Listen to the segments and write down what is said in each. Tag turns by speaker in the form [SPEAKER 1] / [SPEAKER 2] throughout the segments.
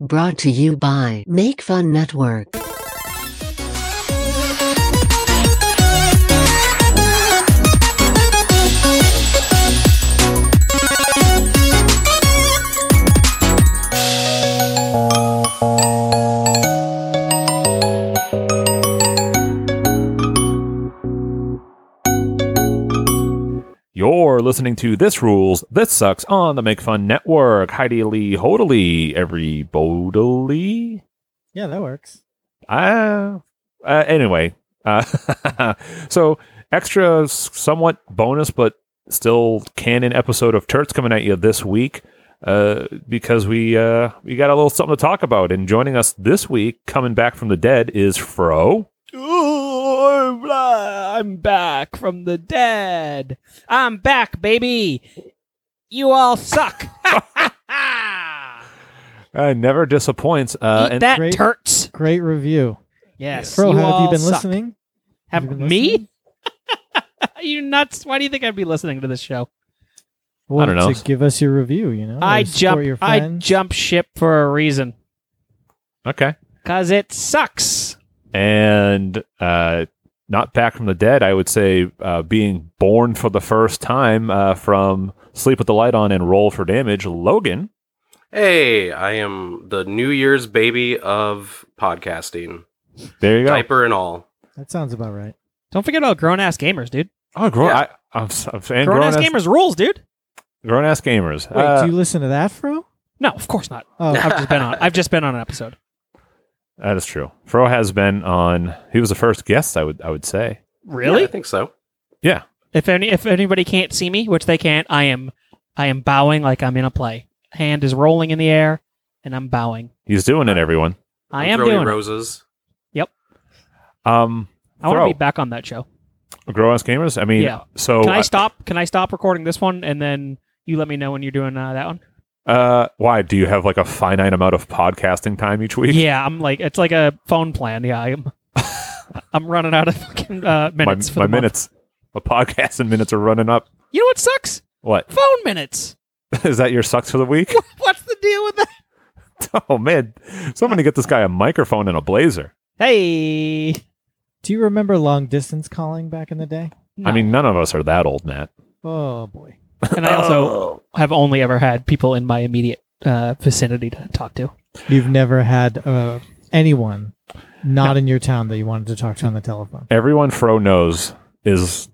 [SPEAKER 1] Brought to you by Make Fun Network.
[SPEAKER 2] You're listening to This Rules, This Sucks on the Make Fun Network. Heidi Lee Hodily, every bodily.
[SPEAKER 3] Yeah, that works.
[SPEAKER 2] Uh, uh, anyway, uh, so extra, somewhat bonus, but still canon episode of Turts coming at you this week uh, because we uh, we got a little something to talk about. And joining us this week, coming back from the dead, is Fro.
[SPEAKER 3] Ooh, blah, I'm back from the dead. I'm back, baby. You all suck.
[SPEAKER 2] Uh, never disappoints. Uh,
[SPEAKER 3] Eat
[SPEAKER 2] and
[SPEAKER 3] that
[SPEAKER 4] Great.
[SPEAKER 3] turts.
[SPEAKER 4] Great review.
[SPEAKER 3] Yes.
[SPEAKER 4] Fro, have you
[SPEAKER 3] all
[SPEAKER 4] been
[SPEAKER 3] suck.
[SPEAKER 4] listening?
[SPEAKER 3] Have
[SPEAKER 4] you been
[SPEAKER 3] me? Are you nuts? Why do you think I'd be listening to this show?
[SPEAKER 4] Well,
[SPEAKER 2] don't know.
[SPEAKER 4] To give us your review, you know.
[SPEAKER 3] I
[SPEAKER 4] or Oh, support
[SPEAKER 3] jump.
[SPEAKER 4] Your
[SPEAKER 3] I
[SPEAKER 4] friends.
[SPEAKER 3] jump ship for a reason.
[SPEAKER 2] okay.
[SPEAKER 3] Cause it sucks.
[SPEAKER 2] and uh, not back from the dead. I would say uh, being born for the first time uh, from Sleep with the Light On and Roll for Damage. Logan,
[SPEAKER 5] Hey, I am the New Year's baby of podcasting,
[SPEAKER 2] there you go.
[SPEAKER 5] diaper and all.
[SPEAKER 4] That sounds about right.
[SPEAKER 3] Don't forget about grown ass gamers, dude.
[SPEAKER 2] Oh, grown.
[SPEAKER 5] Yeah.
[SPEAKER 2] I, I'm, so- I'm saying
[SPEAKER 3] Grown ass
[SPEAKER 2] grown-ass-
[SPEAKER 3] gamers rules, dude.
[SPEAKER 2] grown-ass gamers.
[SPEAKER 4] Wait,
[SPEAKER 2] Uh,
[SPEAKER 4] do you listen to that, Fro?
[SPEAKER 3] No, of course not.
[SPEAKER 4] Oh,
[SPEAKER 3] I've just been on. I've just been on an episode.
[SPEAKER 2] that is true. Fro has been on. He was the first guest. I would. I would say.
[SPEAKER 3] Really?
[SPEAKER 5] Yeah, I think so.
[SPEAKER 3] If any if anybody can't see me, which they can't, I am I am bowing like I'm in a play. Hand is rolling in the air, and I'm bowing.
[SPEAKER 2] He's doing it, everyone.
[SPEAKER 3] I
[SPEAKER 5] I'm
[SPEAKER 3] am
[SPEAKER 5] throwing
[SPEAKER 3] doing. it.
[SPEAKER 5] roses.
[SPEAKER 2] Um,
[SPEAKER 3] I want
[SPEAKER 2] Throw.
[SPEAKER 3] to be back on that show.
[SPEAKER 2] grown-ass gamers. I mean,
[SPEAKER 3] Yeah.
[SPEAKER 2] so uh,
[SPEAKER 3] Can I stop? Can I stop recording this one, and then you let me know when you're doing uh, that one?
[SPEAKER 2] uh, why do you have like a finite amount of podcasting time each week?
[SPEAKER 3] yeah, I'm like it's like a phone plan. Yeah, I'm I'm running out of fucking uh, minutes.
[SPEAKER 2] my
[SPEAKER 3] for
[SPEAKER 2] my
[SPEAKER 3] the month.
[SPEAKER 2] minutes. My podcasting minutes are running up.
[SPEAKER 3] You know what sucks?
[SPEAKER 2] What?
[SPEAKER 3] Phone minutes.
[SPEAKER 2] Is that your sucks for the week?
[SPEAKER 3] What's the deal with that?
[SPEAKER 2] oh man, somebody get this guy a microphone and a blazer.
[SPEAKER 3] Hey.
[SPEAKER 4] Do you remember long distance calling back in the day?
[SPEAKER 3] No.
[SPEAKER 2] I mean, none of us are that old, Matt.
[SPEAKER 4] Oh boy.
[SPEAKER 3] and I also
[SPEAKER 2] Oh.
[SPEAKER 3] have only ever had people in my immediate uh, vicinity to talk to.
[SPEAKER 4] You've never had uh, anyone not in your town that you wanted to talk to on the telephone.
[SPEAKER 2] Everyone Fro knows is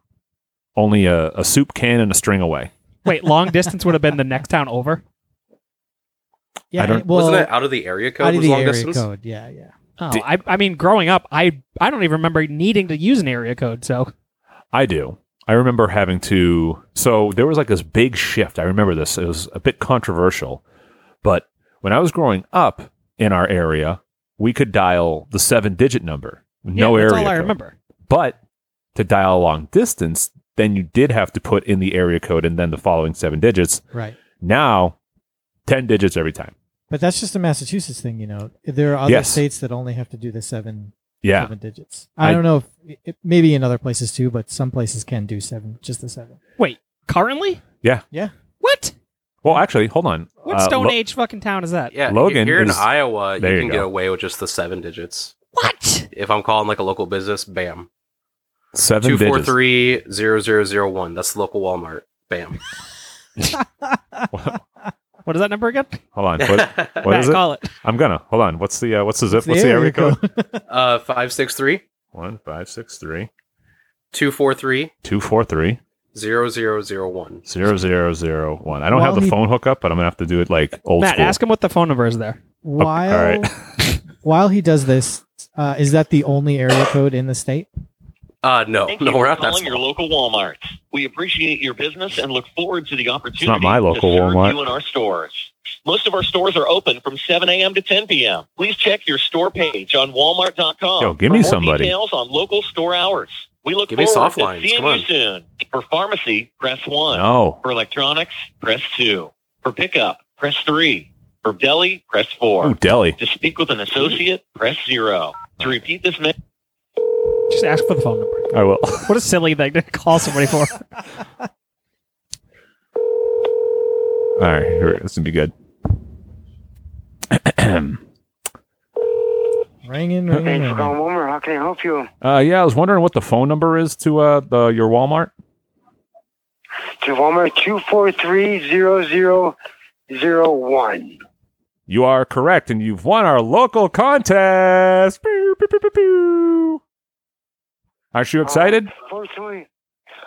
[SPEAKER 2] only a, a soup can and a string away.
[SPEAKER 3] Wait, long distance would have been the next town over.
[SPEAKER 4] Yeah.
[SPEAKER 2] don't-
[SPEAKER 4] well,
[SPEAKER 5] Wasn't it out of the area code?
[SPEAKER 4] out of
[SPEAKER 5] was
[SPEAKER 4] the
[SPEAKER 5] long
[SPEAKER 4] area
[SPEAKER 5] distance?
[SPEAKER 4] code. Yeah, yeah.
[SPEAKER 3] Oh,
[SPEAKER 2] Di-
[SPEAKER 3] I, I mean, growing up, I I don't even remember needing to use an area code. So
[SPEAKER 2] I do. I remember having to. So there was like this big shift. I remember this. It was a bit controversial, but when I was growing up in our area, we could dial the seven-digit number. No
[SPEAKER 3] yeah,
[SPEAKER 2] area.
[SPEAKER 3] That's all I
[SPEAKER 2] code.
[SPEAKER 3] remember.
[SPEAKER 2] But to dial long distance, then you did have to put in the area code and then the following seven digits.
[SPEAKER 4] Right.
[SPEAKER 2] Now, 10 digits every time.
[SPEAKER 4] But that's just a Massachusetts thing, you know. There are other
[SPEAKER 2] Yes.
[SPEAKER 4] states that only have to do the seven
[SPEAKER 2] Yeah.
[SPEAKER 4] seven digits. I,
[SPEAKER 2] I-
[SPEAKER 4] don't know if it, maybe in other places too, but some places can do seven, just the seven.
[SPEAKER 3] Currently,
[SPEAKER 2] Yeah.
[SPEAKER 4] Yeah.
[SPEAKER 3] What?
[SPEAKER 2] Well, actually, hold on.
[SPEAKER 3] What
[SPEAKER 2] Uh,
[SPEAKER 3] Stone
[SPEAKER 2] Lo-
[SPEAKER 3] Age fucking town is that?
[SPEAKER 5] Yeah,
[SPEAKER 2] Logan
[SPEAKER 5] here in
[SPEAKER 2] is-
[SPEAKER 5] Iowa, you
[SPEAKER 2] there you
[SPEAKER 5] can
[SPEAKER 2] go.
[SPEAKER 5] get away with just the seven digits.
[SPEAKER 3] What?
[SPEAKER 5] If I'm calling like a local business, bam,
[SPEAKER 2] Seven
[SPEAKER 5] two four
[SPEAKER 2] digits.
[SPEAKER 5] three zero zero zero one. That's the local Walmart. Bam.
[SPEAKER 3] What is that number again?
[SPEAKER 2] Hold on. What, what
[SPEAKER 3] Matt,
[SPEAKER 2] is it?
[SPEAKER 3] Call it.
[SPEAKER 2] I'm gonna. Hold on. What's the uh, what's the zip? What's the area code?
[SPEAKER 5] uh, five six three
[SPEAKER 2] One five six three
[SPEAKER 5] two four three
[SPEAKER 2] two four three
[SPEAKER 5] zero zero zero one.
[SPEAKER 2] zero zero zero one. I don't
[SPEAKER 4] While
[SPEAKER 2] have the
[SPEAKER 4] he-
[SPEAKER 2] phone hookup, but I'm gonna have to do it like old
[SPEAKER 3] Matt,
[SPEAKER 2] school.
[SPEAKER 3] ask him what the phone number is there.
[SPEAKER 2] all
[SPEAKER 4] While while he does this, uh, is that the only area code in the state?
[SPEAKER 5] Uh, no,
[SPEAKER 6] Thank you
[SPEAKER 5] no,
[SPEAKER 6] for
[SPEAKER 5] we're not that
[SPEAKER 6] calling your
[SPEAKER 5] small.
[SPEAKER 6] local Walmart. We appreciate your business and look forward to the opportunity
[SPEAKER 2] my local
[SPEAKER 6] to serve
[SPEAKER 2] Walmart.
[SPEAKER 6] you in our stores. Most of our stores are open from 7 a.m. to 10 p.m. Please check your store page on Walmart.com.
[SPEAKER 2] Yo, give
[SPEAKER 6] for
[SPEAKER 2] me
[SPEAKER 6] more
[SPEAKER 2] somebody.
[SPEAKER 6] Details on local store hours. We look
[SPEAKER 5] Give me
[SPEAKER 6] forward
[SPEAKER 5] soft
[SPEAKER 6] to
[SPEAKER 5] lines,
[SPEAKER 6] seeing
[SPEAKER 5] come on.
[SPEAKER 6] you soon. For pharmacy, press one.
[SPEAKER 2] No.
[SPEAKER 6] For electronics, press two. For pickup, press three. For deli, press four.
[SPEAKER 2] Oh, Delhi.
[SPEAKER 6] To speak with an associate, press zero. To repeat this message.
[SPEAKER 3] Just ask for the phone number.
[SPEAKER 2] I will.
[SPEAKER 3] What a silly thing to call somebody for.
[SPEAKER 2] All right. Here, this would be good.
[SPEAKER 4] Ringing, ringing,
[SPEAKER 7] Thanks for
[SPEAKER 4] ringing.
[SPEAKER 7] calling Wilmer. How can I help you?
[SPEAKER 2] Uh, yeah, I was wondering what the phone number is to uh, the, your Walmart.
[SPEAKER 7] To Wilmer, 243-0001.
[SPEAKER 2] You are correct, and you've won our local contest. Pew, pew, pew, pew, pew. Aren't you excited?
[SPEAKER 7] Um, Fortunately,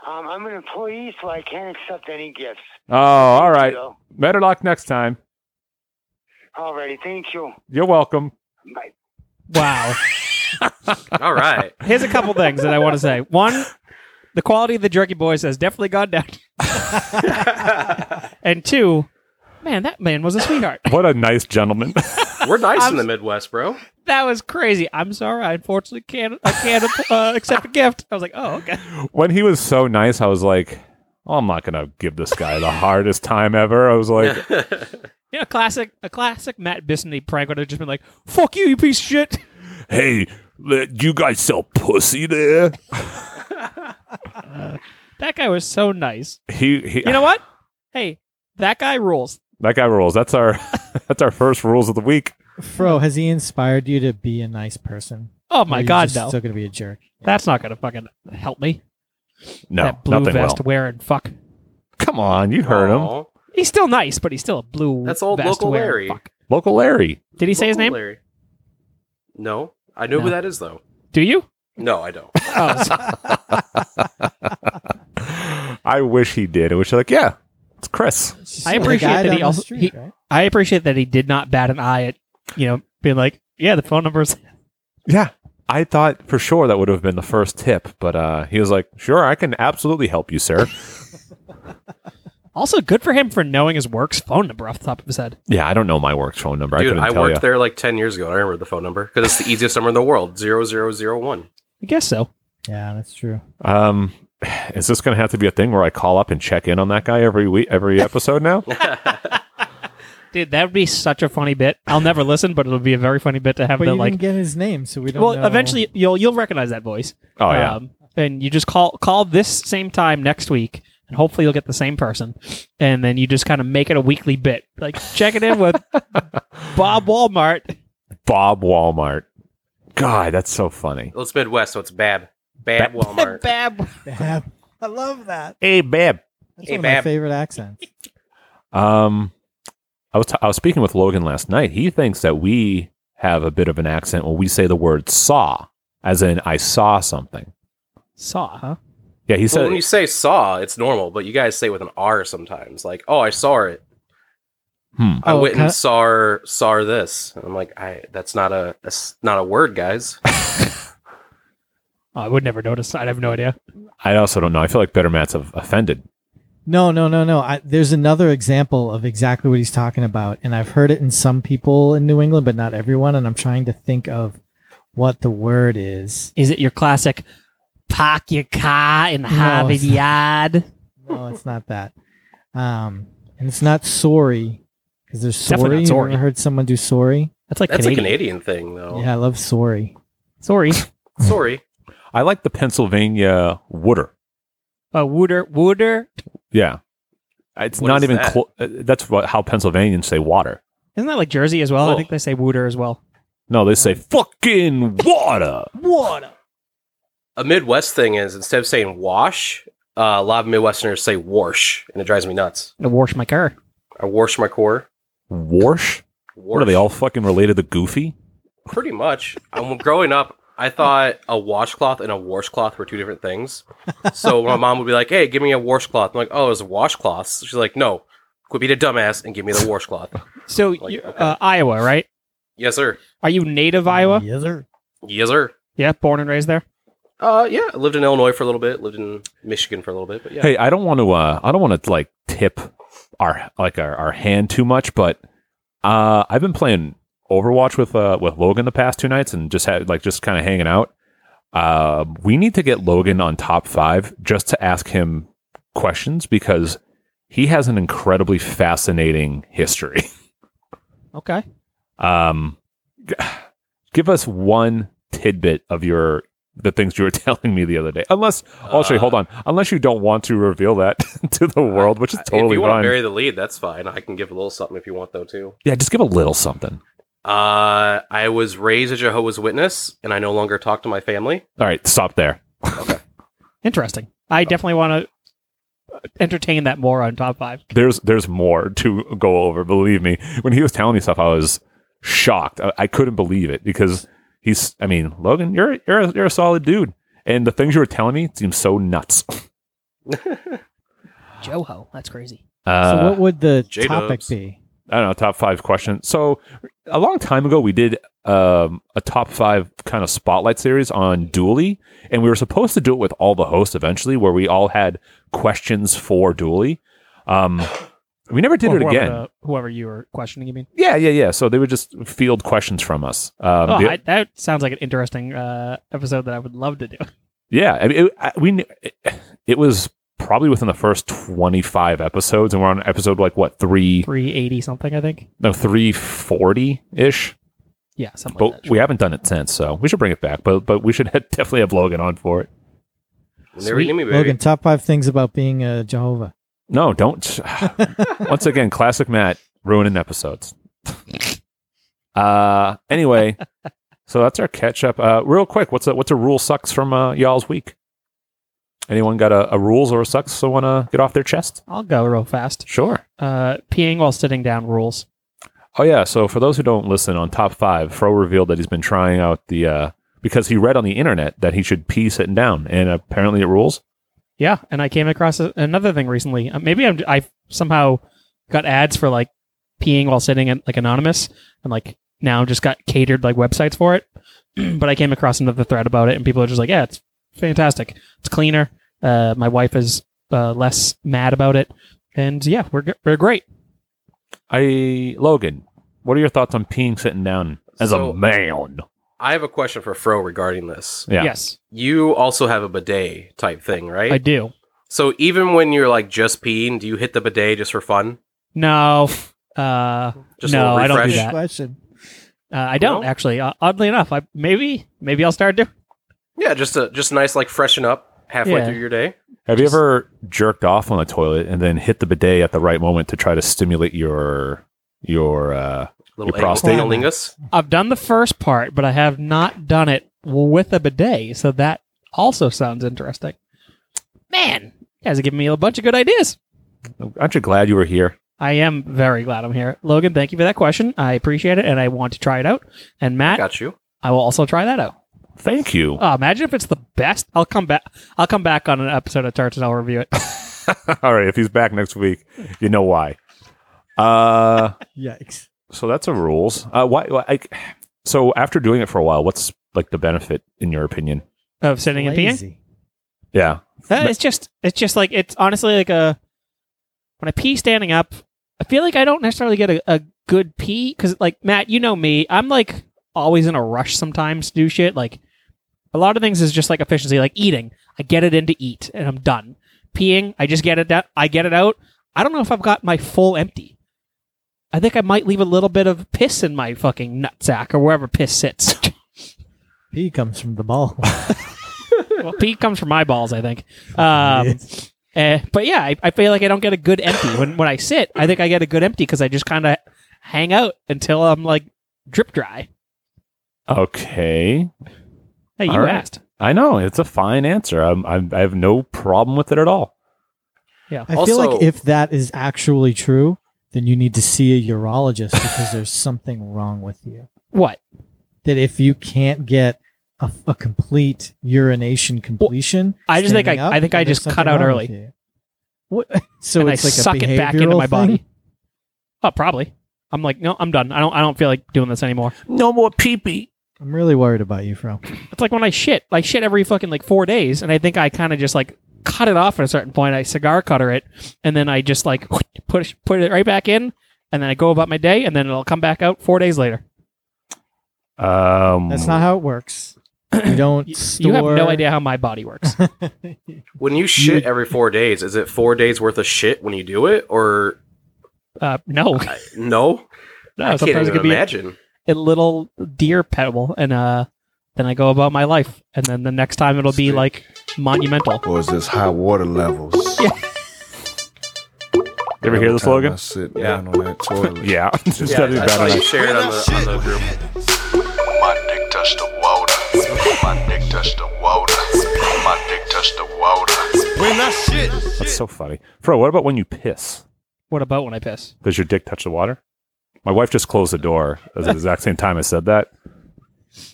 [SPEAKER 7] um, I'm an employee, so I can't accept any gifts.
[SPEAKER 2] Oh, all right.
[SPEAKER 7] So,
[SPEAKER 2] Better luck next time.
[SPEAKER 7] all righty. Thank you.
[SPEAKER 2] You're welcome.
[SPEAKER 7] Bye.
[SPEAKER 3] Wow.
[SPEAKER 5] All right.
[SPEAKER 3] Here's a couple things that I want to say. One, the quality of the Jerky Boys has definitely gone down. and two, man, that man was a sweetheart.
[SPEAKER 2] What a nice gentleman.
[SPEAKER 5] We're nice in the Midwest, bro.
[SPEAKER 3] That was crazy. I'm sorry. I unfortunately can't. I can't uh, accept a gift. I was like, oh, okay.
[SPEAKER 2] when he was so nice, I was like, oh, I'm not going to give this guy the hardest time ever. I was like,
[SPEAKER 3] You know, classic. A classic Matt Bissany prank would have just been like, "Fuck you, you piece of shit."
[SPEAKER 2] hey, you guys sell pussy there?
[SPEAKER 3] That guy was so nice.
[SPEAKER 2] He, he
[SPEAKER 3] You know what? Hey, that guy rules.
[SPEAKER 2] that guy rules. That's our that's our first rules of the week.
[SPEAKER 4] Fro, has he inspired you to be a nice person?
[SPEAKER 3] Oh
[SPEAKER 4] Or
[SPEAKER 3] my
[SPEAKER 4] you're
[SPEAKER 3] god,
[SPEAKER 4] just
[SPEAKER 3] no.
[SPEAKER 4] Still gonna be a jerk.
[SPEAKER 3] That's not gonna fucking help me.
[SPEAKER 2] No,
[SPEAKER 3] that blue
[SPEAKER 2] nothing
[SPEAKER 3] vest
[SPEAKER 2] will.
[SPEAKER 3] wearing fuck.
[SPEAKER 2] Come on, you heard him.
[SPEAKER 5] Aw.
[SPEAKER 3] He's still nice, but he's still a blue.
[SPEAKER 5] That's old
[SPEAKER 3] vest
[SPEAKER 5] local
[SPEAKER 3] wearing
[SPEAKER 5] Larry.
[SPEAKER 3] fuck.
[SPEAKER 2] Local Larry.
[SPEAKER 3] Did he say his
[SPEAKER 5] Local
[SPEAKER 3] name?
[SPEAKER 5] Larry. No, I know
[SPEAKER 3] No.
[SPEAKER 5] who that is though.
[SPEAKER 3] Do you?
[SPEAKER 5] No, I don't.
[SPEAKER 3] Oh, so-
[SPEAKER 2] I wish he did. I wish like, yeah, it's Chris.
[SPEAKER 3] I appreciate
[SPEAKER 4] The guy
[SPEAKER 3] that he
[SPEAKER 4] down the
[SPEAKER 3] also-
[SPEAKER 4] street,
[SPEAKER 3] he-
[SPEAKER 4] right?
[SPEAKER 3] I appreciate that he did not bat an eye at you know being like, yeah, the phone numbers.
[SPEAKER 2] Yeah. I thought for sure that would have been the first tip, but uh, he was like, "Sure, I can absolutely help you, sir."
[SPEAKER 3] Also, good for him for knowing his work's phone number off the top of his head.
[SPEAKER 2] yeah, I don't know my work phone number. I
[SPEAKER 5] Dude,
[SPEAKER 2] couldn't
[SPEAKER 5] I,
[SPEAKER 2] tell
[SPEAKER 5] worked
[SPEAKER 2] you.
[SPEAKER 5] there like ten years ago. and I remember the phone number because it's the easiest number in the world. Zero zero zero one.
[SPEAKER 3] I guess so.
[SPEAKER 4] Yeah, that's true.
[SPEAKER 2] Um, is this going to have to be a thing where I call up and check in on that guy every week, every episode now?
[SPEAKER 3] Dude, that would be such a funny bit. I'll never listen, but it'll be a very funny bit to have
[SPEAKER 4] But
[SPEAKER 3] the
[SPEAKER 4] you
[SPEAKER 3] like.
[SPEAKER 4] didn't get his name, so we don't.
[SPEAKER 3] Well,
[SPEAKER 4] know.
[SPEAKER 3] eventually you'll you'll recognize that voice.
[SPEAKER 2] oh yeah,
[SPEAKER 3] Um, and you just call call this same time next week, and hopefully you'll get the same person. And then you just kind of make it a weekly bit, like check it in with Bob Walmart.
[SPEAKER 2] Bob Walmart. God, that's so funny.
[SPEAKER 5] Well, it's Midwest, so it's Bab. Bab Walmart.
[SPEAKER 3] Bab.
[SPEAKER 4] Bab. I love that.
[SPEAKER 2] Hey, babe.
[SPEAKER 4] That's
[SPEAKER 5] Hey,
[SPEAKER 4] one of my
[SPEAKER 5] Bab.
[SPEAKER 4] favorite accents.
[SPEAKER 2] Um, I was t- I was speaking with Logan last night. He thinks that we have a bit of an accent when we say the word "saw," as in I saw something.
[SPEAKER 3] Saw, huh?
[SPEAKER 2] Yeah, he
[SPEAKER 5] Well,
[SPEAKER 2] said.
[SPEAKER 5] when you say saw, it's normal, but you guys say it with an R sometimes. Like, oh, I saw it.
[SPEAKER 2] Hmm.
[SPEAKER 5] I
[SPEAKER 4] Oh,
[SPEAKER 5] went
[SPEAKER 4] kinda-
[SPEAKER 5] and saw saw this. And I'm like, I that's not a that's not a word, guys.
[SPEAKER 3] Oh, I would never notice. I'd have no idea.
[SPEAKER 2] I also don't know. I feel like Better Matt's of- offended.
[SPEAKER 4] No, no, no, no. I, there's another example of exactly what he's talking about, and I've heard it in some people in New England, but not everyone. And I'm trying to think of what the word is.
[SPEAKER 3] Is it your classic park your car in the
[SPEAKER 4] No,
[SPEAKER 3] Harvard
[SPEAKER 4] it's
[SPEAKER 3] yard?
[SPEAKER 4] No, it's not that. Um, and it's not sorry because there's
[SPEAKER 3] Definitely
[SPEAKER 4] sorry.
[SPEAKER 3] not
[SPEAKER 4] You
[SPEAKER 3] sorry.
[SPEAKER 4] ever heard someone do sorry?
[SPEAKER 3] That's like
[SPEAKER 5] That's
[SPEAKER 3] Canadian.
[SPEAKER 5] a Canadian thing though.
[SPEAKER 4] Yeah, I love sorry.
[SPEAKER 3] Sorry.
[SPEAKER 5] Sorry.
[SPEAKER 2] I like the Pennsylvania wooder.
[SPEAKER 3] Uh, Wooder. Wooder.
[SPEAKER 2] Yeah, it's
[SPEAKER 5] What
[SPEAKER 2] not
[SPEAKER 5] is
[SPEAKER 2] even
[SPEAKER 5] that?
[SPEAKER 2] close. That's what, how Pennsylvanians say water.
[SPEAKER 3] Isn't that like Jersey as well? I
[SPEAKER 5] Oh.
[SPEAKER 3] think they say Wooder as well.
[SPEAKER 2] No,
[SPEAKER 5] Uh-huh.
[SPEAKER 2] they say fucking water.
[SPEAKER 3] Water.
[SPEAKER 5] A Midwest thing is instead of saying wash, uh, a lot of Midwesterners say warsh, and it drives me nuts.
[SPEAKER 3] To wash my car.
[SPEAKER 5] I warsh my core.
[SPEAKER 2] Warsh? What are they
[SPEAKER 5] Warsh.
[SPEAKER 2] all fucking related to Goofy?
[SPEAKER 5] Pretty much. Um, growing up, I thought a washcloth and a washcloth were two different things. So my mom would be like, "Hey, give me a washcloth." I'm like, "Oh, it's a washcloth." She's like, "No, quit being a dumbass and give me the washcloth."
[SPEAKER 3] So
[SPEAKER 5] Like,
[SPEAKER 3] you-
[SPEAKER 5] okay.
[SPEAKER 3] uh, Iowa, right?
[SPEAKER 5] yes, sir.
[SPEAKER 3] Are you native
[SPEAKER 2] Um,
[SPEAKER 3] Iowa?
[SPEAKER 4] Yes, sir.
[SPEAKER 5] Yes, sir.
[SPEAKER 3] Yeah, born and raised there.
[SPEAKER 5] Uh, yeah. I lived in Illinois for a little bit. Lived in Michigan for a little bit. But yeah,
[SPEAKER 2] Hey, I don't want to. Uh, I don't want to like tip our like our, our hand too much, but uh, I've been playing Overwatch with uh, with Logan the past two nights and just had like just kind of hanging out. Uh, we need to get Logan on top five just to ask him questions because he has an incredibly fascinating history.
[SPEAKER 3] Okay.
[SPEAKER 2] Um, g- give us one tidbit of your the things you were telling me the other day. Unless, actually,
[SPEAKER 5] Uh,
[SPEAKER 2] hold on. Unless you don't want to reveal that to the world, which is
[SPEAKER 5] if
[SPEAKER 2] totally
[SPEAKER 5] you want
[SPEAKER 2] fine.
[SPEAKER 5] to bury the lead, that's fine. I can give a little something if you want, though, too.
[SPEAKER 2] yeah, just give a little something.
[SPEAKER 5] Uh, I was raised a Jehovah's Witness, and I no longer talk to my family.
[SPEAKER 2] All right, stop there.
[SPEAKER 3] Interesting. I definitely want to entertain that more on top five.
[SPEAKER 2] There's there's more to go over. Believe me, when he was telling me stuff, I was shocked. I, I couldn't believe it because he's. I mean, Logan, you're you're a, you're a solid dude, and the things you were telling me seemed so nuts.
[SPEAKER 3] Joho, that's crazy.
[SPEAKER 2] Uh,
[SPEAKER 4] so what would the topic
[SPEAKER 5] J-dubs.
[SPEAKER 4] be?
[SPEAKER 2] I don't know, top five question. So a long time ago, we did um, a top five kind of spotlight series on Dooley, and we were supposed to do it with all the hosts eventually, where we all had questions for Dooley. Um, we never did
[SPEAKER 3] Or
[SPEAKER 2] it
[SPEAKER 3] Oh, whoever
[SPEAKER 2] again.
[SPEAKER 3] the- whoever you were questioning, you mean?
[SPEAKER 2] Yeah, yeah, yeah. So they would just field questions from us. Um,
[SPEAKER 3] oh,
[SPEAKER 2] the-
[SPEAKER 3] I, that sounds like an interesting uh, episode that I would love to do.
[SPEAKER 2] yeah, I mean, it, I, we kn- it, it was probably within the first twenty five episodes, and we're on episode like what three,
[SPEAKER 3] 380 something, I think.
[SPEAKER 2] no three forty ish.
[SPEAKER 3] Yeah, something like
[SPEAKER 2] But
[SPEAKER 3] that.
[SPEAKER 2] we haven't done it since, so we should bring it back. But but we should definitely have Logan on for it.
[SPEAKER 5] Never knew me, baby.
[SPEAKER 4] Logan, top five things about being a Jehovah.
[SPEAKER 2] No, don't. Once again, classic Matt ruining episodes. Uh, anyway, so that's our catch up. Uh, real quick, what's a what's a rule sucks from uh, y'all's week? Anyone got a, a rules or a sucks they want to get off their chest?
[SPEAKER 3] I'll go real fast.
[SPEAKER 2] Sure.
[SPEAKER 3] Uh, peeing while sitting down rules.
[SPEAKER 2] Oh yeah. So for those who don't listen, on top five, Fro revealed that he's been trying out the uh, because he read on the internet that he should pee sitting down, and apparently it rules.
[SPEAKER 3] Yeah, and I came across a- another thing recently. Uh, Maybe I'm, I somehow got ads for like peeing while sitting in, like anonymous, and like now just got catered like websites for it. but I came across another thread about it, and people are just like, "Yeah, it's fantastic. It's cleaner. Uh, my wife is uh, less mad about it, and yeah, we're g- we're great."
[SPEAKER 2] I Logan, what are your thoughts on peeing sitting down as
[SPEAKER 5] So-
[SPEAKER 2] a man?
[SPEAKER 5] I have a question for Fro regarding this.
[SPEAKER 2] Yeah.
[SPEAKER 3] Yes,
[SPEAKER 5] You also have a bidet type thing, right?
[SPEAKER 3] I do.
[SPEAKER 5] So even when you're like just peeing, do you hit the bidet just for fun?
[SPEAKER 3] No, uh,
[SPEAKER 5] Just a
[SPEAKER 3] no,
[SPEAKER 5] little
[SPEAKER 3] I don't do
[SPEAKER 5] refresh?
[SPEAKER 3] that. Uh,
[SPEAKER 4] question.
[SPEAKER 3] I don't
[SPEAKER 5] No?
[SPEAKER 3] actually. Uh, oddly enough, I maybe maybe I'll start doing.
[SPEAKER 5] Yeah, just a just nice like freshen up halfway
[SPEAKER 3] Yeah.
[SPEAKER 5] through your day.
[SPEAKER 2] Have you ever jerked off on the toilet and then hit the bidet at the right moment to try to stimulate your your uh
[SPEAKER 5] Little
[SPEAKER 2] Your prostate?
[SPEAKER 5] anal- analingus.
[SPEAKER 3] I've done the first part, but I have not done it with a bidet. So that also sounds interesting. Man, you guys are giving me a bunch of good ideas.
[SPEAKER 2] aren't you glad you were here?
[SPEAKER 3] I am very glad I'm here. Logan, thank you for that question. I appreciate it and I want to try it out. And Matt,
[SPEAKER 5] Got you.
[SPEAKER 3] I will also try that out.
[SPEAKER 2] Thank you.
[SPEAKER 3] Oh, imagine if it's the best. I'll come back I'll come back on an episode of Tarts and I'll review it.
[SPEAKER 2] All right, if he's back next week, you know why. Uh
[SPEAKER 4] Yikes.
[SPEAKER 2] so that's a rules. Uh why like so after doing it for a while, what's like the benefit in your opinion?
[SPEAKER 3] Of sitting and peeing.
[SPEAKER 4] Lazy.
[SPEAKER 2] Yeah.
[SPEAKER 3] Uh, it's just it's just like it's honestly like a when I pee standing up, I feel like I don't necessarily get a, a good pee because like Matt, you know me, I'm like always in a rush sometimes to do shit. Like a lot of things is just like efficiency, like eating. I get it in to eat and I'm done. Peeing, I just get it out. I get it out. I don't know if I've got my full empty. I think I might leave a little bit of piss in my fucking nutsack or wherever piss sits.
[SPEAKER 4] Pee comes from the ball.
[SPEAKER 3] well, pee comes from my balls, I think. Um, Eh, but yeah, I, I feel like I don't get a good empty when when I sit. I think I get a good empty because I just kind of hang out until I'm like drip dry.
[SPEAKER 2] Okay.
[SPEAKER 3] Hey, you
[SPEAKER 2] All right.
[SPEAKER 3] asked.
[SPEAKER 2] I know, it's a fine answer. I'm, I'm I have no problem with it at all.
[SPEAKER 4] I
[SPEAKER 5] Also-
[SPEAKER 4] feel like if that is actually true, then you need to see a urologist because there's something wrong with you.
[SPEAKER 3] What?
[SPEAKER 4] That if you can't get a, a complete urination completion,
[SPEAKER 3] I just think
[SPEAKER 4] standing
[SPEAKER 3] I-
[SPEAKER 4] up,
[SPEAKER 3] I think I
[SPEAKER 4] then there's
[SPEAKER 3] just cut
[SPEAKER 4] something
[SPEAKER 3] out
[SPEAKER 4] wrong
[SPEAKER 3] early.
[SPEAKER 4] with you. What? So
[SPEAKER 3] and I
[SPEAKER 4] it's like
[SPEAKER 3] suck
[SPEAKER 4] a
[SPEAKER 3] it back into
[SPEAKER 4] behavioral
[SPEAKER 3] my body.
[SPEAKER 4] thing?
[SPEAKER 3] Oh, probably. I'm like, no, I'm done. I don't. I don't feel like doing this anymore.
[SPEAKER 2] No more pee pee.
[SPEAKER 4] I'm really worried about you, Fro.
[SPEAKER 3] It's like when I shit. I shit every fucking like four days, and I think I kind of just like cut it off at a certain point. I cigar cutter it, and then I just like push put it right back in, and then I go about my day, and then it'll come back out four days later.
[SPEAKER 2] Um
[SPEAKER 4] That's not how it works. You don't
[SPEAKER 3] You-
[SPEAKER 4] store.
[SPEAKER 3] You have no idea how my body works.
[SPEAKER 5] When you shit every four days, is it four days worth of shit when you do it, or
[SPEAKER 3] Uh, no,
[SPEAKER 5] no? I
[SPEAKER 3] no.
[SPEAKER 5] can't
[SPEAKER 3] Sometimes it
[SPEAKER 5] even
[SPEAKER 3] could be a,
[SPEAKER 5] imagine.
[SPEAKER 3] a little deer pebble, and uh, then I go about my life, and then the next time it'll be like monumental.
[SPEAKER 8] Or is this high water levels?
[SPEAKER 2] You ever hear the slogan?
[SPEAKER 8] I sit
[SPEAKER 5] Yeah.
[SPEAKER 8] down on that toilet.
[SPEAKER 2] Yeah, it's
[SPEAKER 5] Yeah,
[SPEAKER 2] gotta be
[SPEAKER 5] I
[SPEAKER 2] bad
[SPEAKER 5] saw you
[SPEAKER 2] enough.
[SPEAKER 5] share it on the, on the group.
[SPEAKER 9] My dick touch the water. My dick touch the water. My dick touch the water.
[SPEAKER 2] That's so funny, Fro. What about when you piss?
[SPEAKER 3] What about when I piss?
[SPEAKER 2] Does your dick touch the water? My wife just closed the door at the exact same time I said that.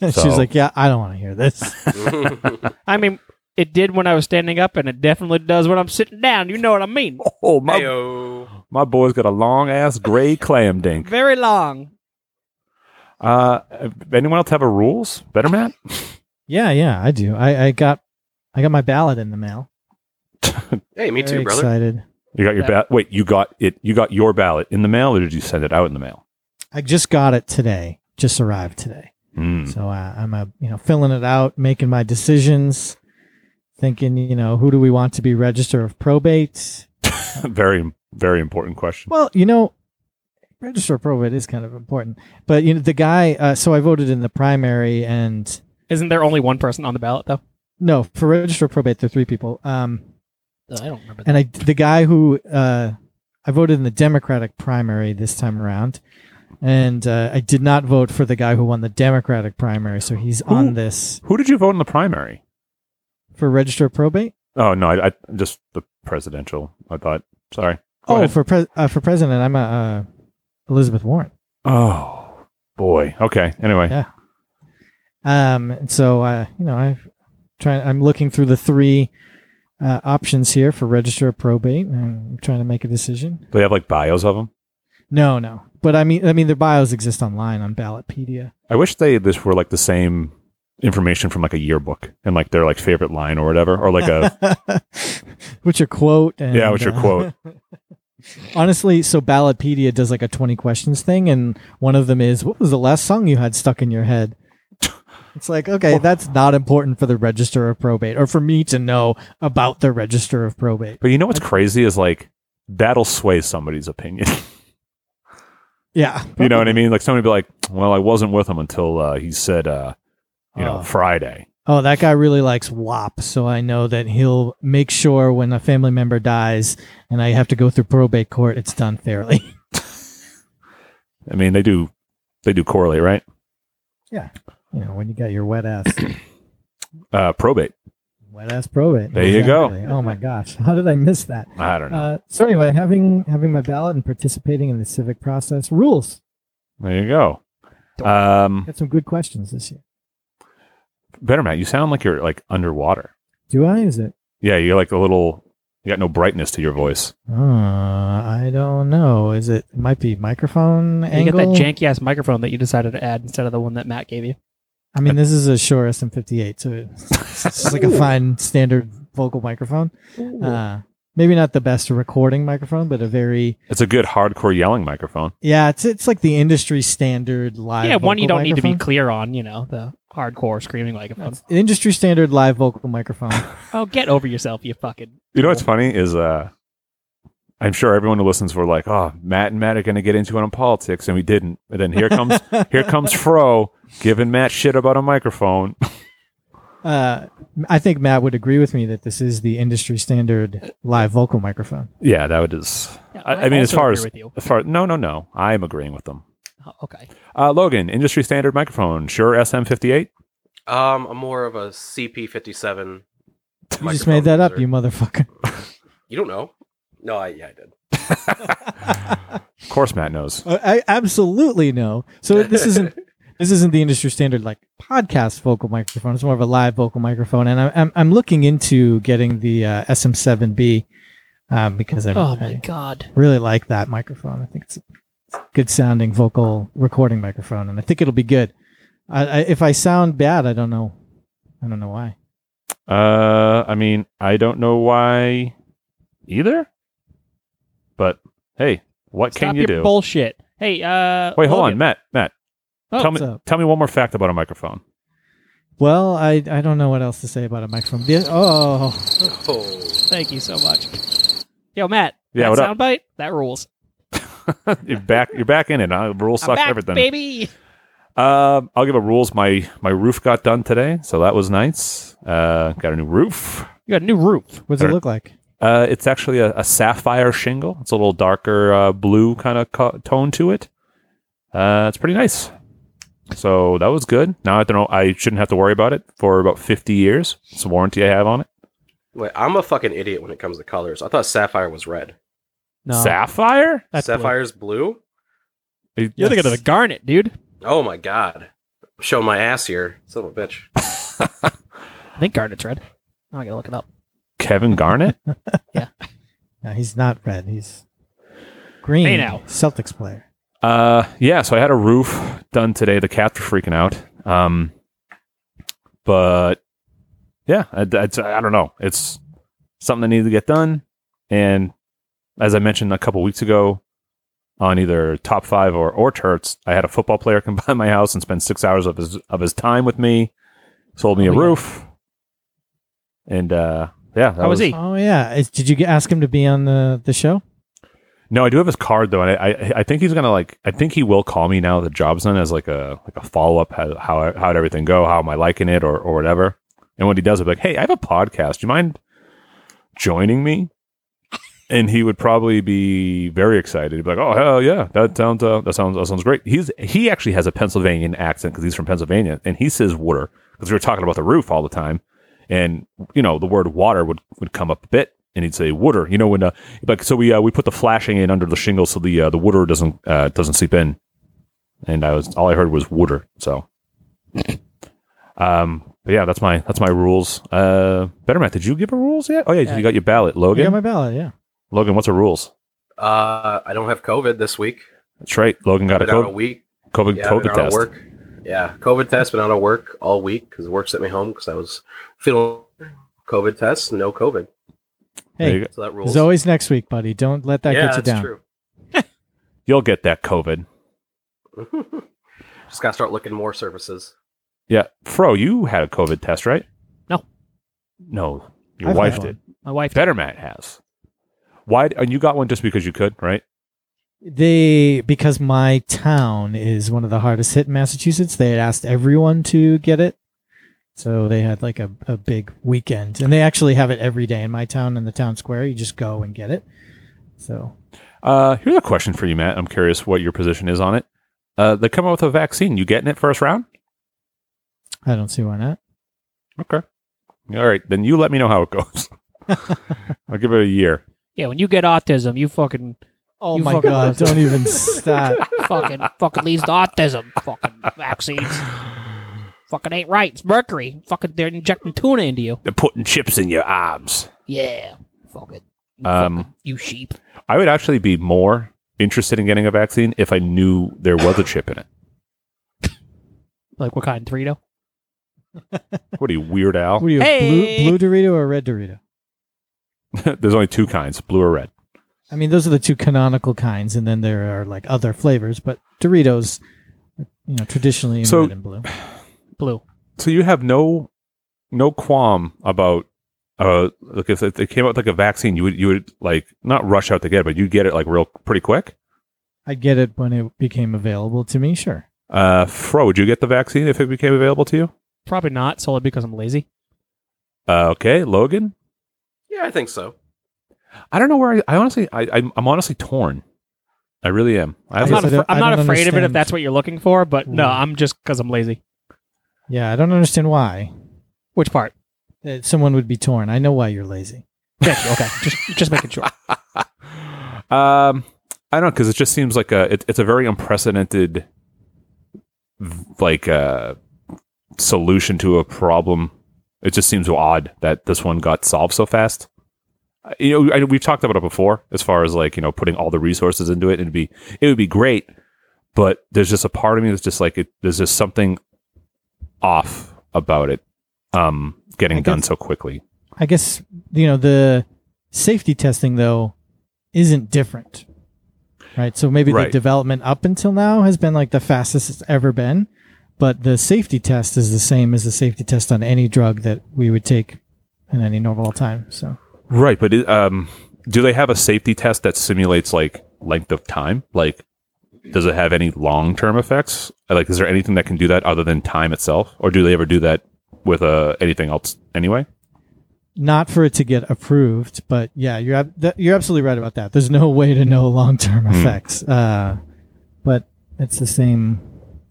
[SPEAKER 4] And
[SPEAKER 2] So-
[SPEAKER 4] she's like, "Yeah, I don't want to hear this."
[SPEAKER 3] I mean, it did when I was standing up, and it definitely does when I'm sitting down. You know what I mean?
[SPEAKER 2] Oh my!
[SPEAKER 5] Ayo.
[SPEAKER 2] My boy's got a long ass gray clam dink.
[SPEAKER 3] Very long.
[SPEAKER 2] Uh, anyone else have a rules? Better Matt.
[SPEAKER 4] yeah, yeah, I do. I, I got, I got my ballot in the mail.
[SPEAKER 5] Hey, me
[SPEAKER 4] Very
[SPEAKER 5] too, brother.
[SPEAKER 4] Excited.
[SPEAKER 2] You got your
[SPEAKER 3] Yeah.
[SPEAKER 2] ballot. Wait, you got it. You got your ballot in the mail, or did you send it out in the mail?
[SPEAKER 4] I just got it today. Just arrived today.
[SPEAKER 2] Mm.
[SPEAKER 4] So uh, I'm uh, you know filling it out, making my decisions, thinking you know who do we want to be register of probate.
[SPEAKER 2] very, very important question.
[SPEAKER 4] Well, you know, register of probate is kind of important, but you know the guy. Uh, so I voted in the primary, and
[SPEAKER 3] Isn't there only one person on the ballot though?
[SPEAKER 4] no for register of probate there are three people. Um,
[SPEAKER 3] I don't remember.
[SPEAKER 4] and I the guy who uh, I voted in the Democratic primary this time around. And uh, I did not vote for the guy who won the Democratic primary, so he's
[SPEAKER 2] Who?
[SPEAKER 4] on this
[SPEAKER 2] Who did you vote in the primary?
[SPEAKER 4] for register of probate.
[SPEAKER 2] Oh no, I, I just the presidential. I thought. Sorry. Go
[SPEAKER 4] oh,
[SPEAKER 2] ahead.
[SPEAKER 4] for pres uh, for president, I'm a uh, Elizabeth Warren.
[SPEAKER 2] Oh boy. Okay. Anyway.
[SPEAKER 4] Yeah. Um, and so uh, you know, I try. I'm looking through the three uh, options here for register of probate, and I'm trying to make a decision.
[SPEAKER 2] Do they have like bios of them?
[SPEAKER 4] No, no, but I mean, I mean, their bios exist online on Ballotpedia.
[SPEAKER 2] I wish they this were like the same information from like a yearbook and like their like favorite line or whatever, or like a
[SPEAKER 4] what's your quote? And, uh,
[SPEAKER 2] Yeah, what's your quote?
[SPEAKER 4] Honestly, so Ballotpedia does like a 20 questions thing, and one of them is, "What was the last song you had stuck in your head?" It's like, okay, that's not important for the Register of Probate, or for me to know about the Register of Probate.
[SPEAKER 2] But you know what's crazy is like that'll sway somebody's opinion.
[SPEAKER 4] Yeah,
[SPEAKER 2] you know what I mean? Like somebody be like, "Well, I wasn't with him until uh, he said, uh, you know,
[SPEAKER 4] Oh.
[SPEAKER 2] Friday."
[SPEAKER 4] Oh, that guy really likes WAP, so I know that he'll make sure when a family member dies and I have to go through probate court, it's done fairly.
[SPEAKER 2] I mean, they do they do correlate, right?
[SPEAKER 4] you know, when you got your wet ass,
[SPEAKER 2] Uh, probate.
[SPEAKER 4] wet ass probate.
[SPEAKER 2] There you go.
[SPEAKER 4] Exactly. Oh my gosh, how did I miss that?
[SPEAKER 2] I don't know.
[SPEAKER 4] Uh, so anyway, having having my ballot and participating in the civic process rules.
[SPEAKER 2] there you go. Um,
[SPEAKER 4] Got some good questions this year.
[SPEAKER 2] better Matt, you sound like you're like underwater.
[SPEAKER 4] Do I? Is it?
[SPEAKER 2] Yeah, you're like a little. You got no brightness to your voice.
[SPEAKER 4] Uh, I don't know. Is it? it Might be microphone
[SPEAKER 3] you get
[SPEAKER 4] angle.
[SPEAKER 3] that janky ass microphone that you decided to add instead of the one that Matt gave you.
[SPEAKER 4] I mean, this is a Shure SM58, so it's it's like a fine standard vocal microphone. Uh, maybe not the best recording microphone, but a very
[SPEAKER 2] It's a good hardcore yelling microphone.
[SPEAKER 4] yeah. It's it's like the industry standard live.
[SPEAKER 3] yeah, one you
[SPEAKER 4] vocal
[SPEAKER 3] don't need to be
[SPEAKER 4] microphone.
[SPEAKER 3] clear on. You know, the hardcore screaming microphone.
[SPEAKER 4] It's an industry standard live vocal microphone.
[SPEAKER 3] Oh, get over yourself, you fucking.
[SPEAKER 2] You know what's funny is uh I'm sure everyone who listens were like, "Oh, Matt and Matt are going to get into it on politics," and we didn't. And then here comes here comes Fro giving Matt shit about a microphone.
[SPEAKER 4] Uh, I think Matt would agree with me that this is the industry standard live vocal microphone.
[SPEAKER 2] yeah, that is.
[SPEAKER 3] Yeah,
[SPEAKER 2] I, I mean, as
[SPEAKER 3] also
[SPEAKER 2] far
[SPEAKER 3] agree
[SPEAKER 2] as
[SPEAKER 3] with you.
[SPEAKER 2] as far no, no, no, I am agreeing with them.
[SPEAKER 3] Oh, okay,
[SPEAKER 2] Uh, Logan, industry standard microphone, sure SM58.
[SPEAKER 5] Um, I'm more of a CP57.
[SPEAKER 4] You just made that up, you motherfucker.
[SPEAKER 5] You don't know? No, I, yeah, I did.
[SPEAKER 2] Of course, Matt knows.
[SPEAKER 4] Uh, I absolutely know. So this isn't this isn't the industry standard like podcast vocal microphone. It's more of a live vocal microphone, and I'm I'm, I'm looking into getting the uh, SM7B um, because I,
[SPEAKER 3] Oh my
[SPEAKER 4] I
[SPEAKER 3] god.
[SPEAKER 4] really like that microphone. I think it's a good sounding vocal recording microphone, and I think it'll be good. I, I, if I sound bad, I don't know. I don't know why.
[SPEAKER 2] Uh, I mean, I don't know why either. But hey, what
[SPEAKER 3] Stop
[SPEAKER 2] can you
[SPEAKER 3] your
[SPEAKER 2] do?
[SPEAKER 3] bullshit. Hey, uh,
[SPEAKER 2] Wait, hold on,
[SPEAKER 3] Logan.
[SPEAKER 2] Matt. Matt,
[SPEAKER 3] Oh,
[SPEAKER 2] tell me
[SPEAKER 4] what's up?
[SPEAKER 2] tell me one more fact about a microphone.
[SPEAKER 4] Well, I, I don't know what else to say about a microphone. The- oh,
[SPEAKER 5] Oh,
[SPEAKER 3] Thank you so much. Yo, Matt.
[SPEAKER 2] Yeah,
[SPEAKER 3] that
[SPEAKER 2] what up?
[SPEAKER 3] soundbite that rules.
[SPEAKER 2] you're back. You're back in it. Huh? Rules
[SPEAKER 3] I'm
[SPEAKER 2] suck
[SPEAKER 3] back,
[SPEAKER 2] everything.
[SPEAKER 3] baby.
[SPEAKER 2] Um, I'll give a rules. My my roof got done today, so that was nice. Uh, got a new roof.
[SPEAKER 3] You got a new roof.
[SPEAKER 4] what does
[SPEAKER 2] Or-
[SPEAKER 4] it look like?
[SPEAKER 2] Uh, it's actually a, a sapphire shingle. It's a little darker uh, blue kind of co- tone to it. Uh, it's pretty nice. So that was good. Now I don't know. I shouldn't have to worry about it for about fifty years. It's a warranty I have on it.
[SPEAKER 5] Wait, I'm a fucking idiot when it comes to colors. I thought sapphire was red.
[SPEAKER 4] No.
[SPEAKER 2] Sapphire?
[SPEAKER 3] That's blue.
[SPEAKER 5] Sapphire's blue.
[SPEAKER 3] You're thinking of the garnet, dude.
[SPEAKER 5] Oh my god. I'm showing my ass here. Son of a bitch.
[SPEAKER 3] I think garnet's red. I'm gonna look it up.
[SPEAKER 2] Kevin Garnett.
[SPEAKER 4] No, he's not red. He's green.
[SPEAKER 3] Hey, now.
[SPEAKER 4] Celtics player.
[SPEAKER 2] Uh, yeah, so I had a roof done today. The cats were freaking out. Um, but yeah, I, that's- I don't know. It's something that needed to get done. And as I mentioned a couple weeks ago on either top five or, or turts, I had a football player come by my house and spend six hours of his, of his time with me, sold me a
[SPEAKER 4] Oh, yeah.
[SPEAKER 2] roof. And, uh, yeah, that
[SPEAKER 3] How was he?
[SPEAKER 4] Oh yeah. Is, did you get, ask him to be on the, the show?
[SPEAKER 2] No, I do have his card though, and I, I I think he's gonna like I think he will call me now that the job's done as like a like a follow up how how how'd everything go? How am I liking it or or whatever? And when he does, I'll be like, hey, I have a podcast. Do you mind joining me? And he would probably be very excited. He'd be like, oh hell yeah, that sounds uh, that sounds that sounds great. He's he actually has a Pennsylvanian accent because he's from Pennsylvania, and he says water because we were talking about the roof all the time, and you know the word water would would come up a bit. And he'd say water, you know, when uh, like so we uh, we put the flashing in under the shingle so the uh, the water doesn't uh, doesn't seep in. And I was all I heard was water. So, um, but yeah, that's my that's my rules. Uh, better Matt, did you give her rules yet? Oh yeah, you got your ballot,
[SPEAKER 4] I got
[SPEAKER 2] Logan.
[SPEAKER 4] my ballot. Yeah.
[SPEAKER 2] Logan, what's the rules?
[SPEAKER 5] Uh, I don't have COVID this week.
[SPEAKER 2] That's right. Logan got a
[SPEAKER 5] Been out a
[SPEAKER 2] COVID
[SPEAKER 5] week.
[SPEAKER 2] COVID,
[SPEAKER 5] Yeah, I've
[SPEAKER 2] COVID
[SPEAKER 5] been out of
[SPEAKER 2] test.
[SPEAKER 5] work. Yeah, COVID test. Been out of work all week because work sent me home because I was feeling COVID test. No COVID.
[SPEAKER 2] There you
[SPEAKER 4] Hey,
[SPEAKER 2] go.
[SPEAKER 5] So that rules.
[SPEAKER 4] it's always next week, buddy. Don't let that
[SPEAKER 5] yeah,
[SPEAKER 4] get you
[SPEAKER 5] that's
[SPEAKER 4] down.
[SPEAKER 5] true.
[SPEAKER 2] You'll get that COVID.
[SPEAKER 5] Just gotta start looking more services.
[SPEAKER 2] Yeah, Fro, you had a COVID test, right?
[SPEAKER 3] No.
[SPEAKER 2] no, your
[SPEAKER 4] I've
[SPEAKER 2] wife
[SPEAKER 4] had
[SPEAKER 2] did.
[SPEAKER 3] My wife.
[SPEAKER 2] Better Matt has. Why? And you got one just because you could, right?
[SPEAKER 4] They because my town is one of the hardest hit in Massachusetts. They had asked everyone to get it, so they had like a, a big weekend, and they actually have it every day in my town in the town square. You just go and get it. So
[SPEAKER 2] Uh, here's a question for you, Matt. I'm curious what your position is on it. Uh, they come out with a vaccine. You getting it first round?
[SPEAKER 4] I don't see why not.
[SPEAKER 2] Okay. All right. Then you let me know how it goes. I'll give it a year.
[SPEAKER 3] Yeah, when you get autism, you fucking
[SPEAKER 4] Oh
[SPEAKER 3] You
[SPEAKER 4] my
[SPEAKER 3] fucking
[SPEAKER 4] god!
[SPEAKER 3] lost it.
[SPEAKER 4] Don't even stop.
[SPEAKER 3] fucking fucking leads to autism. Fucking vaccines. Fucking ain't right. It's mercury. Fucking they're injecting tuna into you.
[SPEAKER 2] They're putting chips in your arms.
[SPEAKER 3] Yeah. Fuck it. You
[SPEAKER 2] Um,
[SPEAKER 3] fucking- you sheep.
[SPEAKER 2] I would actually be more interested in getting a vaccine if I knew there was a chip in it.
[SPEAKER 3] Like what kind? Dorito?
[SPEAKER 2] What are you, weird Al?
[SPEAKER 4] What are you,
[SPEAKER 3] Hey!
[SPEAKER 4] blue, blue Dorito or red Dorito?
[SPEAKER 2] There's only two kinds, blue or red.
[SPEAKER 4] I mean, those are the two canonical kinds, and then there are like other flavors, but Doritos, you know, traditionally in
[SPEAKER 2] So-
[SPEAKER 4] red and blue.
[SPEAKER 3] Blue.
[SPEAKER 2] So you have no no qualm about uh like if it came out with like a vaccine, you would you would like not rush out to get it, but you get it like real pretty quick.
[SPEAKER 4] I'd get it when it became available to me. Sure.
[SPEAKER 2] Uh Fro, would you get the vaccine if it became available to you?
[SPEAKER 3] Probably not, solely because I'm lazy.
[SPEAKER 2] Uh, okay, Logan.
[SPEAKER 5] Yeah, I think so.
[SPEAKER 2] I don't know where I, I honestly I I'm, I'm honestly torn. I really am. I have
[SPEAKER 3] I'm
[SPEAKER 4] guess
[SPEAKER 2] this-
[SPEAKER 3] not,
[SPEAKER 4] I
[SPEAKER 3] afra-
[SPEAKER 4] don't-
[SPEAKER 3] I'm
[SPEAKER 4] I
[SPEAKER 3] not
[SPEAKER 4] don't
[SPEAKER 3] afraid of it if
[SPEAKER 4] understand.
[SPEAKER 3] that's what you're looking for, but no,
[SPEAKER 4] Mm.
[SPEAKER 3] I'm just because I'm lazy.
[SPEAKER 4] Yeah, I don't understand why
[SPEAKER 3] Which part?
[SPEAKER 4] that someone would be torn. I know why you're lazy.
[SPEAKER 3] Thank you. Okay, just just making sure.
[SPEAKER 2] um, I don't know because it just seems like a it, it's a very unprecedented v- like uh solution to a problem. It just seems odd that this one got solved so fast. Uh, You know, I, we've talked about it before as far as like you know putting all the resources into it. It'd be it would be great, but there's just a part of me that's just like it, there's just something off about it um getting
[SPEAKER 4] I
[SPEAKER 2] done
[SPEAKER 4] guess-
[SPEAKER 2] so quickly.
[SPEAKER 4] I guess you know the safety testing though isn't different, right? So maybe
[SPEAKER 2] Right.
[SPEAKER 4] the development up until now has been like the fastest it's ever been, but the safety test is the same as the safety test on any drug that we would take in any normal time. So
[SPEAKER 2] Right, but it, um, do they have a safety test that simulates like length of time? Like, does it have any long term effects? Like, is there anything that can do that other than time itself, or do they ever do that with uh, anything else anyway?
[SPEAKER 4] not for it to get approved, but yeah, you're ab- that, you're absolutely right about that. There's no way to know long
[SPEAKER 2] Hmm.
[SPEAKER 4] term effects, uh, but it's the same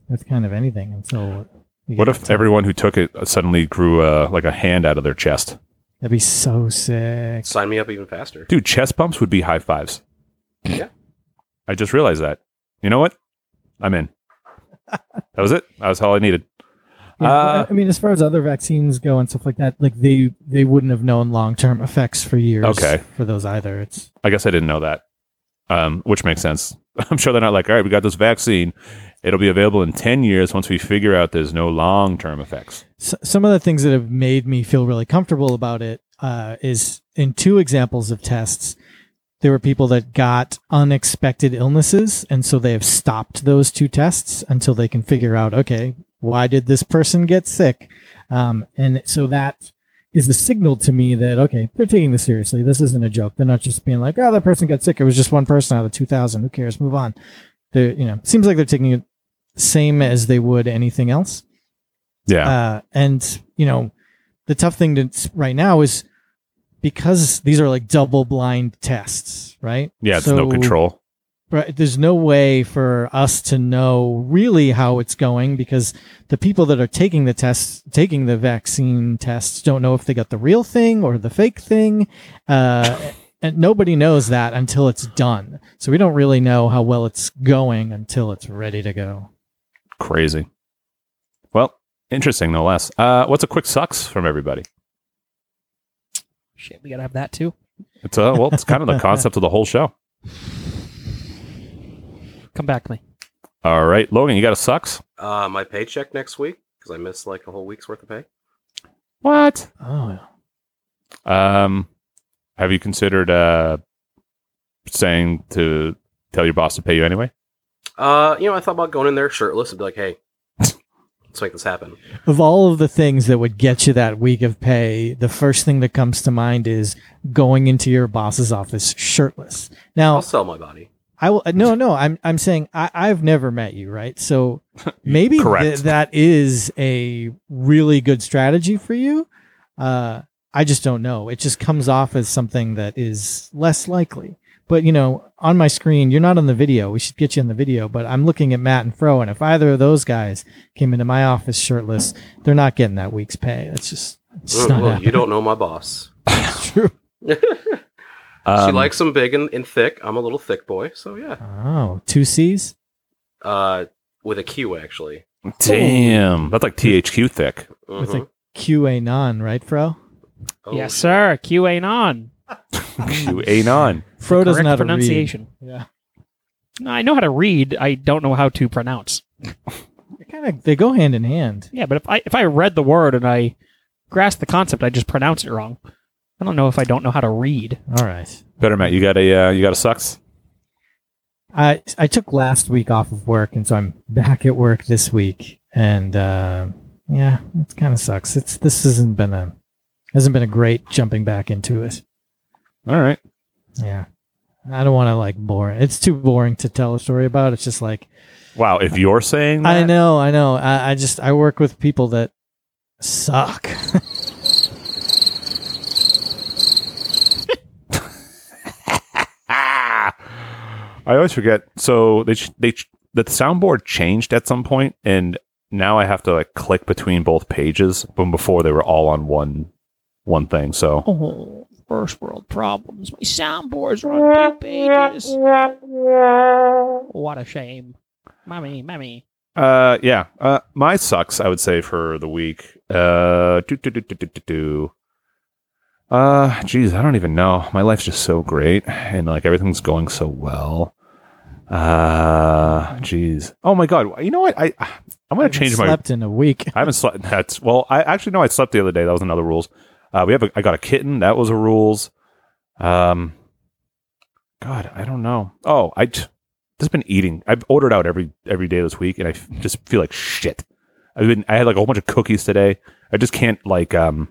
[SPEAKER 4] with kind of anything until. you
[SPEAKER 2] What
[SPEAKER 4] get
[SPEAKER 2] if
[SPEAKER 4] to-
[SPEAKER 2] everyone who took it suddenly grew uh, like a hand out of their chest?
[SPEAKER 4] That'd be so sick.
[SPEAKER 5] Sign me up even faster.
[SPEAKER 2] Dude, chest bumps would be high fives.
[SPEAKER 5] Yeah.
[SPEAKER 2] I just realized that. You know what? I'm in. that was it. That was all I needed.
[SPEAKER 4] Yeah,
[SPEAKER 2] Uh,
[SPEAKER 4] I mean, as far as other vaccines go and stuff like that, like they they wouldn't have known long term effects for years.
[SPEAKER 2] Okay.
[SPEAKER 4] for those either. It's
[SPEAKER 2] I guess I didn't know that, um, which makes sense. I'm sure they're not like, all right, we got this vaccine. It'll be available in 10 years once we figure out there's no long term effects.
[SPEAKER 4] S some of the things that have made me feel really comfortable about it uh, is in two examples of tests there were people that got unexpected illnesses and so they have stopped those two tests until they can figure out okay why did this person get sick um, and so that is the signal to me that okay they're taking this seriously this isn't a joke they're not just being like oh that person got sick it was just one person out of 2000 who cares move on they you know seems like they're taking it same as they would anything else
[SPEAKER 2] Yeah.
[SPEAKER 4] uh, and you know, the tough thing to right now is because these are like double blind tests, right?
[SPEAKER 2] yeah, it's no
[SPEAKER 4] So-
[SPEAKER 2] control.
[SPEAKER 4] Right, there's no way for us to know really how it's going because the people that are taking the tests, taking the vaccine tests, don't know if they got the real thing or the fake thing. Uh, and nobody knows that until it's done. So we don't really know how well it's going until it's ready to go.
[SPEAKER 2] Crazy. Well, interesting, no less. Uh, what's a quick sucks from everybody?
[SPEAKER 3] Shit, we gotta have that too.
[SPEAKER 2] It's uh, well, it's kind of the concept of the whole show.
[SPEAKER 3] Come back to me.
[SPEAKER 2] All right, Logan, you got a sucks?
[SPEAKER 5] Uh, my paycheck next week because I missed like a whole week's worth of pay.
[SPEAKER 2] What?
[SPEAKER 4] Oh,
[SPEAKER 2] Um, have you considered uh saying to tell your boss to pay you anyway?
[SPEAKER 5] Uh, you know, I thought about going in there shirtless and be like, "Hey, let's make this happen."
[SPEAKER 4] Of all of the things that would get you that week of pay, the first thing that comes to mind is going into your boss's office shirtless.
[SPEAKER 5] I'll
[SPEAKER 4] Now,
[SPEAKER 5] sell my body.
[SPEAKER 4] I will no, no. I'm I'm saying I, I've never met you, right? So maybe
[SPEAKER 2] Correct.
[SPEAKER 4] th- that is a really good strategy for you. Uh, I just don't know. It just comes off as something that is less likely. But you know, on my screen, you're not on the video. We should get you on the video. But I'm looking at Matt and Fro, and if either of those guys came into my office shirtless, they're not getting that week's pay. That's just it's just
[SPEAKER 5] Mm,
[SPEAKER 4] not
[SPEAKER 5] well, you
[SPEAKER 4] happening.
[SPEAKER 5] don't know my boss.
[SPEAKER 4] It's true.
[SPEAKER 2] Um,
[SPEAKER 5] she likes them big and, and thick. I'm a little thick boy, so yeah.
[SPEAKER 4] Oh, two C's.
[SPEAKER 5] Uh, with a Q actually.
[SPEAKER 2] Damn, that's like THQ thick.
[SPEAKER 4] With
[SPEAKER 5] Mhm.
[SPEAKER 4] a QA non, right, Fro?
[SPEAKER 5] Oh,
[SPEAKER 3] yes, sir. QAnon.
[SPEAKER 2] QAnon.
[SPEAKER 4] Fro doesn't know
[SPEAKER 3] Correct
[SPEAKER 4] how to read.
[SPEAKER 3] pronunciation.
[SPEAKER 4] Yeah.
[SPEAKER 3] No, I know how to read. I don't know how to pronounce.
[SPEAKER 4] They kind of they go hand in hand.
[SPEAKER 3] Yeah, but if I if I read the word and I grasp the concept, I just pronounce it wrong. I don't know if I don't know how to read.
[SPEAKER 4] All right.
[SPEAKER 2] Better Matt, you got a uh, you got a sucks?
[SPEAKER 4] I I took last week off of work, and so I'm back at work this week, and uh, yeah, it kind of sucks. It's this hasn't been a hasn't been a great jumping back into it.
[SPEAKER 2] All right,
[SPEAKER 4] Yeah. I don't want to like boring. It's too boring to tell a story about. It's just like
[SPEAKER 2] wow. If you're saying that,
[SPEAKER 4] I know, I know. I, I just I work with people that suck.
[SPEAKER 2] Ah! I always forget. So they ch- they ch- the soundboard changed at some point, and now I have to like click between both pages. But before they were all on one one thing. So
[SPEAKER 3] Oh, first world problems. My soundboards are on two pages. What a shame. Mommy, mommy.
[SPEAKER 2] uh, yeah, uh, my sucks. I would say for the week. Uh, do do do do do do. do. Uh, geez, I don't even know. My life's just so great, and like everything's going so well. Uh, geez. Oh my god. You know what? I I'm gonna change my
[SPEAKER 4] slept in a week.
[SPEAKER 2] I haven't slept. That's well. I actually no. I slept the other day. That was another rules. Uh, we have. A, I got a kitten. That was a rules. Um. God, I don't know. Oh, I j- just been eating. I've ordered out every every day this week, and I f- just feel like shit. I've been. I had like a whole bunch of cookies today. I just can't like um.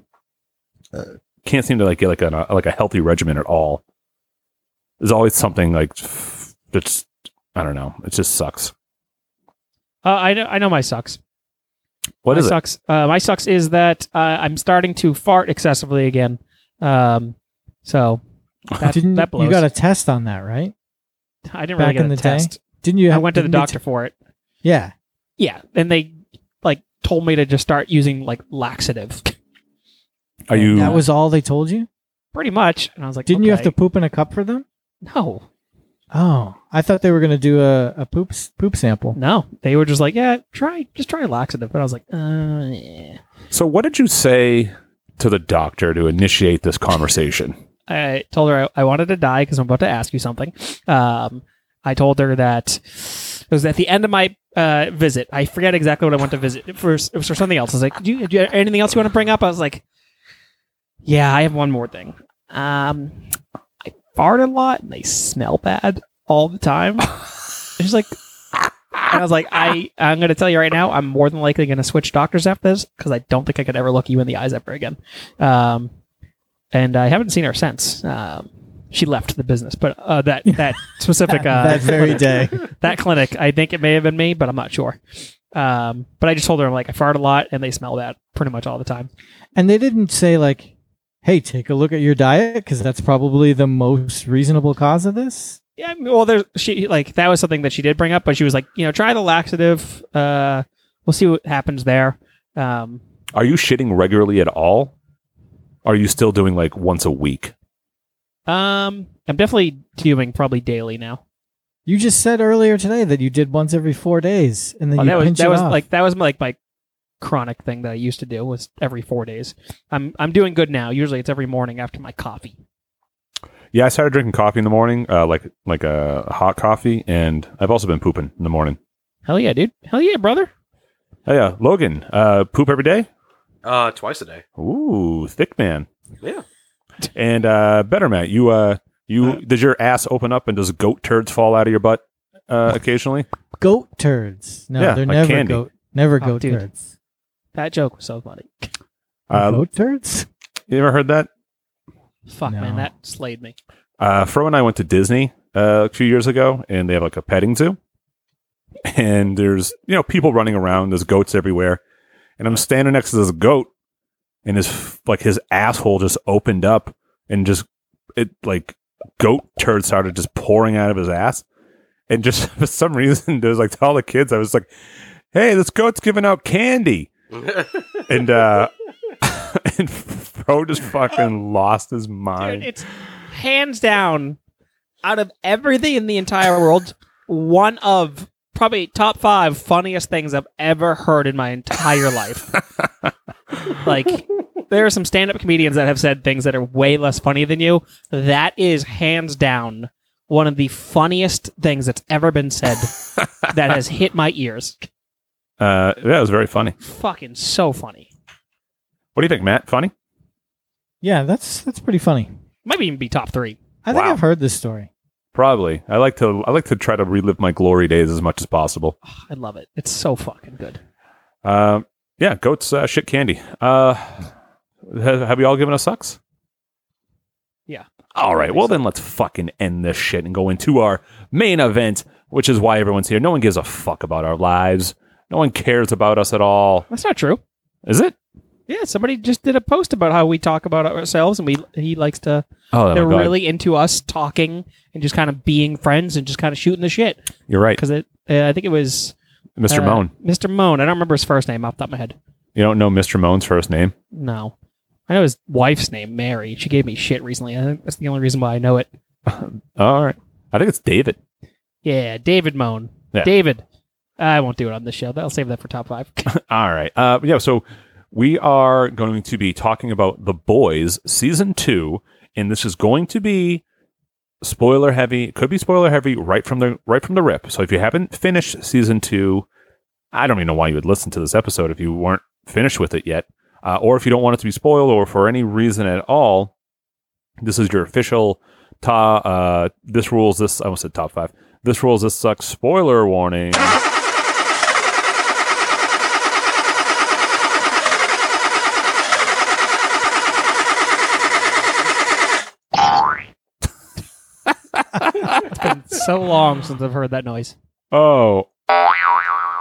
[SPEAKER 2] Uh, can't seem to like get like a like a healthy regimen at all. There's always something like f- that's I don't know. It just sucks.
[SPEAKER 3] Uh, I know. I know my sucks.
[SPEAKER 2] What
[SPEAKER 3] my
[SPEAKER 2] is it?
[SPEAKER 3] sucks. Uh, my sucks is that uh, I'm starting to fart excessively again, Um, so that,
[SPEAKER 4] Didn't
[SPEAKER 3] that blows.
[SPEAKER 4] you got a test on that, right?
[SPEAKER 3] I didn't
[SPEAKER 4] back
[SPEAKER 3] really get
[SPEAKER 4] in
[SPEAKER 3] a
[SPEAKER 4] the day?
[SPEAKER 3] test.
[SPEAKER 4] Didn't you?
[SPEAKER 3] I
[SPEAKER 4] have-
[SPEAKER 3] went to the
[SPEAKER 4] didn't you
[SPEAKER 3] doctor
[SPEAKER 4] t-
[SPEAKER 3] for it.
[SPEAKER 4] yeah.
[SPEAKER 3] Yeah, and they like told me to just start using like laxative,
[SPEAKER 2] Are you?
[SPEAKER 4] That was all they told you.
[SPEAKER 3] pretty much. And I was like,
[SPEAKER 4] Didn't you have to
[SPEAKER 3] okay,
[SPEAKER 4] poop in a cup for them?
[SPEAKER 3] No,
[SPEAKER 4] Oh, I thought they were going to do a, a poop s- poop sample.
[SPEAKER 3] no. They were just like, yeah, try just try laxative. But I was like, uh, yeah.
[SPEAKER 2] so what did you say to the doctor to initiate this conversation?
[SPEAKER 3] I told her I, I wanted to die because I'm about to ask you something. Um, I told her that it was at the end of my uh, visit. I forget exactly what I went to visit for. It was for something else. I was like, do you, do you anything else you want to bring up? I was like, yeah, I have one more thing. Um, I fart a lot and they smell bad all the time. She's like, and I was like, I I'm gonna tell you right now, I'm more than likely gonna switch doctors after this because I don't think I could ever look you in the eyes ever again. Um, and I haven't seen her since. Um, she left the business, but uh, that that specific uh,
[SPEAKER 4] that very
[SPEAKER 3] clinic-
[SPEAKER 4] day.
[SPEAKER 3] that clinic. I think it may have been me, but I'm not sure. Um, but I just told her I'm like I fart a lot, and they smell that pretty much all the time.
[SPEAKER 4] And they didn't say like, "Hey, take a look at your diet," because that's probably the most reasonable cause of this.
[SPEAKER 3] Yeah, I mean, well, there's she like that was something that she did bring up, but she was like, you know, try the laxative. Uh, we'll see what happens there. Um,
[SPEAKER 2] Are you shitting regularly at all? Are you still doing like once a week?
[SPEAKER 3] um, I'm definitely doing probably daily now.
[SPEAKER 4] You just said earlier today that you did once every four days, and then
[SPEAKER 3] Oh,
[SPEAKER 4] you
[SPEAKER 3] that was
[SPEAKER 4] pinch
[SPEAKER 3] that
[SPEAKER 4] it
[SPEAKER 3] was
[SPEAKER 4] off.
[SPEAKER 3] like that was like my chronic thing that I used to do was every four days. I'm I'm doing good now. Usually it's every morning after my coffee.
[SPEAKER 2] Yeah, I started drinking coffee in the morning, uh, like like a hot coffee, and I've also been pooping in the morning.
[SPEAKER 3] Hell yeah, dude. Hell yeah, brother.
[SPEAKER 2] Oh yeah, Logan, uh, poop every day.
[SPEAKER 5] Uh, twice a day.
[SPEAKER 2] Ooh, thick man.
[SPEAKER 5] Yeah.
[SPEAKER 2] And uh, better Matt, you uh, you does your ass open up and does goat turds fall out of your butt uh, occasionally?
[SPEAKER 4] goat turds. No,
[SPEAKER 2] Yeah,
[SPEAKER 4] they're
[SPEAKER 2] like
[SPEAKER 4] never
[SPEAKER 2] candy.
[SPEAKER 4] goat. Never
[SPEAKER 3] Oh,
[SPEAKER 4] goat
[SPEAKER 3] dude.
[SPEAKER 4] turds.
[SPEAKER 3] That joke was so funny.
[SPEAKER 2] Uh,
[SPEAKER 4] goat turds.
[SPEAKER 2] you ever heard that?
[SPEAKER 3] Fuck, man,
[SPEAKER 4] No.
[SPEAKER 3] that slayed me.
[SPEAKER 2] Uh, Fro and I went to Disney uh, a few years ago, and they have like a petting zoo, and there's you know people running around. There's goats everywhere, and I'm standing next to this goat, and his f- like his asshole just opened up and just it like goat turd started just pouring out of his ass, and just for some reason there's like all the kids. I was like, "Hey, this goat's giving out candy," and uh, and Fro just fucking lost his mind.
[SPEAKER 3] Dude, it's hands down out of everything in the entire world, one of probably top five funniest things I've ever heard in my entire life. like, there are some stand up comedians that have said things that are way less funny than you. That is hands down one of the funniest things that's ever been said that has hit my ears.
[SPEAKER 2] Uh, yeah, it was very funny.
[SPEAKER 3] Fucking so funny.
[SPEAKER 2] What do you think, Matt? Funny?
[SPEAKER 4] Yeah, that's that's pretty funny.
[SPEAKER 3] Might even be top three.
[SPEAKER 4] I think
[SPEAKER 2] Wow.
[SPEAKER 4] I've heard this story.
[SPEAKER 2] Probably. I like to. I like to try to relive my glory days as much as possible.
[SPEAKER 3] I love it. It's so fucking good.
[SPEAKER 2] Um, yeah, goats uh, shit candy. Uh, have, have you all given us sucks?
[SPEAKER 3] Yeah.
[SPEAKER 2] All right. Well, then let's fucking end this shit and go into our main event, which is why everyone's here. No one gives a fuck about our lives. No one cares about us at all.
[SPEAKER 3] That's not true.
[SPEAKER 2] Is it?
[SPEAKER 3] Yeah, somebody just did a post about how we talk about ourselves, and we he likes to.
[SPEAKER 2] Oh, my
[SPEAKER 3] they're
[SPEAKER 2] God.
[SPEAKER 3] really into us talking and just kind of being friends and just kind of shooting the shit.
[SPEAKER 2] You're right,
[SPEAKER 3] Because it, uh, I think it was
[SPEAKER 2] Mr.
[SPEAKER 3] uh,
[SPEAKER 2] Moan.
[SPEAKER 3] Mr. Moan. I don't remember his first name off the top of my head.
[SPEAKER 2] You don't know Mr. Moan's first name.
[SPEAKER 3] No, I know his wife's name, Mary. She gave me shit recently. I think that's the only reason why I know it.
[SPEAKER 2] All right. I think it's David.
[SPEAKER 3] Yeah, David Moan.
[SPEAKER 2] Yeah.
[SPEAKER 3] David. I won't do it on this show. I'll save that for top five.
[SPEAKER 2] All right. Uh, yeah. So we are going to be talking about The Boys season two, and this is going to be spoiler heavy. It Could be spoiler heavy right from the right from the rip. So if you haven't finished season two, I don't even know why you would listen to this episode if you weren't finished with it yet, uh, or if you don't want it to be spoiled, or for any reason at all. This is your official. Ta, uh, this rules this. I almost said top five. This rules this sucks. Spoiler warning.
[SPEAKER 3] it's been so long since I've heard that noise.
[SPEAKER 2] Oh,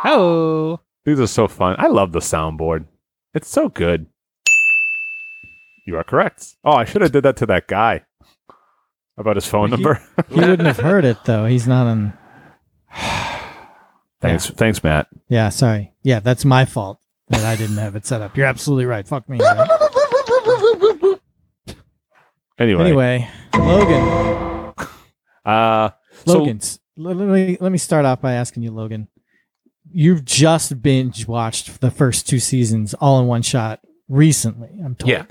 [SPEAKER 3] Oh,
[SPEAKER 2] These are so fun. I love the soundboard. It's so good. You are correct. Oh, I should have did that to that guy about his phone
[SPEAKER 4] He-
[SPEAKER 2] number.
[SPEAKER 4] He wouldn't have heard it though. He's not on.
[SPEAKER 2] thanks, thanks, Matt.
[SPEAKER 4] Yeah, sorry. Yeah, that's my fault that I didn't have it set up. You're absolutely right. Fuck me. Matt.
[SPEAKER 2] Anyway,
[SPEAKER 4] Anyway, Logan.
[SPEAKER 2] uh, so-
[SPEAKER 4] Logan's. let, let me, let me start off by asking you, Logan. You've just binge watched the first two seasons all in one shot recently. I'm told.
[SPEAKER 5] Yeah.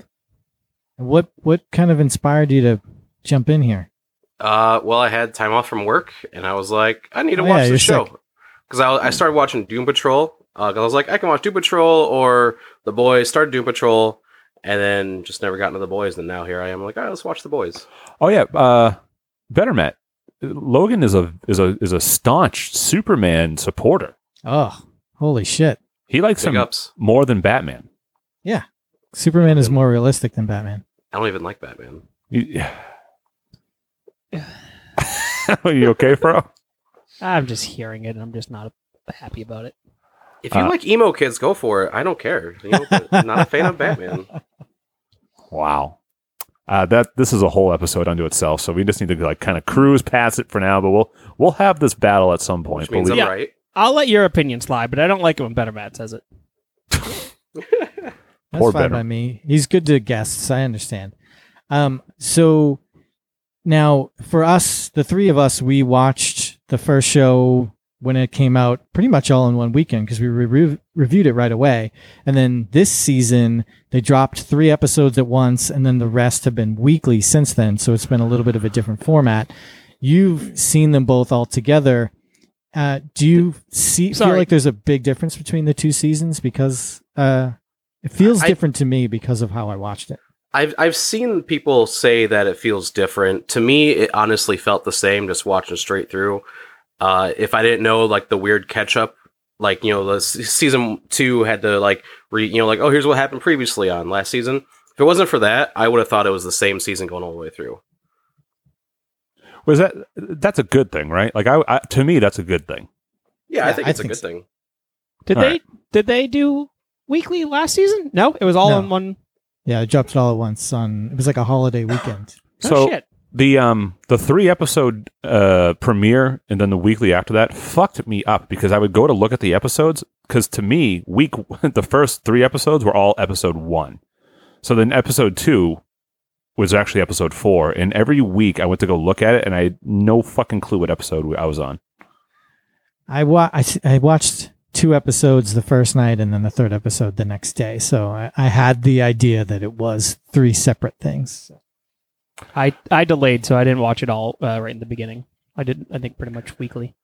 [SPEAKER 4] And what what kind of inspired you to jump in here?
[SPEAKER 5] Uh, well, I had time off from work, and I was like, I need to
[SPEAKER 4] Oh, yeah,
[SPEAKER 5] watch
[SPEAKER 4] you're
[SPEAKER 5] the show because I, I started watching Doom Patrol. Uh, 'cause I was like, I can watch Doom Patrol or The Boys. Started Doom Patrol, and then just never got into The Boys. And now here I am, like, all right, let's watch The Boys.
[SPEAKER 2] oh yeah, uh, better Matt. Logan is a is a is a staunch Superman supporter.
[SPEAKER 4] Oh, holy shit!
[SPEAKER 2] He likes
[SPEAKER 5] Big
[SPEAKER 2] him
[SPEAKER 5] ups.
[SPEAKER 2] more than Batman.
[SPEAKER 4] Superman is more realistic than Batman.
[SPEAKER 5] I don't even like Batman.
[SPEAKER 2] You, Are you okay, bro?
[SPEAKER 3] I'm just hearing it, and I'm just not happy about it.
[SPEAKER 5] If you
[SPEAKER 2] Uh,
[SPEAKER 5] like emo kids, go for it. I don't care. You know, but I'm not a fan of Batman.
[SPEAKER 2] Wow. Uh, that this is a whole episode unto itself, so we just need to like kind of cruise past it for now. But we'll we'll have this battle at some point.
[SPEAKER 5] Which means I'm
[SPEAKER 2] believe-
[SPEAKER 3] Yeah.
[SPEAKER 5] right.
[SPEAKER 3] I'll let your opinion slide, but I don't like it when Better Matt says it.
[SPEAKER 4] That's
[SPEAKER 2] Poor
[SPEAKER 4] fine
[SPEAKER 2] Benner.
[SPEAKER 4] by me. He's good to guests. I understand. Um, so now for us, the three of us, we watched the first show when it came out pretty much all in one weekend because we re- reviewed it right away. And then this season, they dropped three episodes at once, and then the rest have been weekly since then. So it's been a little bit of a different format. You've seen them both all together. Uh, do you see feel
[SPEAKER 3] Sorry.
[SPEAKER 4] like there's a big difference between the two seasons because uh, it feels
[SPEAKER 5] I-
[SPEAKER 4] different to me because of how I watched it.
[SPEAKER 5] I've I've seen people say that it feels different. To me, it honestly felt the same just watching straight through. Uh, if I didn't know like the weird catch up, like you know, the s- season two had to like re, you know, like oh here's what happened previously on last season. If it wasn't for that, I would have thought it was the same season going all the way through.
[SPEAKER 2] was that that's a good thing, right? Like I, I to me, that's a good thing.
[SPEAKER 5] Yeah, I
[SPEAKER 4] Yeah,
[SPEAKER 5] think
[SPEAKER 4] I
[SPEAKER 5] it's a
[SPEAKER 4] think
[SPEAKER 5] good
[SPEAKER 4] so.
[SPEAKER 5] thing.
[SPEAKER 3] Did
[SPEAKER 2] All
[SPEAKER 3] they?
[SPEAKER 2] right.
[SPEAKER 3] Did they do weekly last season? No, it was all
[SPEAKER 4] No.
[SPEAKER 3] in one.
[SPEAKER 4] Yeah, I dropped it all at once on it was like a holiday weekend.
[SPEAKER 3] Oh,
[SPEAKER 2] so
[SPEAKER 3] shit.
[SPEAKER 2] the um the three episode uh premiere and then the weekly after that fucked me up because I would go to look at the episodes because to me week the first three episodes were all episode one, so then episode two was actually episode four, and every week I went to go look at it and I had no fucking clue what episode I was on.
[SPEAKER 4] I wa- I, s- I watched two episodes the first night and then the third episode the next day. So I, I had the idea that it was three separate things.
[SPEAKER 3] I I delayed, so I didn't watch it all uh, right in the beginning. I did. I think pretty much weekly.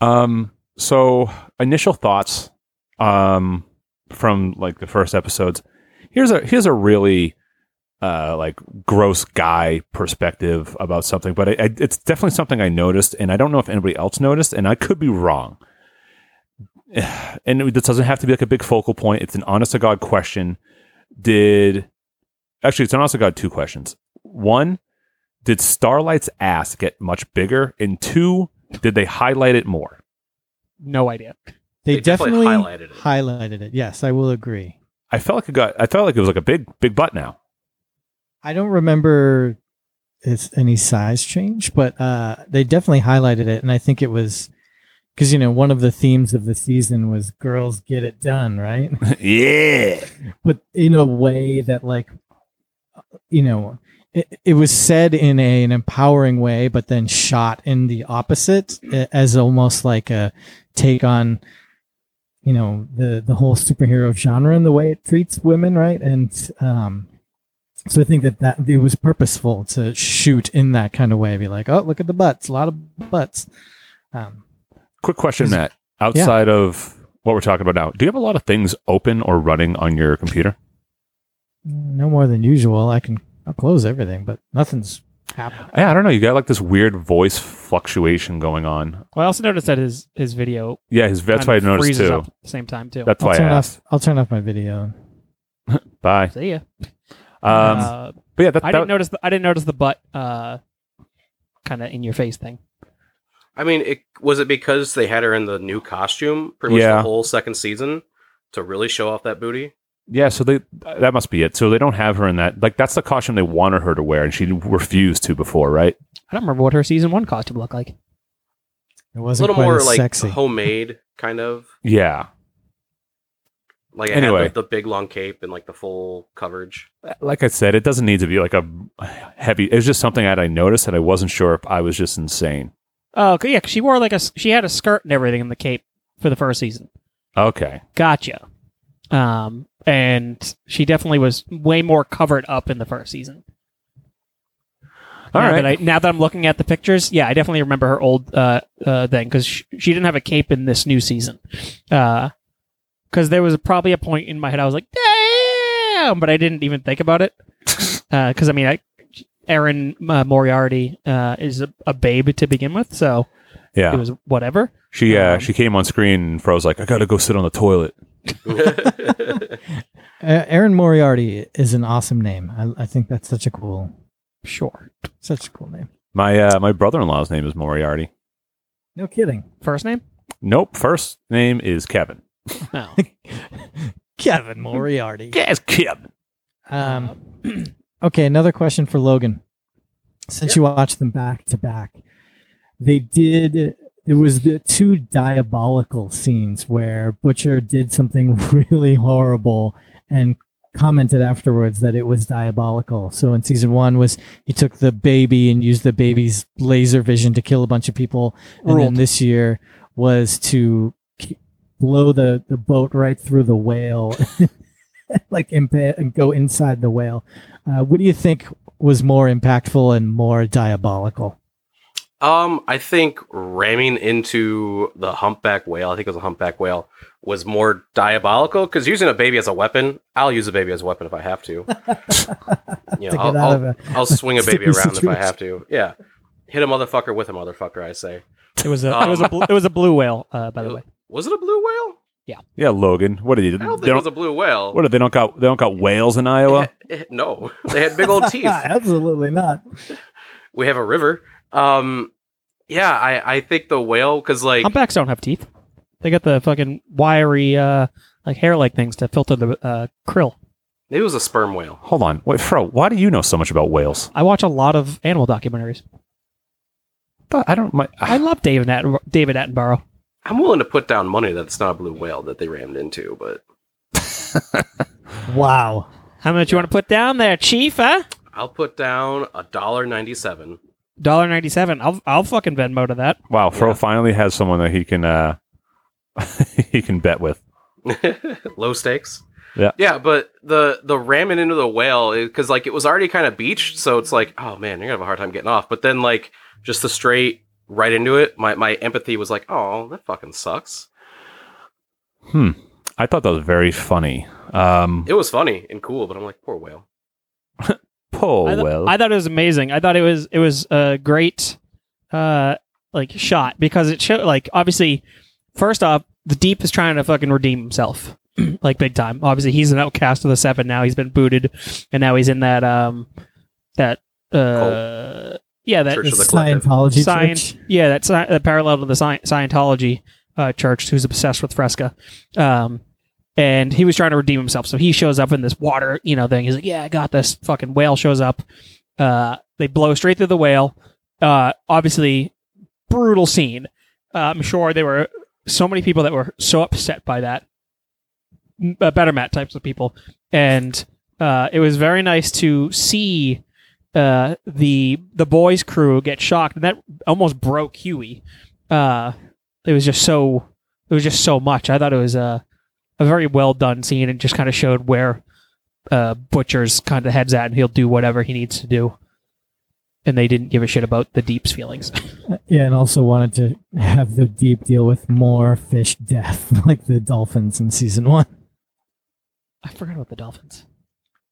[SPEAKER 2] Um. So initial thoughts, um, from like the first episodes. Here's a here's a really, uh, like gross guy perspective about something, but I, I, it's definitely something I noticed, and I don't know if anybody else noticed, and I could be wrong. And it this doesn't have to be like a big focal point. It's an honest to god question. Did actually it's an honest to god two questions. One, did Starlight's ass get much bigger? And two, did they highlight it more?
[SPEAKER 3] No idea.
[SPEAKER 4] They,
[SPEAKER 5] They
[SPEAKER 4] definitely,
[SPEAKER 5] definitely
[SPEAKER 4] highlighted,
[SPEAKER 5] highlighted
[SPEAKER 4] it.
[SPEAKER 5] it.
[SPEAKER 4] Yes, I will agree.
[SPEAKER 2] I felt like it got. I felt like it was like a big, big butt now.
[SPEAKER 4] I don't remember it's any size change, but uh, they definitely highlighted it, and I think it was because you know one of the themes of the season was girls get it done, right?
[SPEAKER 2] yeah.
[SPEAKER 4] but in a way that like you know it, it was said in a, an empowering way but then shot in the opposite a- as almost like a take on you know the the whole superhero genre and the way it treats women right and um so i think that that it was purposeful to shoot in that kind of way be like oh look at the butts a lot of butts um
[SPEAKER 2] Quick question,
[SPEAKER 4] Is-
[SPEAKER 2] Matt. Outside of what we're talking about now, do you have a lot of things open or running on your computer?
[SPEAKER 4] no more than usual i can I'll close everything but nothing's happening
[SPEAKER 2] Yeah, I don't know. You got like this weird voice fluctuation going on.
[SPEAKER 3] Well, I also noticed that his his video.
[SPEAKER 2] Yeah, his, that's
[SPEAKER 3] kind
[SPEAKER 2] why I
[SPEAKER 3] of
[SPEAKER 2] noticed
[SPEAKER 3] freezes
[SPEAKER 2] too.
[SPEAKER 3] up at the same time too.
[SPEAKER 2] That's
[SPEAKER 4] I'll
[SPEAKER 2] why I
[SPEAKER 4] turn
[SPEAKER 2] asked.
[SPEAKER 4] off I'll turn off my video.
[SPEAKER 2] Bye.
[SPEAKER 3] See ya.
[SPEAKER 2] Um,
[SPEAKER 3] Uh,
[SPEAKER 2] but yeah, that,
[SPEAKER 3] I
[SPEAKER 2] that-
[SPEAKER 3] didn't notice. The, I didn't notice the butt. Uh, kind of in your face thing.
[SPEAKER 5] I mean, it was it because they had her in the new costume pretty much
[SPEAKER 2] Yeah.
[SPEAKER 5] the whole second season to really show off that booty.
[SPEAKER 2] Yeah, so they that must be it. So they don't have her in that. Like that's the costume they wanted her to wear, and she refused to before, right?
[SPEAKER 3] I don't remember what her season one costume looked like.
[SPEAKER 4] It
[SPEAKER 5] It's a
[SPEAKER 4] wasn't
[SPEAKER 5] little
[SPEAKER 4] quite
[SPEAKER 5] more
[SPEAKER 4] as
[SPEAKER 5] like
[SPEAKER 4] sexy.
[SPEAKER 5] homemade, kind of
[SPEAKER 2] Yeah.
[SPEAKER 5] like it
[SPEAKER 2] Anyway.
[SPEAKER 5] had the, the big long cape and like the full coverage.
[SPEAKER 2] Like I said, it doesn't need to be like a heavy. It's just something that I noticed that I wasn't sure if I was just insane.
[SPEAKER 3] Oh, 'cause- yeah, 'cause she wore like a s- she had a skirt and everything in the cape for the first season.
[SPEAKER 2] Okay.
[SPEAKER 3] Gotcha. Um, and she definitely was way more covered up in the first season.
[SPEAKER 2] All
[SPEAKER 3] now
[SPEAKER 2] right.
[SPEAKER 3] That I, now that I'm looking at the pictures, yeah, I definitely remember her old uh, uh, then because she, didn't have a cape in this new season. Because there was probably a point in my head I was like, damn, but I didn't even think about it. Because, I mean, I, Aaron uh, Moriarty uh, is a, a babe to begin with, so it
[SPEAKER 2] yeah.
[SPEAKER 3] was whatever.
[SPEAKER 2] She uh,
[SPEAKER 3] um,
[SPEAKER 2] she came on screen and froze like I gotta go sit on the toilet.
[SPEAKER 4] A- Aaron Moriarty is an awesome name. I, I think that's such a cool,
[SPEAKER 3] Sure.
[SPEAKER 4] such a cool name.
[SPEAKER 2] My uh, my brother in law's name is Moriarty.
[SPEAKER 4] No kidding,
[SPEAKER 3] First name?
[SPEAKER 2] Nope. First name is Kevin.
[SPEAKER 3] No.
[SPEAKER 4] Kevin Moriarty.
[SPEAKER 2] Yes, Kevin.
[SPEAKER 4] Um, okay, another question for Logan. Since you watched them back to back, they did. It was the two diabolical scenes where Butcher did something really horrible and commented afterwards that it was diabolical. So in season one was he took the baby and used the baby's laser vision to kill a bunch of people, and then
[SPEAKER 3] Ruled.
[SPEAKER 4] this year was to k- blow the the boat right through the whale like impa- and go inside the whale. Uh, what do you think was more impactful and more diabolical?
[SPEAKER 5] Um, I think ramming into the humpback whale, I think it was a humpback whale, was more diabolical because using a baby as a weapon, I'll use a baby as a weapon if I have to. you know,
[SPEAKER 4] To
[SPEAKER 5] I'll,
[SPEAKER 4] get out
[SPEAKER 5] I'll,
[SPEAKER 4] of a-
[SPEAKER 5] I'll swing a
[SPEAKER 4] sticky
[SPEAKER 5] baby around if I
[SPEAKER 4] situation.
[SPEAKER 5] have to. Yeah. Hit a motherfucker with a motherfucker, I say.
[SPEAKER 3] It was a it was a bl- it was a blue whale, uh, by the way.
[SPEAKER 5] Was it a blue whale?
[SPEAKER 2] Yeah, Logan. What did you?
[SPEAKER 5] I don't
[SPEAKER 2] They
[SPEAKER 5] think it was
[SPEAKER 2] don't,
[SPEAKER 5] a blue whale.
[SPEAKER 2] what are they don't got? They don't got whales in Iowa.
[SPEAKER 5] Eh, no. They had big old teeth.
[SPEAKER 4] Absolutely not.
[SPEAKER 5] We have a river. Um, yeah, I, I think the whale, because like,
[SPEAKER 3] Humpbacks don't have teeth. They got the fucking wiry uh like hair like things to filter the uh, krill.
[SPEAKER 5] maybe it was a sperm whale.
[SPEAKER 2] Hold on, wait, Fro. Why do you know so much about whales?
[SPEAKER 3] I watch a lot of animal documentaries.
[SPEAKER 2] But I don't. My,
[SPEAKER 3] I love David Atten- David Attenborough.
[SPEAKER 5] I'm willing to put down money that it's not a blue whale that they rammed into, but
[SPEAKER 4] Wow.
[SPEAKER 3] How much you want to put down there, Chief? Huh?
[SPEAKER 5] I'll put down a dollar ninety-seven.
[SPEAKER 3] Dollar ninety seven. I'll I'll fucking Venmo to that.
[SPEAKER 2] wow, Fro
[SPEAKER 5] Yeah.
[SPEAKER 2] finally has someone that he can uh he can bet with.
[SPEAKER 5] Low stakes.
[SPEAKER 2] Yeah.
[SPEAKER 5] Yeah, but the the ramming into the whale because like it was already kind of beached, so it's like, oh man, you're gonna have a hard time getting off. But then like just the straight right into it, my my empathy was like, oh, that fucking sucks.
[SPEAKER 2] I thought that was very funny. Um,
[SPEAKER 5] It was funny and cool, but I'm like, poor whale. Oh,
[SPEAKER 2] poor
[SPEAKER 3] I, th-
[SPEAKER 2] whale.
[SPEAKER 3] I thought it was amazing. I thought it was it was a great uh like shot because it showed like obviously first off the deep is trying to fucking redeem himself like big time. Obviously he's an outcast of the seven now. He's been booted and now he's in that um that uh yeah that
[SPEAKER 5] Church of the collective.
[SPEAKER 4] Scientology
[SPEAKER 3] science
[SPEAKER 4] church.
[SPEAKER 3] yeah that's sci- uh, parallel to the sci- Scientology uh, church who's obsessed with Fresca um and he was trying to redeem himself so he shows up in this water you know thing he's like yeah I got this fucking whale shows up uh they blow straight through the whale uh obviously brutal scene uh, I'm sure there were so many people that were so upset by that M- uh, better Matt types of people and uh it was very nice to see uh, the the boys crew get shocked and that almost broke Huey. Uh, it was just so it was just so much. I thought it was a a very well done scene and just kind of showed where uh, Butcher's kind of heads at and he'll do whatever he needs to do. And they didn't give a shit about the Deep's feelings.
[SPEAKER 4] Yeah, and also wanted to have the deep deal with more fish death, like the dolphins in season one.
[SPEAKER 3] I forgot about the dolphins.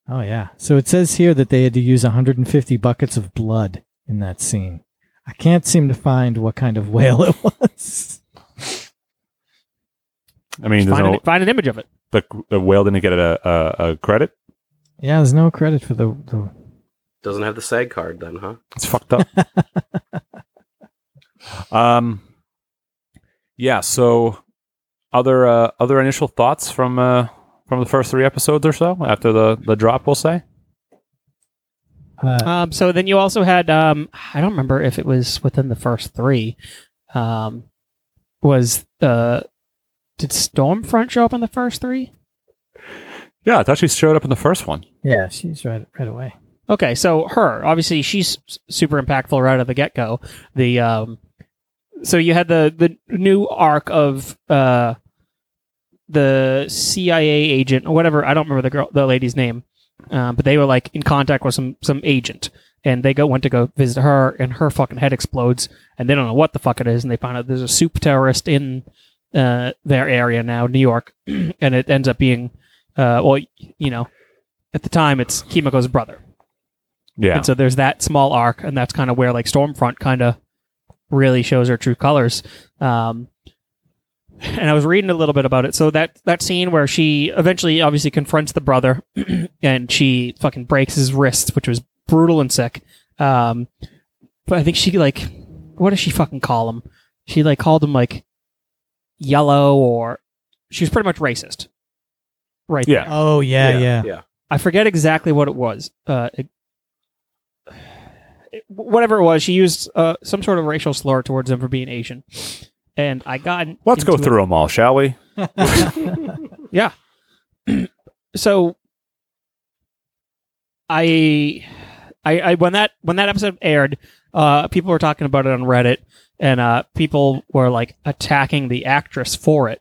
[SPEAKER 4] Oh yeah. So it says here that they had to use 150 buckets of blood in that scene. I can't seem to find what kind of whale it was.
[SPEAKER 2] I mean, there's
[SPEAKER 3] Find,
[SPEAKER 2] no,
[SPEAKER 3] an, find an image of it.
[SPEAKER 2] the, the whale didn't get a, a, a credit.
[SPEAKER 4] Yeah, there's no credit for the, the
[SPEAKER 5] Doesn't have the SAG card then, huh?
[SPEAKER 2] It's fucked up. um, yeah. So, other uh, other initial thoughts from uh, from the first three episodes or so after the, the drop, we'll say.
[SPEAKER 4] Uh,
[SPEAKER 3] Um, so then you also had um, I don't remember if it was within the first three. Um, was uh, did Stormfront show up in the first three?
[SPEAKER 2] Yeah, I thought she showed up in the first one.
[SPEAKER 4] yeah, she's right right away.
[SPEAKER 3] Okay, so her obviously she's s- super impactful right out of the get go. The um, so you had the the new arc of uh, the CIA agent or whatever. I don't remember the girl, the lady's name, um, but they were like in contact with some some agent, and they go went to go visit her, and her fucking head explodes, and they don't know what the fuck it is, and they find out there's a soup terrorist in uh, their area now, New York, and it ends up being uh, well, you know. At the time, it's Kimiko's brother.
[SPEAKER 2] Yeah.
[SPEAKER 3] And so there's that small arc, and that's kind of where like Stormfront kind of really shows her true colors. Um, and I was reading a little bit about it. So that that scene where she eventually obviously confronts the brother, and she fucking breaks his wrists, which was brutal and sick. Um, but I think she like, what does she fucking call him? She like called him like yellow, or she was pretty much racist. Right.
[SPEAKER 2] Yeah.
[SPEAKER 4] Oh yeah, yeah.
[SPEAKER 5] yeah.
[SPEAKER 3] I forget exactly what it was. Uh, it, it- whatever it was, she used uh, some sort of racial slur towards him for being Asian. And I got.
[SPEAKER 2] Let's go
[SPEAKER 3] into it.
[SPEAKER 2] through them all, shall we?
[SPEAKER 3] Yeah. so I, I I when that when that episode aired, uh people were talking about it on Reddit and uh people were like attacking the actress for it.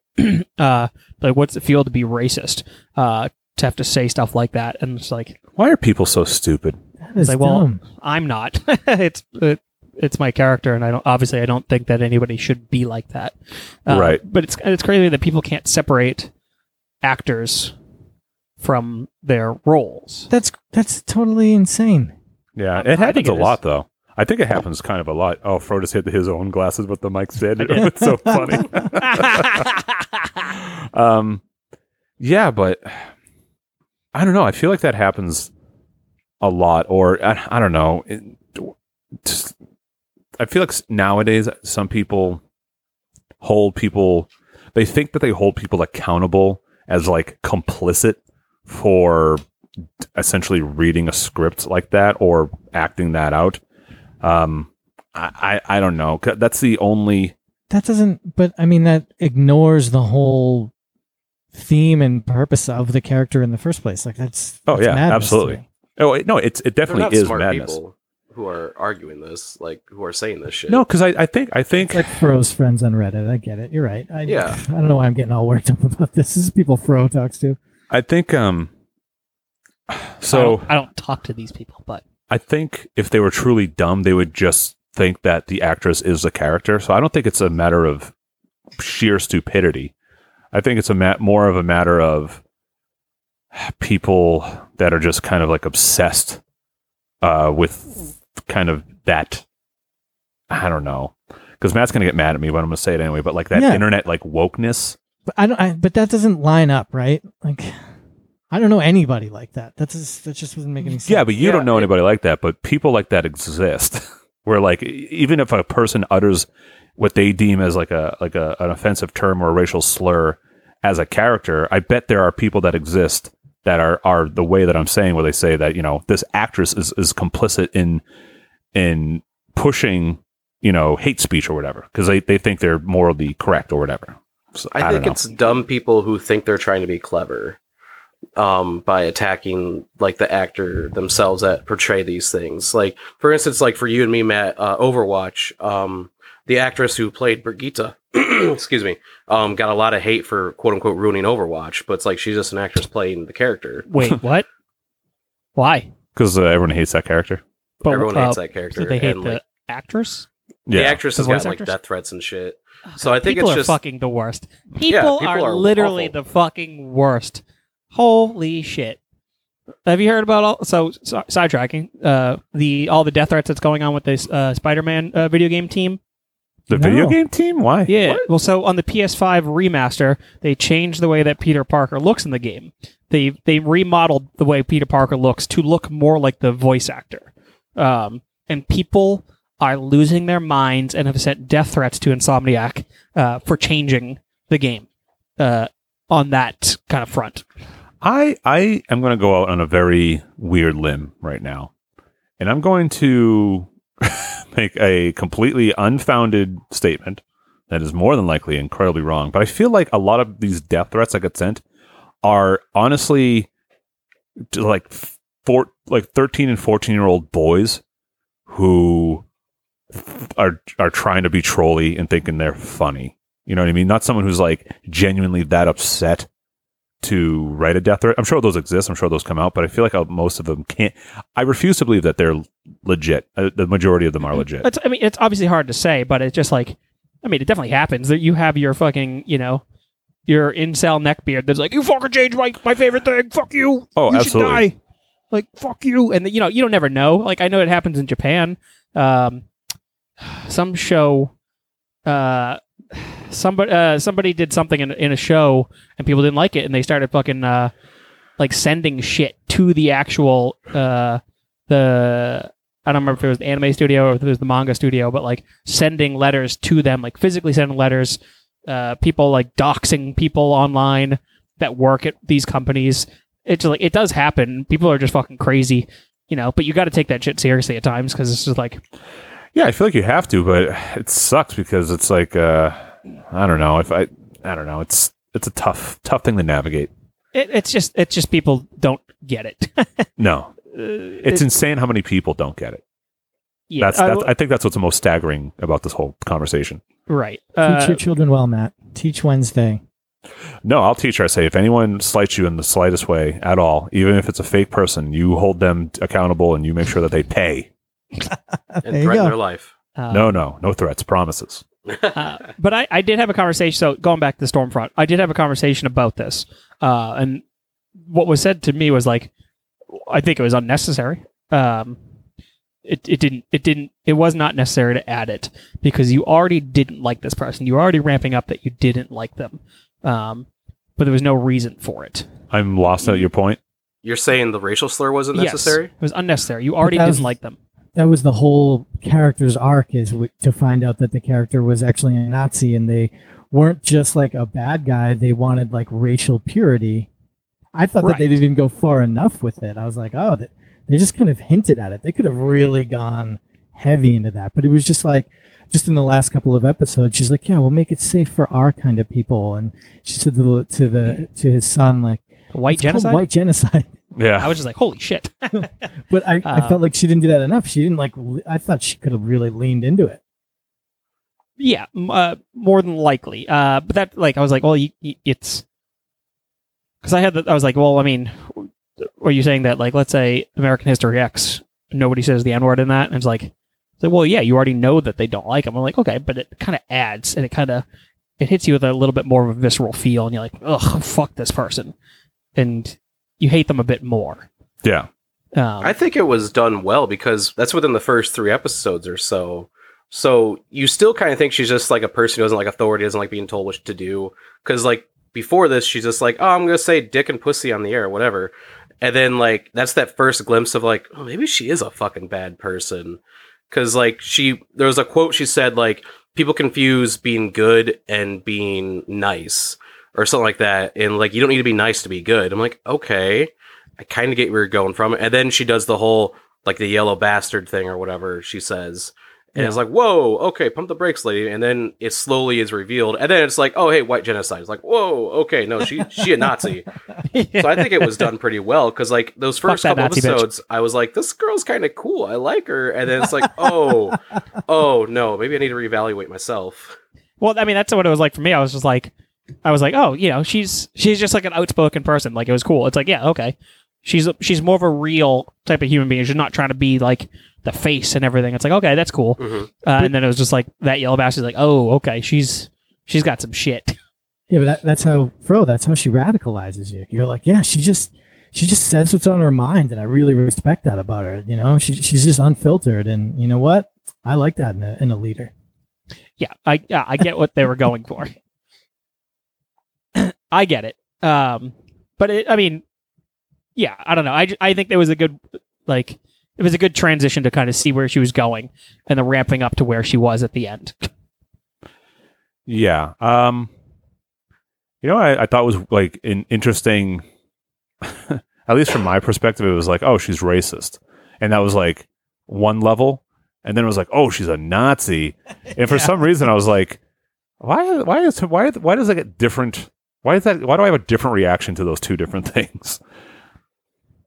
[SPEAKER 3] uh like what's it feel to be racist? Uh to have to say stuff like that and it's like
[SPEAKER 2] Why are people so stupid?
[SPEAKER 4] That is
[SPEAKER 3] like, well,
[SPEAKER 4] dumb.
[SPEAKER 3] I'm not. it's it, it's my character, and I don't obviously I don't think that anybody should be like that. Um,
[SPEAKER 2] Right.
[SPEAKER 3] But it's it's crazy that people can't separate actors from their roles.
[SPEAKER 4] that's that's totally insane.
[SPEAKER 2] Yeah,
[SPEAKER 3] I
[SPEAKER 2] it happens
[SPEAKER 3] think
[SPEAKER 2] a
[SPEAKER 3] it
[SPEAKER 2] lot, though. I think it happens kind of a lot. Oh, Frodo's hit his own glasses with the mic stand.
[SPEAKER 3] I did.
[SPEAKER 2] It's so funny. um, yeah, but I don't know. I feel like that happens a lot, or I, I don't know. It, just- I feel like s- nowadays some people hold people. They think that they hold people accountable as like complicit for essentially reading a script like that or acting that out. Um, I, I I don't know. 'Cause That's the only
[SPEAKER 4] That doesn't. But I mean, that ignores the whole theme and purpose of the character in the first place. Like that's.
[SPEAKER 2] Oh,
[SPEAKER 4] that's
[SPEAKER 2] yeah,
[SPEAKER 4] madness to
[SPEAKER 2] absolutely.
[SPEAKER 4] me.
[SPEAKER 2] Oh wait, no, it's it
[SPEAKER 5] They're
[SPEAKER 2] definitely
[SPEAKER 5] not
[SPEAKER 2] is
[SPEAKER 5] smart
[SPEAKER 2] madness.
[SPEAKER 5] people who are arguing this, like who are saying this shit.
[SPEAKER 2] No, because I, I think I think
[SPEAKER 4] It's like Fro's friends on Reddit. I get it. You're right. I,
[SPEAKER 5] Yeah.
[SPEAKER 4] I don't know why I'm getting all worked up about this. This is people Fro talks to.
[SPEAKER 2] I think um.
[SPEAKER 3] I
[SPEAKER 2] So
[SPEAKER 3] don't, I don't talk to these people, but
[SPEAKER 2] I think if they were truly dumb, they would just think that the actress is the character. So I don't think it's a matter of sheer stupidity. I think it's a ma- more of a matter of people that are just kind of like obsessed uh, with kind of that. I don't know. Because Matt's gonna get mad at me, but I'm gonna say it anyway. But like that
[SPEAKER 4] Yeah.
[SPEAKER 2] internet like wokeness,
[SPEAKER 4] But I don't. I, but that doesn't line up, right? Like, I don't know anybody like that. That's just, that just doesn't make any sense.
[SPEAKER 2] Yeah, but you
[SPEAKER 5] Yeah,
[SPEAKER 2] don't know
[SPEAKER 5] it-
[SPEAKER 2] anybody like that. But people like that exist. Where like e- even if a person utters what they deem as like a like a, an offensive term or a racial slur as a character, I bet there are people that exist that are are the way that I'm saying where they say that you know this actress is is complicit in in pushing you know hate speech or whatever because they they think they're morally correct or whatever. So, I,
[SPEAKER 5] I think
[SPEAKER 2] don't know.
[SPEAKER 5] it's dumb people who think they're trying to be clever um, by attacking like the actor themselves that portray these things. Like for instance, like for you and me, Matt, uh, Overwatch, um, the actress who played Brigitte, excuse me, um, got a lot of hate for quote unquote ruining Overwatch, but it's like she's just an actress playing the character.
[SPEAKER 3] wait, what? Why?
[SPEAKER 2] because uh, everyone hates that character.
[SPEAKER 3] But,
[SPEAKER 5] Everyone hates
[SPEAKER 3] uh,
[SPEAKER 5] that character.
[SPEAKER 3] So they hate
[SPEAKER 5] and,
[SPEAKER 3] the
[SPEAKER 5] like,
[SPEAKER 3] actress.
[SPEAKER 5] the
[SPEAKER 2] Yeah,
[SPEAKER 5] actress
[SPEAKER 3] The
[SPEAKER 5] has got
[SPEAKER 3] voice
[SPEAKER 5] like
[SPEAKER 3] actress? Oh,
[SPEAKER 5] death threats and shit. So I think
[SPEAKER 3] people
[SPEAKER 5] it's
[SPEAKER 3] are
[SPEAKER 5] just
[SPEAKER 3] fucking the worst. People,
[SPEAKER 5] people
[SPEAKER 3] are,
[SPEAKER 5] are
[SPEAKER 3] literally
[SPEAKER 5] awful.
[SPEAKER 3] the fucking worst. Holy shit! Have you heard about all? So, so sidetracking uh, the all the death threats that's going on with this uh, Spider-Man uh, video game team.
[SPEAKER 2] the video
[SPEAKER 4] No.
[SPEAKER 2] game team. Why?
[SPEAKER 3] Yeah. Well, so on the PS5 remaster, they changed the way that Peter Parker looks in the game. They they remodeled the way Peter Parker looks to look more like the voice actor. Um, and people are losing their minds and have sent death threats to Insomniac uh, for changing the game uh, on that kind of front.
[SPEAKER 2] I I am going to go out on a very weird limb right now, and I'm going to make a completely unfounded statement that is more than likely incredibly wrong. But I feel like a lot of these death threats I get sent are honestly to, like four, like thirteen and fourteen year old boys who are are trying to be trolly and thinking they're funny. You know what I mean? Not someone who's like genuinely that upset to write a death threat. I'm sure those exist. I'm sure those come out, but I feel like uh, most of them can't. I refuse to believe that they're legit. Uh, the majority of them are legit.
[SPEAKER 3] It's, I mean, it's obviously hard to say, but it's just like, I mean, it definitely happens that you have your fucking, you know, your incel neckbeard that's like, you fucking changed my, my favorite thing. Fuck you.
[SPEAKER 2] Oh,
[SPEAKER 3] you
[SPEAKER 2] absolutely.
[SPEAKER 3] Should die. Like, fuck you. And, you know, you don't never know. Like, I know it happens in Japan. Um, some show, uh, somebody, uh, somebody did something in, in a show and people didn't like it and they started fucking, uh, like sending shit to the actual, uh, the, I don't remember if it was the anime studio or if it was the manga studio, but like sending letters to them, like physically sending letters, uh, people like doxing people online that work at these companies. It's like it does happen. People are just fucking crazy, you know. But you got to take that shit seriously at times because it's just like
[SPEAKER 2] Yeah, I feel like you have to, but it sucks because it's like uh, I don't know if I I don't know. It's it's a tough tough thing to navigate.
[SPEAKER 3] it, it's just it's just people don't get it.
[SPEAKER 2] No, it's
[SPEAKER 3] Uh, it-
[SPEAKER 2] insane how many people don't get it.
[SPEAKER 3] yeah, uh,
[SPEAKER 2] that's,
[SPEAKER 3] I
[SPEAKER 2] that's
[SPEAKER 3] w-
[SPEAKER 2] I think that's what's the most staggering about this whole conversation.
[SPEAKER 3] right.
[SPEAKER 4] Teach
[SPEAKER 3] Uh,
[SPEAKER 4] your children well, Matt. Teach Wednesday.
[SPEAKER 2] No, I'll teach her. I say, if anyone slights you in the slightest way at all, even if it's a fake person, you hold them accountable and you make sure that they pay.
[SPEAKER 5] and
[SPEAKER 4] There you
[SPEAKER 5] threaten
[SPEAKER 4] go.
[SPEAKER 5] their life.
[SPEAKER 3] uh,
[SPEAKER 2] No, no, no threats, promises.
[SPEAKER 3] Uh, but I, I did have a conversation. So going back to Stormfront, I did have a conversation about this, uh, and what was said to me was like, I think it was unnecessary. Um, it it didn't it didn't it was not necessary to add it because you already didn't like this person. You were already ramping up that you didn't like them, um, but there was no reason for it.
[SPEAKER 2] I'm lost at your point.
[SPEAKER 5] You're saying the racial slur wasn't
[SPEAKER 3] Yes,
[SPEAKER 5] necessary?
[SPEAKER 3] it was unnecessary. You already
[SPEAKER 4] that was-
[SPEAKER 3] didn't like them.
[SPEAKER 4] That was the whole character's arc is w- to find out that the character was actually a Nazi and they weren't just like a bad guy. They wanted like racial purity. I thought that they
[SPEAKER 3] Right.
[SPEAKER 4] didn't even go far enough with it. I was like, oh, th- they just kind of hinted at it. They could have really gone heavy into that, but it was just like. Just in the last couple of episodes, she's like, "Yeah, we'll make it safe for our kind of people." And she said to the to the to his son, like,
[SPEAKER 3] White
[SPEAKER 4] "It's called
[SPEAKER 3] genocide.
[SPEAKER 4] White genocide."
[SPEAKER 2] Yeah.
[SPEAKER 3] I was just like, holy shit.
[SPEAKER 4] But I, I
[SPEAKER 3] Um,
[SPEAKER 4] felt like she didn't do that enough. She didn't like. le- I thought she could have really leaned into it.
[SPEAKER 3] Yeah, m- uh, more than likely. Uh, but that, like, I was like, well, y- y- it's because I had that. I was like, well, I mean, are you saying that, like, let's say American History X, nobody says the N word in that, and it's like, it's like, well, yeah, you already know that they don't like them. I'm like, okay, but it kind of adds, and it kind of it hits you with a little bit more of a visceral feel, and you're like, ugh, fuck this person, and you hate them a bit more.
[SPEAKER 2] yeah.
[SPEAKER 3] Um,
[SPEAKER 5] I think it was done well because that's within the first three episodes or so. So you still kind of think she's just like a person who doesn't like authority, doesn't like being told what to do. Because like before this, she's just like, oh, I'm gonna say dick and pussy on the air, whatever. And then like that's that first glimpse of like, oh, maybe she is a fucking bad person. Because like she, there was a quote she said like, people confuse being good and being nice or something like that. And like, you don't need to be nice to be good. I'm like, okay. I kind of get where you're going from. And then she does the whole like the yellow bastard thing or whatever she says. And it's like, whoa, okay, pump the brakes, lady. And then it slowly is revealed. And then it's like, oh, hey, white genocide. It's like, whoa, okay, no, she she a Nazi. So I think it was done pretty well because like those
[SPEAKER 3] Fuck
[SPEAKER 5] first
[SPEAKER 3] that
[SPEAKER 5] couple
[SPEAKER 3] Nazi bitch.
[SPEAKER 5] episodes, I was like, this girl's kind of cool. I like her. And then it's like, oh, oh no, maybe I need to reevaluate myself.
[SPEAKER 3] Well, I mean, that's what it was like for me. I was just like, I was like, oh, you know, she's she's just like an outspoken person. Like it was cool. It's like, yeah, okay, she's she's more of a real type of human being. She's not trying to be like the face and everything. It's like, okay, that's cool.
[SPEAKER 5] Mhm.
[SPEAKER 3] Uh, and then it was just like that yellow bastard's like, oh, okay, she's she's got some shit.
[SPEAKER 4] Yeah, but that, that's how Fro. That's how she radicalizes you. You're like, yeah, she just she just says what's on her mind, and I really respect that about her. You know, she, she's just unfiltered, and you know what? I like that in a, in a leader.
[SPEAKER 3] Yeah, I yeah, I get what they were going for. I get it. Um, but it, I mean, yeah, I don't know. I, ju- I think there was a good like it was a good transition to kind of see where she was going and the ramping up to where she was at the end.
[SPEAKER 2] Yeah. Um, you know, I, I thought was like an interesting at least from my perspective, it was like, oh, she's racist, and that was like one level, and then it was like, oh, she's a Nazi, and for some reason, I was like, why, why is, why, why does I get different? Why is that? Why do I have a different reaction to those two different things?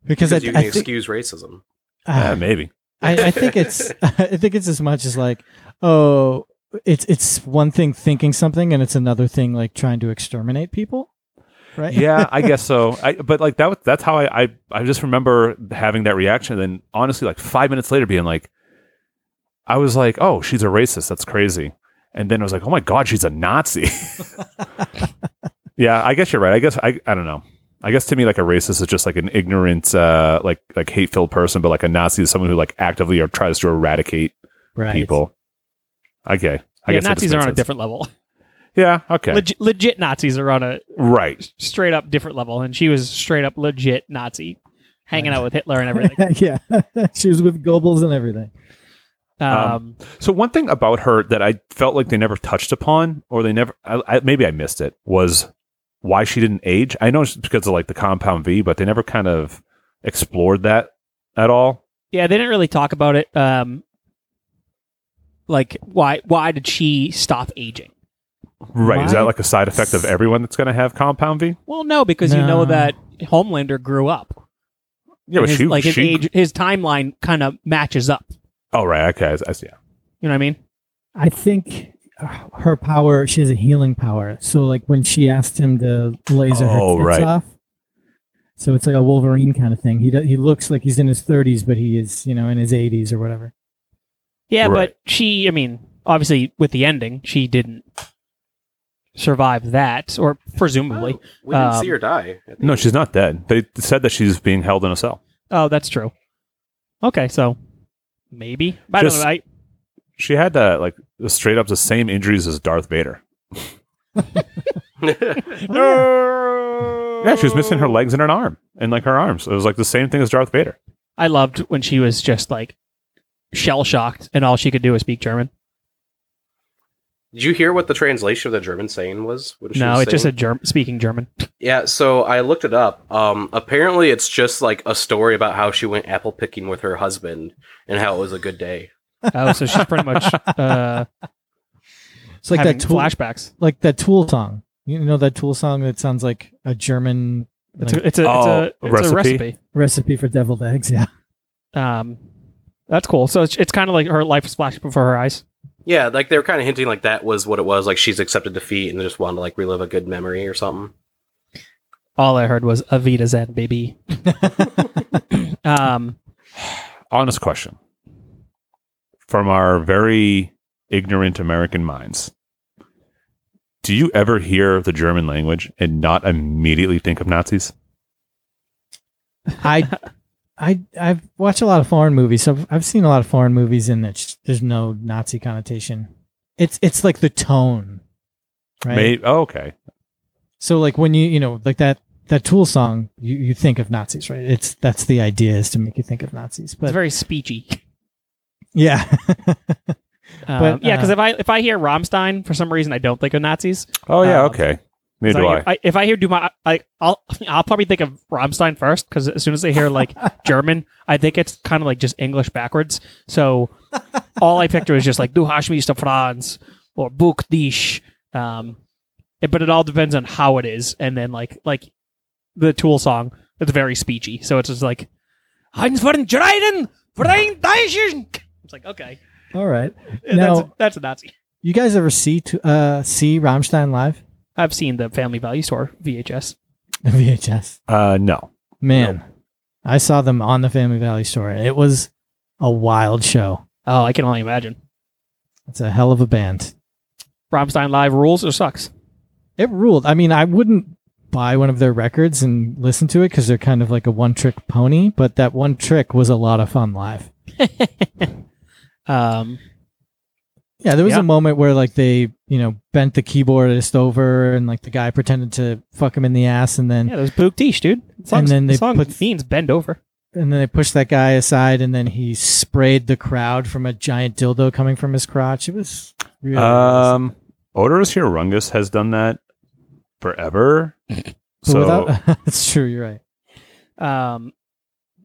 [SPEAKER 4] because I,
[SPEAKER 5] you can
[SPEAKER 4] I think
[SPEAKER 5] excuse racism.
[SPEAKER 2] Uh,
[SPEAKER 4] uh,
[SPEAKER 2] maybe.
[SPEAKER 4] I, I think it's I think it's as much as like oh it's it's one thing thinking something and it's another thing like trying to exterminate people, right?
[SPEAKER 2] yeah, I guess so. I, but like that, was- that's how I, I, I just remember having that reaction. And then honestly, like five minutes later, being like, I was like, oh, she's a racist. That's crazy. And then I was like, oh my God, she's a Nazi. yeah, I guess you're right. I guess I, I don't know. I guess to me, like a racist is just like an ignorant, uh, like like hate filled person, but like a Nazi is someone who like actively or tries to eradicate
[SPEAKER 4] right.
[SPEAKER 2] people. Okay, I
[SPEAKER 3] yeah,
[SPEAKER 2] guess that just makes
[SPEAKER 3] Nazis are on a
[SPEAKER 2] sense.
[SPEAKER 3] different level.
[SPEAKER 2] Yeah, okay,
[SPEAKER 3] Leg- legit Nazis are on a
[SPEAKER 2] right.
[SPEAKER 3] straight up different level, and she was straight up legit Nazi, hanging out with Hitler and everything.
[SPEAKER 4] yeah, she was with Goebbels and everything.
[SPEAKER 3] Um,
[SPEAKER 2] So one thing about her that I felt like they never touched upon, or they never, I, I, maybe I missed it, was why she didn't age. I know it's because of like the compound V, but they never kind of explored that at all.
[SPEAKER 3] yeah, they didn't really talk about it. Um, like why why did she stop aging?
[SPEAKER 2] Right? Is that
[SPEAKER 4] Why?
[SPEAKER 2] like a side effect of everyone that's going to have compound V?
[SPEAKER 3] Well, no, because you know
[SPEAKER 4] No.
[SPEAKER 3] that Homelander grew up.
[SPEAKER 2] Yeah, but
[SPEAKER 3] his,
[SPEAKER 2] she
[SPEAKER 3] like his
[SPEAKER 2] she-
[SPEAKER 3] age, his timeline kind of matches up.
[SPEAKER 2] Oh, right. Okay, I, I see. Yeah.
[SPEAKER 3] You know what I mean?
[SPEAKER 4] I think uh, her power, she has a healing power. So, like when she asked him to laser
[SPEAKER 2] Oh,
[SPEAKER 4] her tits
[SPEAKER 2] right.
[SPEAKER 4] off, so it's like a Wolverine kind of thing. He do, he looks like he's in his 30s, but he is, you know, in his 80s or whatever.
[SPEAKER 3] Yeah,
[SPEAKER 2] Right.
[SPEAKER 3] but she, I mean, obviously with the ending, she didn't survive that, or presumably.
[SPEAKER 5] Oh, we didn't see
[SPEAKER 3] Um,
[SPEAKER 5] her die.
[SPEAKER 2] No, she's not dead. They said that she's being held in a cell.
[SPEAKER 3] Oh, that's true. Okay, so maybe. I
[SPEAKER 2] Just-
[SPEAKER 3] don't know. I,
[SPEAKER 2] She had uh, like straight up the same injuries as Darth Vader. Yeah, she was missing her legs and an arm, and like her arms. It was like the same thing as Darth Vader.
[SPEAKER 3] I loved when she was just like shell shocked, and all she could do was speak German.
[SPEAKER 5] Did you hear what the translation of the German saying was? When she
[SPEAKER 3] no,
[SPEAKER 5] was
[SPEAKER 3] it just
[SPEAKER 5] saying-
[SPEAKER 3] said Germ- speaking German.
[SPEAKER 5] Yeah, so I looked it up. Um, apparently, it's just like a story about how she went apple picking with her husband and how it was a good day.
[SPEAKER 3] oh, so she's pretty much uh,
[SPEAKER 4] It's like
[SPEAKER 3] having
[SPEAKER 4] that tool,
[SPEAKER 3] flashbacks.
[SPEAKER 4] like that Tool song. You know that Tool song that sounds like a German
[SPEAKER 3] It's
[SPEAKER 4] like,
[SPEAKER 3] a, it's a,
[SPEAKER 2] Oh,
[SPEAKER 3] it's a, it's
[SPEAKER 2] recipe?
[SPEAKER 3] a recipe.
[SPEAKER 4] recipe for deviled eggs. Yeah,
[SPEAKER 3] Um, that's cool. So it's, it's kind of like her life was flashing before her eyes.
[SPEAKER 5] Yeah, like they were kind of hinting like that was what it was. Like she's accepted defeat and just wanted to like relive a good memory or something.
[SPEAKER 3] All I heard was Avita Zen, baby. um,
[SPEAKER 2] honest question from our very ignorant American minds. Do you ever hear the German language and not immediately think of Nazis?
[SPEAKER 4] I. I I've watched a lot of foreign movies, so I've, I've seen a lot of foreign movies, and it's, there's no Nazi connotation. It's it's like the tone, right?
[SPEAKER 2] May- oh, okay.
[SPEAKER 4] So like when you you know like that that Tool song, you, you think of Nazis, right? It's that's the idea is to make you think of Nazis,
[SPEAKER 3] it's
[SPEAKER 4] but
[SPEAKER 3] very speechy.
[SPEAKER 4] yeah,
[SPEAKER 3] Um,
[SPEAKER 4] But,
[SPEAKER 3] yeah, because
[SPEAKER 4] uh,
[SPEAKER 3] if I if I hear Rammstein for some reason, I don't think of Nazis.
[SPEAKER 2] Oh, yeah,
[SPEAKER 3] Um,
[SPEAKER 2] okay.
[SPEAKER 3] 'Cause
[SPEAKER 2] Neither do
[SPEAKER 3] I,
[SPEAKER 2] I.
[SPEAKER 3] hear- I- if I hear do my, I, I'll I'll probably think of Rammstein first because as soon as I hear like German, I think it's kind of like just English backwards. So all I picture is just like Du hast mich der Franz or Buch dich. Um, it- but it all depends on how it is, and then like like the Tool song, it's very speechy, so it's just like Heinz von Dreiden, Freien Deutschen. It's like okay,
[SPEAKER 4] all right.
[SPEAKER 3] that's
[SPEAKER 4] Now-
[SPEAKER 3] that's a Nazi.
[SPEAKER 4] You guys ever see to, uh see Rammstein live
[SPEAKER 3] I've seen the Family Value Store VHS.
[SPEAKER 4] VHS?
[SPEAKER 2] Uh, no.
[SPEAKER 4] Man, I saw them on the Family Valley store. and It was a wild show.
[SPEAKER 3] Oh, I can only imagine.
[SPEAKER 4] It's a hell of a band.
[SPEAKER 3] Rammstein Live rules or sucks.
[SPEAKER 4] It ruled. I mean, I wouldn't buy one of their records and listen to it because they're kind of like a one trick pony. But that one trick was a lot of fun live.
[SPEAKER 3] Um,
[SPEAKER 4] Yeah, there was
[SPEAKER 3] Yeah.
[SPEAKER 4] a moment where like they, you know, bent the keyboardist over and like the guy pretended to fuck him in the ass and then
[SPEAKER 3] yeah, there's Book Tish, dude. The
[SPEAKER 4] And
[SPEAKER 3] song's-
[SPEAKER 4] then
[SPEAKER 3] the
[SPEAKER 4] they
[SPEAKER 3] song
[SPEAKER 4] put-
[SPEAKER 3] Fiends Bend Over.
[SPEAKER 4] and then they pushed that guy aside and then he sprayed the crowd from a giant dildo coming from his crotch. It was really
[SPEAKER 2] Um, Odorous Hierungus has done that forever.
[SPEAKER 4] but
[SPEAKER 2] So,
[SPEAKER 4] without- that's true, you're right.
[SPEAKER 3] Um,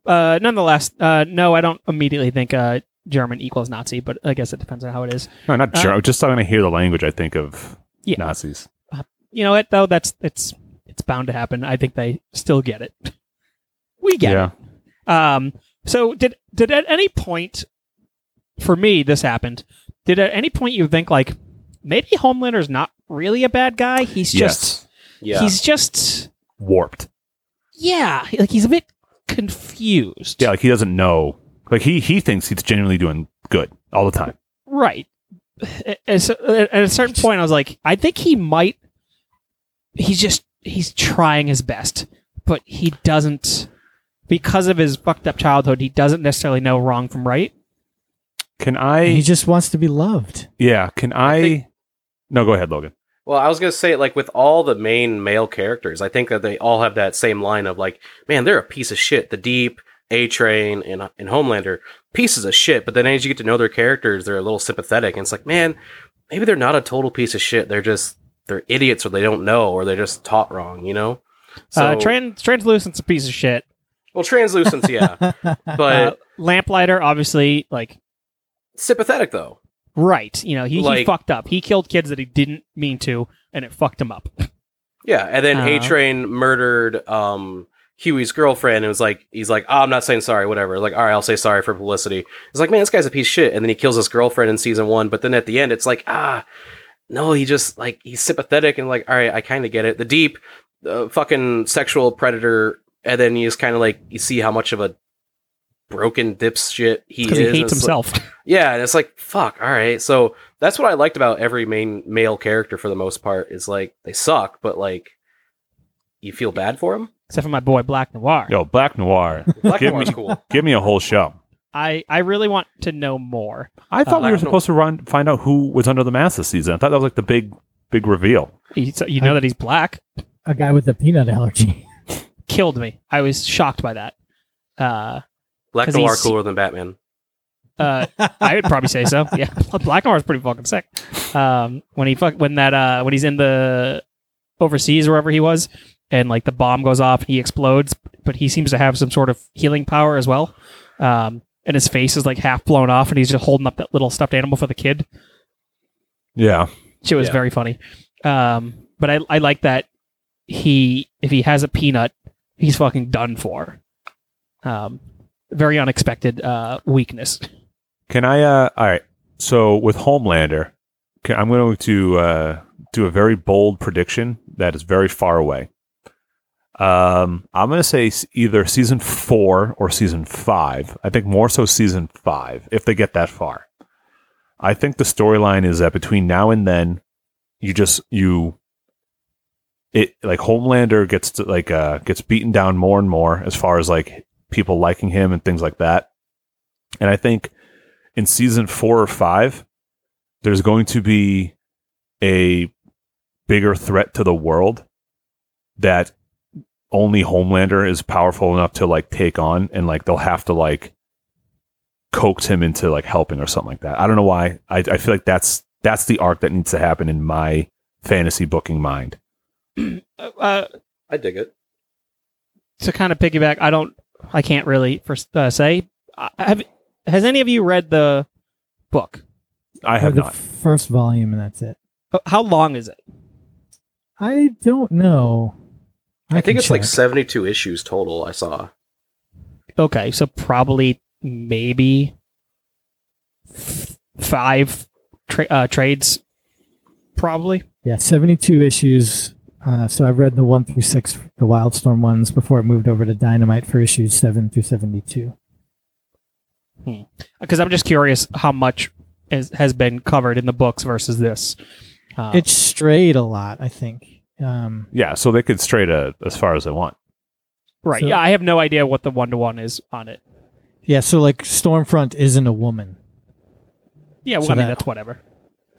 [SPEAKER 3] uh, nonetheless, uh, no, I don't immediately think uh, German equals Nazi, but I guess it depends on how it is.
[SPEAKER 2] No, not
[SPEAKER 3] Uh,
[SPEAKER 2] German. Just when I hear the language, I think of
[SPEAKER 3] Yeah.
[SPEAKER 2] Nazis.
[SPEAKER 3] You know what though? That's it's it's bound to happen. I think they still get it. We get it. Um, so did did at any point for me this happened? Did at any point you think like maybe Homelander's not really a bad guy? He's just
[SPEAKER 2] Yes.
[SPEAKER 5] Yeah.
[SPEAKER 3] he's just
[SPEAKER 2] Warped.
[SPEAKER 3] yeah, like he's a bit confused.
[SPEAKER 2] Yeah, like he doesn't know. Like he he thinks he's genuinely doing good all the time.
[SPEAKER 3] right. A- a- so- At a certain point, I was like, I think he might. He's just he's trying his best, but he doesn't because of his fucked up childhood. He doesn't necessarily know wrong from right.
[SPEAKER 2] Can I?
[SPEAKER 4] He just wants to be loved.
[SPEAKER 2] yeah. Can I?
[SPEAKER 5] think-
[SPEAKER 2] no, go ahead, Logan.
[SPEAKER 5] Well, I was gonna say, like with all the main male characters, I think that they all have that same line of like, man, they're a piece of shit. The Deep, A Train, and and Homelander, pieces of shit. But then as you get to know their characters, they're a little sympathetic, and it's like, man, maybe they're not a total piece of shit. They're just they're idiots, or they don't know, or they're just taught wrong. You know. So,
[SPEAKER 3] uh, trans translucent's a piece of shit.
[SPEAKER 5] well, translucence, yeah,
[SPEAKER 3] uh,
[SPEAKER 5] but
[SPEAKER 3] lamplighter obviously like
[SPEAKER 5] sympathetic though.
[SPEAKER 3] right you know he, he
[SPEAKER 5] Like-
[SPEAKER 3] fucked up he killed kids that he didn't mean to and it fucked him up
[SPEAKER 5] Yeah, and then
[SPEAKER 3] Uh-huh.
[SPEAKER 5] A Train murdered um Huey's girlfriend and was like he's like, oh, I'm not saying sorry, whatever. Like, all right, I'll say sorry for publicity. It's like, man, this guy's a piece of shit. And then he kills his girlfriend in season one, but then at the end it's like, ah, no, he just like he's sympathetic and like, all right, I kinda get it. The deep uh, fucking sexual predator, and then you just kinda like you see how much of a broken dipshit he is.
[SPEAKER 3] because he,
[SPEAKER 5] and
[SPEAKER 3] hates
[SPEAKER 5] it's like-
[SPEAKER 3] himself
[SPEAKER 5] yeah, and it's like, fuck, all right. So that's what I liked about every main male character for the most part is like they suck, but like you feel bad for them.
[SPEAKER 3] except for my boy black noir
[SPEAKER 2] Yo, Black Noir.
[SPEAKER 5] Black
[SPEAKER 2] Give
[SPEAKER 5] Noir's
[SPEAKER 2] me-
[SPEAKER 5] cool.
[SPEAKER 2] Give me a whole show.
[SPEAKER 3] i i really want to know more
[SPEAKER 2] I thought we
[SPEAKER 5] Uh, Black
[SPEAKER 2] were
[SPEAKER 5] Noir.
[SPEAKER 2] supposed to run find out who was under the mask this season. I thought that was like the big big reveal.
[SPEAKER 3] He- so you know that he's black
[SPEAKER 4] A guy with a peanut allergy.
[SPEAKER 3] killed me i was shocked by that uh
[SPEAKER 5] Black
[SPEAKER 3] 'Cause
[SPEAKER 5] Noir
[SPEAKER 3] he's-
[SPEAKER 5] cooler than Batman.
[SPEAKER 3] uh i would probably say so yeah black noir is pretty fucking sick um when he fuck when that uh when he's in the overseas wherever he was and like the bomb goes off he explodes but he seems to have some sort of healing power as well um and his face is like half blown off and he's just holding up that little stuffed animal for the kid
[SPEAKER 2] Yeah.
[SPEAKER 3] she was
[SPEAKER 5] Yeah.
[SPEAKER 3] very funny um but i i like that he if he has a peanut he's fucking done for um very unexpected uh weakness
[SPEAKER 2] Can I? Uh, all right. So with Homelander, can, I'm going to uh, do a very bold prediction that is very far away. Um, I'm going to say s- either season four or season five. I think more so season five, if they get that far. I think the storyline is that between now and then, you just you it like Homelander gets to, like uh gets beaten down more and more as far as like people liking him and things like that. And I think in season four or five, there's going to be a bigger threat to the world that only Homelander is powerful enough to like take on, and like they'll have to like coax him into like helping or something like that. I don't know why. I, I feel like that's that's the arc that needs to happen in my fantasy booking mind.
[SPEAKER 3] uh
[SPEAKER 5] I dig it.
[SPEAKER 3] to kind of piggyback, I don't, I can't really for, uh, say. I- Have has any of you read the book?
[SPEAKER 2] I
[SPEAKER 4] Or
[SPEAKER 2] have
[SPEAKER 4] the
[SPEAKER 2] not.
[SPEAKER 4] first volume, and that's it.
[SPEAKER 3] Uh, How long is it?
[SPEAKER 4] I don't know.
[SPEAKER 5] I, think
[SPEAKER 4] can
[SPEAKER 5] it's like
[SPEAKER 4] check.
[SPEAKER 5] seventy-two issues total. I saw.
[SPEAKER 3] Okay, so probably maybe f- five tra- uh, trades, probably.
[SPEAKER 4] Yeah, 72 issues. Uh, so I've read the one through six, the Wildstorm ones, before it moved over to Dynamite for issues seven through 72.
[SPEAKER 3] Because I'm just curious how much is, has been covered in the books versus this. Uh,
[SPEAKER 4] It strayed a lot, I think. Um,
[SPEAKER 2] Yeah, so they could stray to as far as they want.
[SPEAKER 3] right.
[SPEAKER 4] so-
[SPEAKER 3] yeah, I have no idea what the one to one is on it.
[SPEAKER 4] yeah, so like Stormfront isn't a woman.
[SPEAKER 3] Yeah, well,
[SPEAKER 4] So
[SPEAKER 3] I mean
[SPEAKER 4] that-
[SPEAKER 3] that's whatever.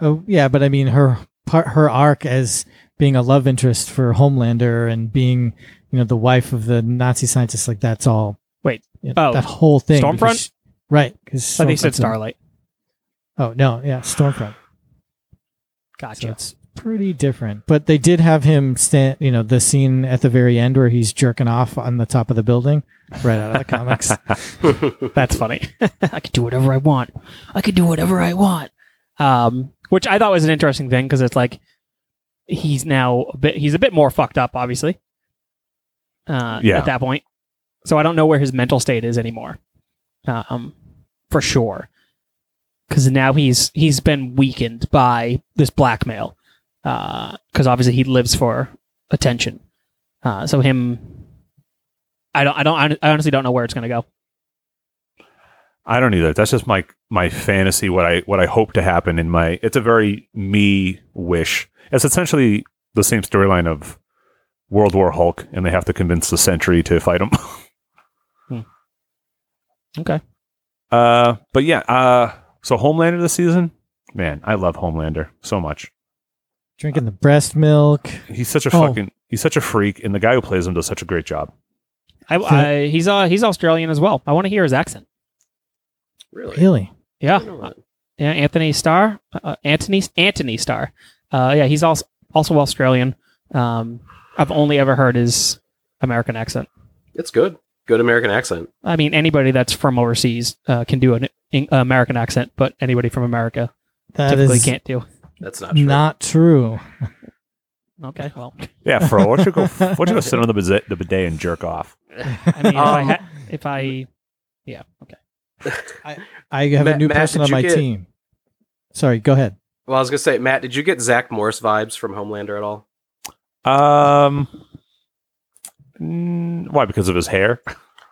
[SPEAKER 4] Oh, yeah, but I mean her part, her arc as being a love interest for Homelander and being, you know, the wife of the Nazi scientist, like that's all.
[SPEAKER 3] Wait,
[SPEAKER 4] you know,
[SPEAKER 3] oh,
[SPEAKER 4] that whole thing.
[SPEAKER 3] Stormfront?
[SPEAKER 4] because she- right? Because
[SPEAKER 3] So they said Starlight.
[SPEAKER 4] Oh no, yeah, Stormfront.
[SPEAKER 3] Gotcha.
[SPEAKER 4] So it's pretty different. But they did have him stand, you know, the scene at the very end where he's jerking off on the top of the building, right out of the comics.
[SPEAKER 3] That's funny. I could do whatever I want. I could do whatever I want. Um, which I thought was an interesting thing because it's like he's now a bit he's a bit more fucked up, obviously. Uh,
[SPEAKER 2] Yeah.
[SPEAKER 3] At that point, so I don't know where his mental state is anymore, um, for sure. Because now he's he's been weakened by this blackmail. Because obviously he lives for attention. Uh, so him, I don't, I don't, I honestly don't know where it's gonna go.
[SPEAKER 2] I don't either. That's just my my fantasy. What I what I hope to happen in my. It's a very me wish. It's essentially the same storyline of World War Hulk, and they have to convince the Sentry to fight him.
[SPEAKER 3] Okay.
[SPEAKER 2] Uh, but yeah. Uh, so Homelander this season, man, I love Homelander so much.
[SPEAKER 4] Drinking the breast milk.
[SPEAKER 2] He's such a
[SPEAKER 4] Oh.
[SPEAKER 2] fucking. He's such a freak, and the guy who plays him does such a great job.
[SPEAKER 3] I, I he's uh he's Australian as well. I want to hear his accent.
[SPEAKER 5] Really?
[SPEAKER 4] Really?
[SPEAKER 3] Yeah, yeah. Anthony Starr, uh, Anthony Anthony Starr. Uh, yeah, he's also also Australian. Um, I've only ever heard his American accent.
[SPEAKER 5] It's good. Good American accent.
[SPEAKER 3] I mean, anybody that's from overseas uh, can do an in- American accent, but anybody from America
[SPEAKER 4] That
[SPEAKER 3] typically
[SPEAKER 4] is
[SPEAKER 3] can't do.
[SPEAKER 5] That's not true.
[SPEAKER 4] not true.
[SPEAKER 3] Okay, well,
[SPEAKER 2] Yeah, Fro, why don't you go? Why don't you go sit on the bidet, the bidet and jerk off?
[SPEAKER 3] I mean, if I,
[SPEAKER 5] Um,
[SPEAKER 3] ha- if I, yeah, okay.
[SPEAKER 4] I have
[SPEAKER 5] Ma-
[SPEAKER 4] a new
[SPEAKER 5] Matt,
[SPEAKER 4] person
[SPEAKER 5] did
[SPEAKER 4] on
[SPEAKER 5] you
[SPEAKER 4] my
[SPEAKER 5] get-
[SPEAKER 4] team. Sorry, go ahead.
[SPEAKER 5] Well, I was gonna say, Matt, did you get Zach Morris vibes from Homelander at all?
[SPEAKER 2] Um, mm, why? Because of his hair.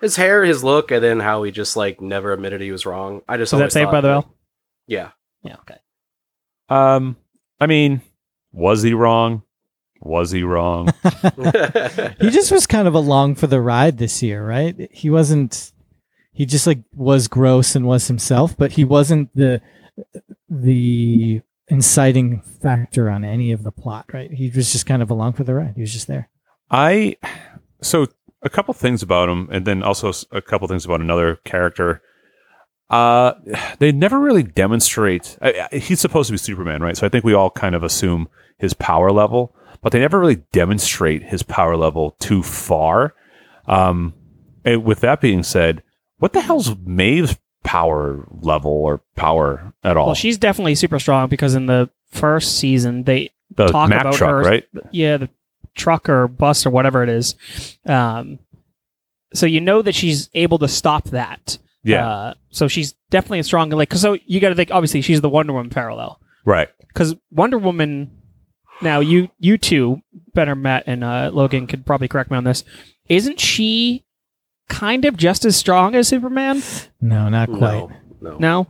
[SPEAKER 5] His hair, his look, and then how he just like never admitted he was wrong. I just
[SPEAKER 3] So that
[SPEAKER 5] always
[SPEAKER 3] Saved
[SPEAKER 5] thought-
[SPEAKER 3] by the Bell.
[SPEAKER 5] Yeah,
[SPEAKER 3] Yeah, okay.
[SPEAKER 2] Um, I mean, was he wrong? Was he wrong?
[SPEAKER 4] He just was kind of along for the ride this year, right? He wasn't. He just like was gross and was himself, but he wasn't the the inciting factor on any of the plot, right? He was just kind of along for the ride. He was just there.
[SPEAKER 2] I so a couple things about him, and then also s- a couple things about another character. Uh, they never really demonstrate. I, I- he's supposed to be Superman, right? So I think we all kind of assume his power level, but they never really demonstrate his power level too far. Um, and with that being said, what the hell's Maeve's power level or power at all?
[SPEAKER 3] Well, she's definitely super strong because in the first season they
[SPEAKER 2] the
[SPEAKER 3] talk
[SPEAKER 2] Mack
[SPEAKER 3] about
[SPEAKER 2] truck,
[SPEAKER 3] her-
[SPEAKER 2] right?
[SPEAKER 3] yeah, the truck or bus or whatever it is. Um, so you know that she's able to stop that.
[SPEAKER 2] Yeah,
[SPEAKER 3] Uh, so she's definitely a strong like. 'cause so you got to think. Obviously, she's the Wonder Woman parallel
[SPEAKER 2] right.
[SPEAKER 3] because Wonder Woman. Now you you two better Matt and uh, Logan could probably correct me on this. Isn't she kind of just as strong as Superman?
[SPEAKER 4] No, not quite.
[SPEAKER 5] no, no,
[SPEAKER 3] No.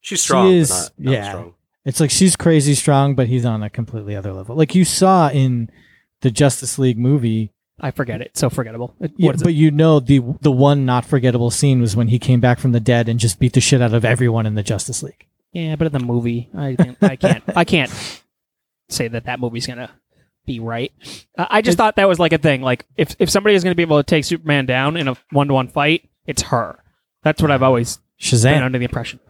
[SPEAKER 5] She's strong, but
[SPEAKER 4] is-
[SPEAKER 5] not, not
[SPEAKER 4] yeah.
[SPEAKER 5] strong.
[SPEAKER 4] It's like she's crazy strong, but he's on a completely other level. Like you saw in the Justice League movie,
[SPEAKER 3] I forget it. So forgettable. It-
[SPEAKER 4] Yeah,
[SPEAKER 3] what is it?
[SPEAKER 4] but you know the the one not forgettable scene was when he came back from the dead and just beat the shit out of everyone in the Justice League.
[SPEAKER 3] Yeah, but in the movie, I can't, I can't, I can't say that that movie's gonna be right. Uh, I just thought that was like a thing. Like if if somebody is gonna be able to take Superman down in a one to one fight, it's her. That's what I've always been
[SPEAKER 4] Shazam!
[SPEAKER 3] under the impression.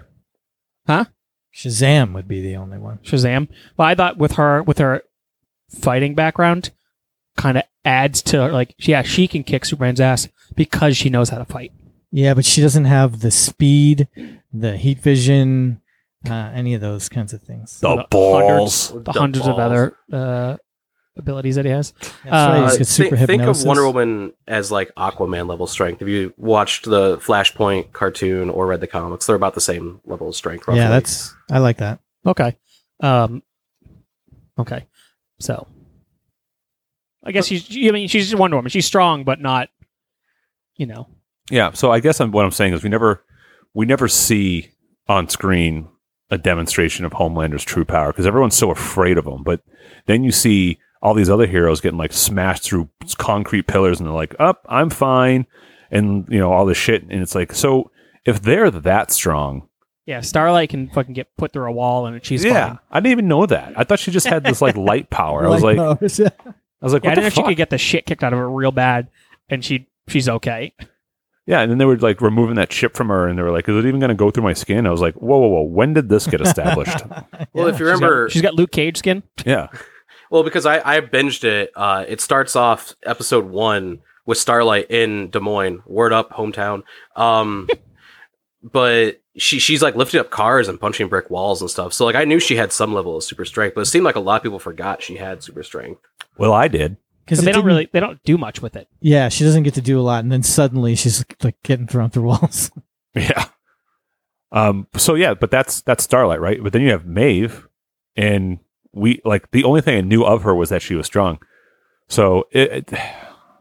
[SPEAKER 4] Shazam would be the only one.
[SPEAKER 3] Shazam. But I thought with her with her fighting background, kind of adds to like yeah, she can kick Superman's ass because she knows how to fight.
[SPEAKER 4] Yeah, but she doesn't have the speed, the heat vision, uh, any of those kinds of things.
[SPEAKER 2] The,
[SPEAKER 3] The
[SPEAKER 2] balls.
[SPEAKER 3] The, hundreds of
[SPEAKER 5] balls.
[SPEAKER 3] other uh, abilities that he has.
[SPEAKER 4] That's right.
[SPEAKER 5] Uh,
[SPEAKER 4] He's got super
[SPEAKER 5] think, think
[SPEAKER 4] hypnosis.
[SPEAKER 5] of Wonder Woman as like Aquaman level strength. If you watched the Flashpoint cartoon or read the comics, they're about the same level of strength. Roughly.
[SPEAKER 4] Yeah, that's I like that.
[SPEAKER 3] Okay. Um. Okay. So. I guess she's. I mean, she's Wonder Woman. She's strong, but not. You know.
[SPEAKER 2] Yeah. So I guess I'm, what I'm saying is we never we never see on screen a demonstration of Homelander's true power because everyone's so afraid of him. But then you see all these other heroes getting like smashed through concrete pillars and they're like, "Up, I'm fine," and you know all this shit. And it's like, so if they're that strong,
[SPEAKER 3] Yeah, Starlight can fucking get put through a wall, and she's
[SPEAKER 2] yeah,
[SPEAKER 3] fine.
[SPEAKER 2] I didn't even know that. I thought she just had this like light power. I was like, I
[SPEAKER 4] powers, yeah.
[SPEAKER 2] was like,
[SPEAKER 3] Yeah, I
[SPEAKER 2] what
[SPEAKER 3] didn't know
[SPEAKER 2] the
[SPEAKER 3] if she
[SPEAKER 2] fuck?
[SPEAKER 3] could get the shit kicked out of her real bad, and she she's okay.
[SPEAKER 2] Yeah, and then they were like removing that chip from her, and they were like, "Is it even going to go through my skin?" I was like, "Whoa, whoa, whoa! When did this get established?"
[SPEAKER 5] Well,
[SPEAKER 3] She's
[SPEAKER 5] if you
[SPEAKER 3] got-
[SPEAKER 5] remember,
[SPEAKER 3] she's got Luke Cage skin.
[SPEAKER 2] yeah,
[SPEAKER 5] well, because I, I binged it. Uh, it starts off episode one with Starlight in Des Moines, word up, hometown. Um, but she she's like lifting up cars and punching brick walls and stuff. So like I knew she had some level of super strength, but it seemed like a lot of people forgot she had super strength.
[SPEAKER 2] well, I did.
[SPEAKER 4] because
[SPEAKER 3] But they don't really they don't do much with it.
[SPEAKER 4] Yeah, she doesn't get to do a lot, and then suddenly she's like getting thrown through walls.
[SPEAKER 2] Yeah. Um. So yeah, but that's that's Starlight, right? But then you have Maeve, and we like the only thing I knew of her was that she was strong. So it, it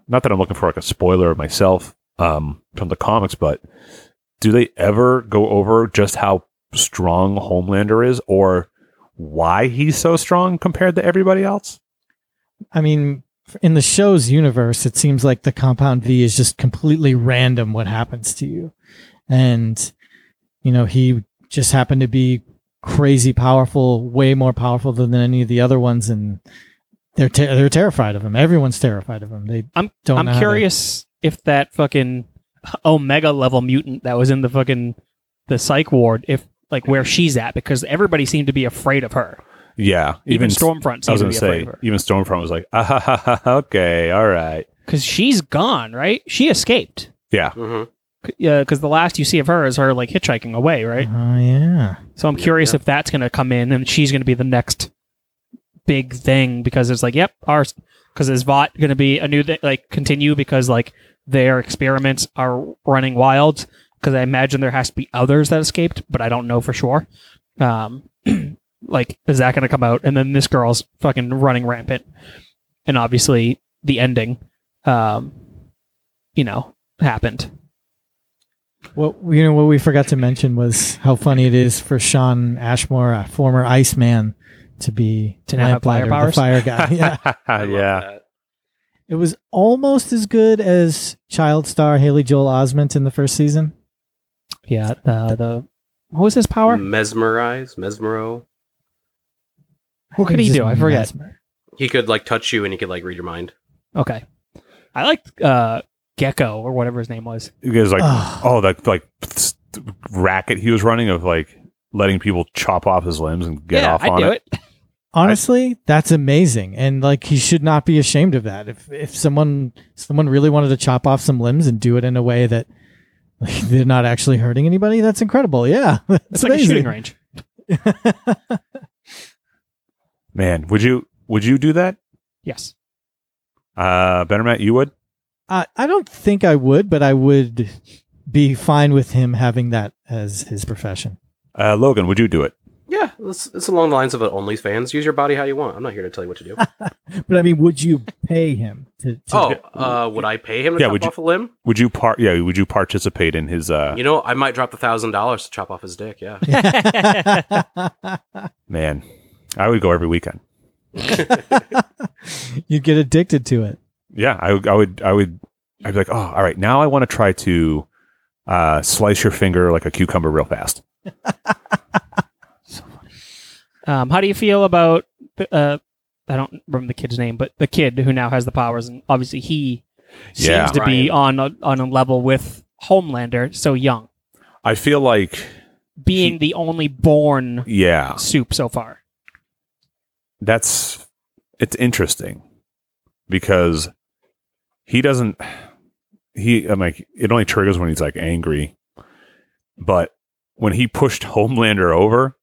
[SPEAKER 2] not that I'm looking for like a spoiler of myself um from the comics, but do they ever go over just how strong Homelander is, or why he's so strong compared to everybody else?
[SPEAKER 4] I mean, in the show's universe, it seems like the compound V is just completely random what happens to you. And, you know, he just happened to be crazy powerful, way more powerful than any of the other ones. And they're, ter- they're terrified of him. Everyone's terrified of him. They
[SPEAKER 3] I'm
[SPEAKER 4] don't know
[SPEAKER 3] I'm
[SPEAKER 4] how to-
[SPEAKER 3] curious if that fucking omega level mutant that was in the fucking the psych ward, if like where she's at, because everybody seemed to be afraid of her.
[SPEAKER 2] Yeah,
[SPEAKER 3] Even, Stormfront
[SPEAKER 2] I was
[SPEAKER 3] seemed to
[SPEAKER 2] going
[SPEAKER 3] be
[SPEAKER 2] to
[SPEAKER 3] afraid
[SPEAKER 2] say
[SPEAKER 3] of her
[SPEAKER 2] even Stormfront was like, ah, ha, ha, ha, okay, all right,
[SPEAKER 3] because she's gone, right? She escaped.
[SPEAKER 2] yeah.
[SPEAKER 5] Mm-hmm.
[SPEAKER 3] Yeah, because the last you see of her is her like hitchhiking away, right?
[SPEAKER 4] Oh, yeah.
[SPEAKER 3] So I'm curious
[SPEAKER 5] Yeah.
[SPEAKER 3] if that's going to come in and she's going to be the next big thing because it's like, yep, our because is Vought going to be a new thing, like continue because like their experiments are running wild because I imagine there has to be others that escaped, but I don't know for sure. Um, like, is that going to come out? And then this girl's fucking running rampant, and obviously the ending, um, you know, happened.
[SPEAKER 4] What you know, what we forgot to mention was how funny it is for Sean Ashmore, a former Iceman, to be
[SPEAKER 3] To now have fire
[SPEAKER 4] Lamplighter,
[SPEAKER 3] powers?
[SPEAKER 4] the fire guy. yeah,
[SPEAKER 5] Uh,
[SPEAKER 2] yeah.
[SPEAKER 4] it was almost as good as child star Haley Joel Osment in the first season.
[SPEAKER 3] Yeah, the the what was his power?
[SPEAKER 5] Mesmerize, mesmero.
[SPEAKER 3] What could he
[SPEAKER 4] Just
[SPEAKER 3] do? I forget.
[SPEAKER 4] mesmer.
[SPEAKER 5] He could like touch you and he could like read your mind.
[SPEAKER 3] Okay. I liked uh, Gecko or whatever his name was.
[SPEAKER 2] you guys like
[SPEAKER 4] Ugh.
[SPEAKER 2] oh that like st- racket he was running of like letting people chop off his limbs and get
[SPEAKER 3] yeah,
[SPEAKER 2] off
[SPEAKER 3] I
[SPEAKER 2] on
[SPEAKER 3] do
[SPEAKER 2] it.
[SPEAKER 3] it.
[SPEAKER 4] Honestly, that's amazing, and like he should not be ashamed of that. If if someone someone really wanted to chop off some limbs and do it in a way that like, they're not actually hurting anybody, that's incredible. Yeah, that's
[SPEAKER 3] It's like a shooting
[SPEAKER 4] amazing.
[SPEAKER 3] range.
[SPEAKER 2] Man, would you would you do that?
[SPEAKER 3] Yes.
[SPEAKER 2] Uh Better Matt, you would?
[SPEAKER 4] I, I don't think I would, but I would be fine with him having that as his profession.
[SPEAKER 2] Uh Logan, would you do it?
[SPEAKER 5] Yeah, it's, it's along the lines of an OnlyFans. Use your body how you want. I'm not here to tell you what to do.
[SPEAKER 4] But I mean, would you pay him to? to
[SPEAKER 5] oh, uh, would I pay him to
[SPEAKER 2] Yeah,
[SPEAKER 5] chop
[SPEAKER 2] would you-
[SPEAKER 5] off a limb?
[SPEAKER 2] Would you part yeah, would you participate in his uh
[SPEAKER 5] You know, I might drop the thousand dollars to chop off his dick. Yeah.
[SPEAKER 2] man. I would go every weekend.
[SPEAKER 4] You'd get addicted to it.
[SPEAKER 2] Yeah, I would I would I would I'd be like, Oh, all right, now I want to try to uh slice your finger like a cucumber real fast.
[SPEAKER 3] Um, how do you feel about the, uh, I don't remember the kid's name, but the kid who now has the powers, and obviously he seems
[SPEAKER 2] Yeah.
[SPEAKER 3] to be on a, on a level with Homelander, so young,
[SPEAKER 2] I feel like
[SPEAKER 3] being the only born
[SPEAKER 2] yeah,
[SPEAKER 3] soup so far.
[SPEAKER 2] that's it's interesting because he doesn't he i'm like it only triggers when he's like angry but when he pushed homelander over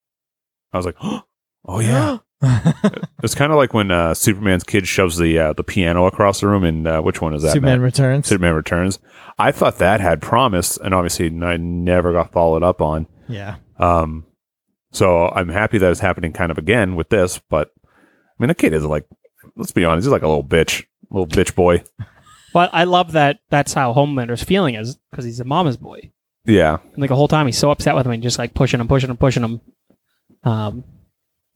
[SPEAKER 2] i was like oh yeah it's kind of like when uh superman's kid shoves the uh, the piano across the room and uh, which one is that
[SPEAKER 4] Superman
[SPEAKER 2] Matt?
[SPEAKER 4] Returns.
[SPEAKER 2] superman returns i thought that had promise and obviously i never got followed up on
[SPEAKER 4] yeah,
[SPEAKER 2] um, so I'm happy that it's happening kind of again with this, but I mean, the kid is like, let's be honest, he's like a little bitch, little bitch boy.
[SPEAKER 3] But I love that that's how Homelander's feeling is because he's a mama's boy.
[SPEAKER 2] Yeah.
[SPEAKER 3] And like the whole time, he's so upset with him and just like pushing him, pushing him, pushing him. Um,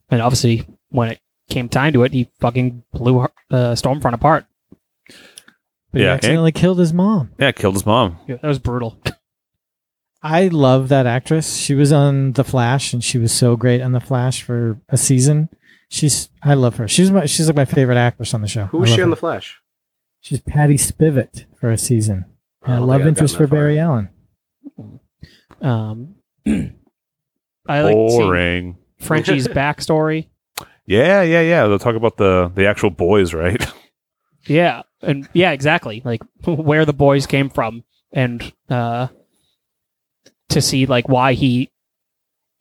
[SPEAKER 3] and obviously, when it came time to it, he fucking blew her, uh, Stormfront apart.
[SPEAKER 4] but
[SPEAKER 2] Yeah,
[SPEAKER 4] he
[SPEAKER 2] and-
[SPEAKER 4] accidentally killed his mom.
[SPEAKER 2] Yeah. Killed his mom.
[SPEAKER 3] Yeah, that was brutal.
[SPEAKER 4] I love that actress. She was on The Flash, and she was so great on The Flash for a season. She's I love her. She's my she's like my favorite actress on the show.
[SPEAKER 5] Who was
[SPEAKER 4] I
[SPEAKER 5] she
[SPEAKER 4] love
[SPEAKER 5] on
[SPEAKER 4] her.
[SPEAKER 5] the Flash?
[SPEAKER 4] She's Patty Spivot for a season. Yeah,
[SPEAKER 5] don't
[SPEAKER 4] love
[SPEAKER 5] think Oh, I've
[SPEAKER 4] interest for
[SPEAKER 5] gotten that far.
[SPEAKER 4] Barry Allen.
[SPEAKER 3] Um, I like seeing
[SPEAKER 2] Boring.
[SPEAKER 3] Frenchie's backstory.
[SPEAKER 2] Yeah, yeah, yeah. They'll talk about the the actual boys, right?
[SPEAKER 3] Yeah, and yeah, exactly. Like where the boys came from, and uh, to see like why he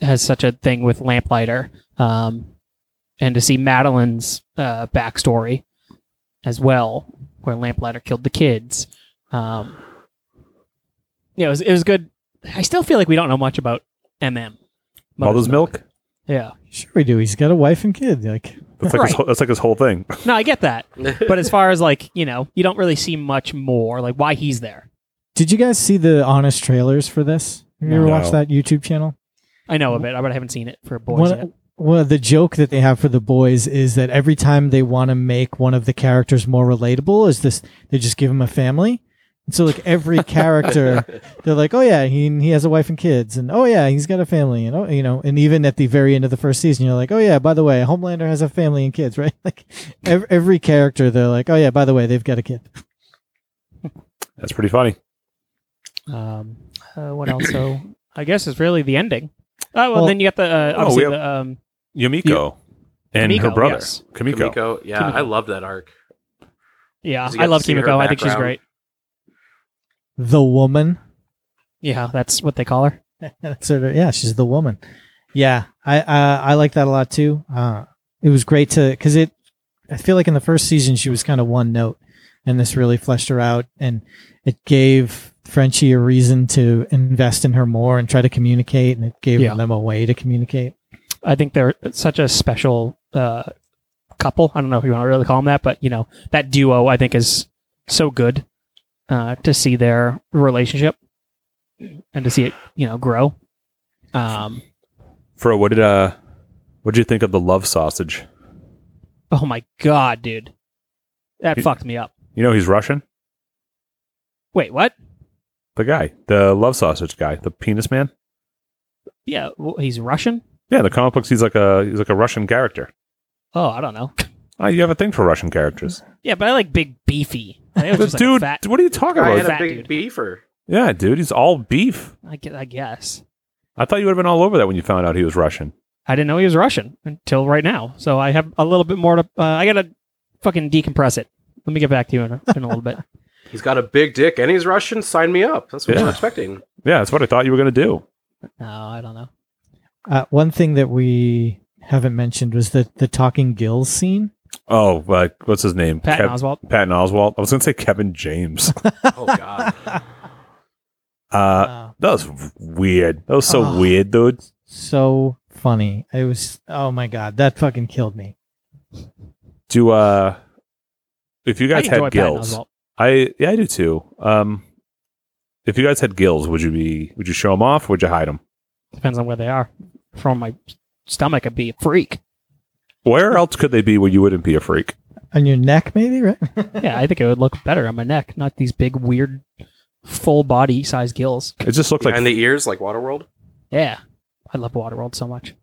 [SPEAKER 3] has such a thing with lamplighter, um, and to see Madeline's uh, backstory as well, where lamplighter killed the kids. Um, yeah, it was it was good. I still feel like we don't know much about MM.
[SPEAKER 2] Mother's milk.
[SPEAKER 3] Yeah.
[SPEAKER 4] Sure we do. He's got a wife and kid. Like
[SPEAKER 2] That's like his
[SPEAKER 3] Right.
[SPEAKER 2] whole, that's like his whole thing.
[SPEAKER 3] No, I get that. But as far as like, you know, you don't really see much more like why he's there.
[SPEAKER 4] Did you guys see the honest trailers for this? Have you ever
[SPEAKER 2] No.
[SPEAKER 4] watched that YouTube channel?
[SPEAKER 3] I know of it, but I haven't seen it for boys yet.
[SPEAKER 4] One, well, the joke that they have for the boys is that every time they want to make one of the characters more relatable, is this they just give him a family. And so, like every character, they're like, "Oh yeah, he he has a wife and kids," and "Oh yeah, he's got a family," and "Oh you know," and even at the very end of the first season, you're like, "Oh yeah, by the way, Homelander has a family and kids," right? Like every, every character, they're like, "Oh yeah, by the way, they've got a kid."
[SPEAKER 2] That's pretty funny.
[SPEAKER 3] Um, uh, what else? so I guess it's really the ending. Oh well,
[SPEAKER 4] Well-
[SPEAKER 3] then you got the uh,
[SPEAKER 2] Oh,
[SPEAKER 3] obviously
[SPEAKER 2] we have-
[SPEAKER 3] the um,
[SPEAKER 2] Yumiko and her
[SPEAKER 3] Kimiko,
[SPEAKER 2] brother
[SPEAKER 3] yes.
[SPEAKER 2] Kimiko.
[SPEAKER 5] Kimiko, yeah,
[SPEAKER 3] Kimiko.
[SPEAKER 5] I love that arc.
[SPEAKER 3] yeah.
[SPEAKER 5] Does he
[SPEAKER 3] I
[SPEAKER 5] get
[SPEAKER 3] love
[SPEAKER 5] to see her
[SPEAKER 3] Kimiko. I think she's
[SPEAKER 5] background?
[SPEAKER 3] great.
[SPEAKER 4] The woman.
[SPEAKER 3] Yeah, that's what they call her.
[SPEAKER 4] That's her. Yeah, she's the woman. Yeah, I uh, I like that a lot too. Uh, it was great to because it. I feel like in the first season she was kind of one note, and this really fleshed her out, and it gave Frenchie a reason to invest in her more and try to communicate, and it gave
[SPEAKER 3] Yeah.
[SPEAKER 4] them a way to communicate.
[SPEAKER 3] I think they're such a special uh, couple. I don't know if you want to really call them that, but you know that duo I think is so good uh, to see their relationship and to see it you know grow. Um,
[SPEAKER 2] Fro, what did uh, what did you think of the love sausage?
[SPEAKER 3] oh my god, dude, that
[SPEAKER 2] He-
[SPEAKER 3] fucked me up.
[SPEAKER 2] You know he's Russian.
[SPEAKER 3] Wait, what?
[SPEAKER 2] The guy, the love sausage guy, the penis man.
[SPEAKER 3] Yeah, w- he's Russian.
[SPEAKER 2] Yeah, the comic books. He's like a he's like a Russian character.
[SPEAKER 3] Oh, I don't know.
[SPEAKER 2] Oh, you have a thing for Russian characters.
[SPEAKER 3] Yeah, but I like big beefy. I think it was just
[SPEAKER 2] dude,
[SPEAKER 3] like a fat.
[SPEAKER 2] what are you talking
[SPEAKER 5] I
[SPEAKER 2] about?
[SPEAKER 5] had a
[SPEAKER 3] Fat
[SPEAKER 5] big
[SPEAKER 3] dude.
[SPEAKER 5] beaver.
[SPEAKER 2] Yeah, dude, he's all beef.
[SPEAKER 3] I gue- I guess
[SPEAKER 2] I thought you would have been all over that when you found out he was Russian.
[SPEAKER 3] I didn't know he was Russian until right now. So I have a little bit more to. Uh, I gotta fucking decompress it. Let me get back to you in a, in a little bit.
[SPEAKER 5] He's got a big dick and he's Russian. Sign me up. That's what
[SPEAKER 2] Yeah.
[SPEAKER 5] I'm expecting.
[SPEAKER 2] Yeah, that's what I thought you were gonna do.
[SPEAKER 3] No, I don't know.
[SPEAKER 4] Uh, one thing that we haven't mentioned was the the talking gills scene.
[SPEAKER 2] Oh, uh, what's his name?
[SPEAKER 3] Patton
[SPEAKER 2] Kev-
[SPEAKER 3] Oswald.
[SPEAKER 2] Patton Oswald. I was gonna say Kevin James.
[SPEAKER 5] Oh god.
[SPEAKER 2] Uh,
[SPEAKER 4] Uh,
[SPEAKER 2] that was weird. That was so
[SPEAKER 3] Ah.
[SPEAKER 4] Oh.
[SPEAKER 2] weird, dude.
[SPEAKER 4] so funny. It was. Oh my god, that fucking killed me.
[SPEAKER 2] Do uh, if you guys
[SPEAKER 3] I enjoy
[SPEAKER 2] had
[SPEAKER 3] Patton
[SPEAKER 2] gills,
[SPEAKER 3] Oswalt.
[SPEAKER 2] I yeah, I do too. Um, if you guys had gills, would you be would you show them off? Or would you hide them?
[SPEAKER 3] Depends on where they are. From my stomach, I'd be a freak.
[SPEAKER 2] Where else could they be where you wouldn't be a freak?
[SPEAKER 4] On your neck, maybe right?
[SPEAKER 3] Yeah, I think it would look better on my neck, not these big weird, full body size gills.
[SPEAKER 2] It just looks like
[SPEAKER 5] Behind the ears, like Waterworld.
[SPEAKER 3] Yeah, I love Waterworld so much.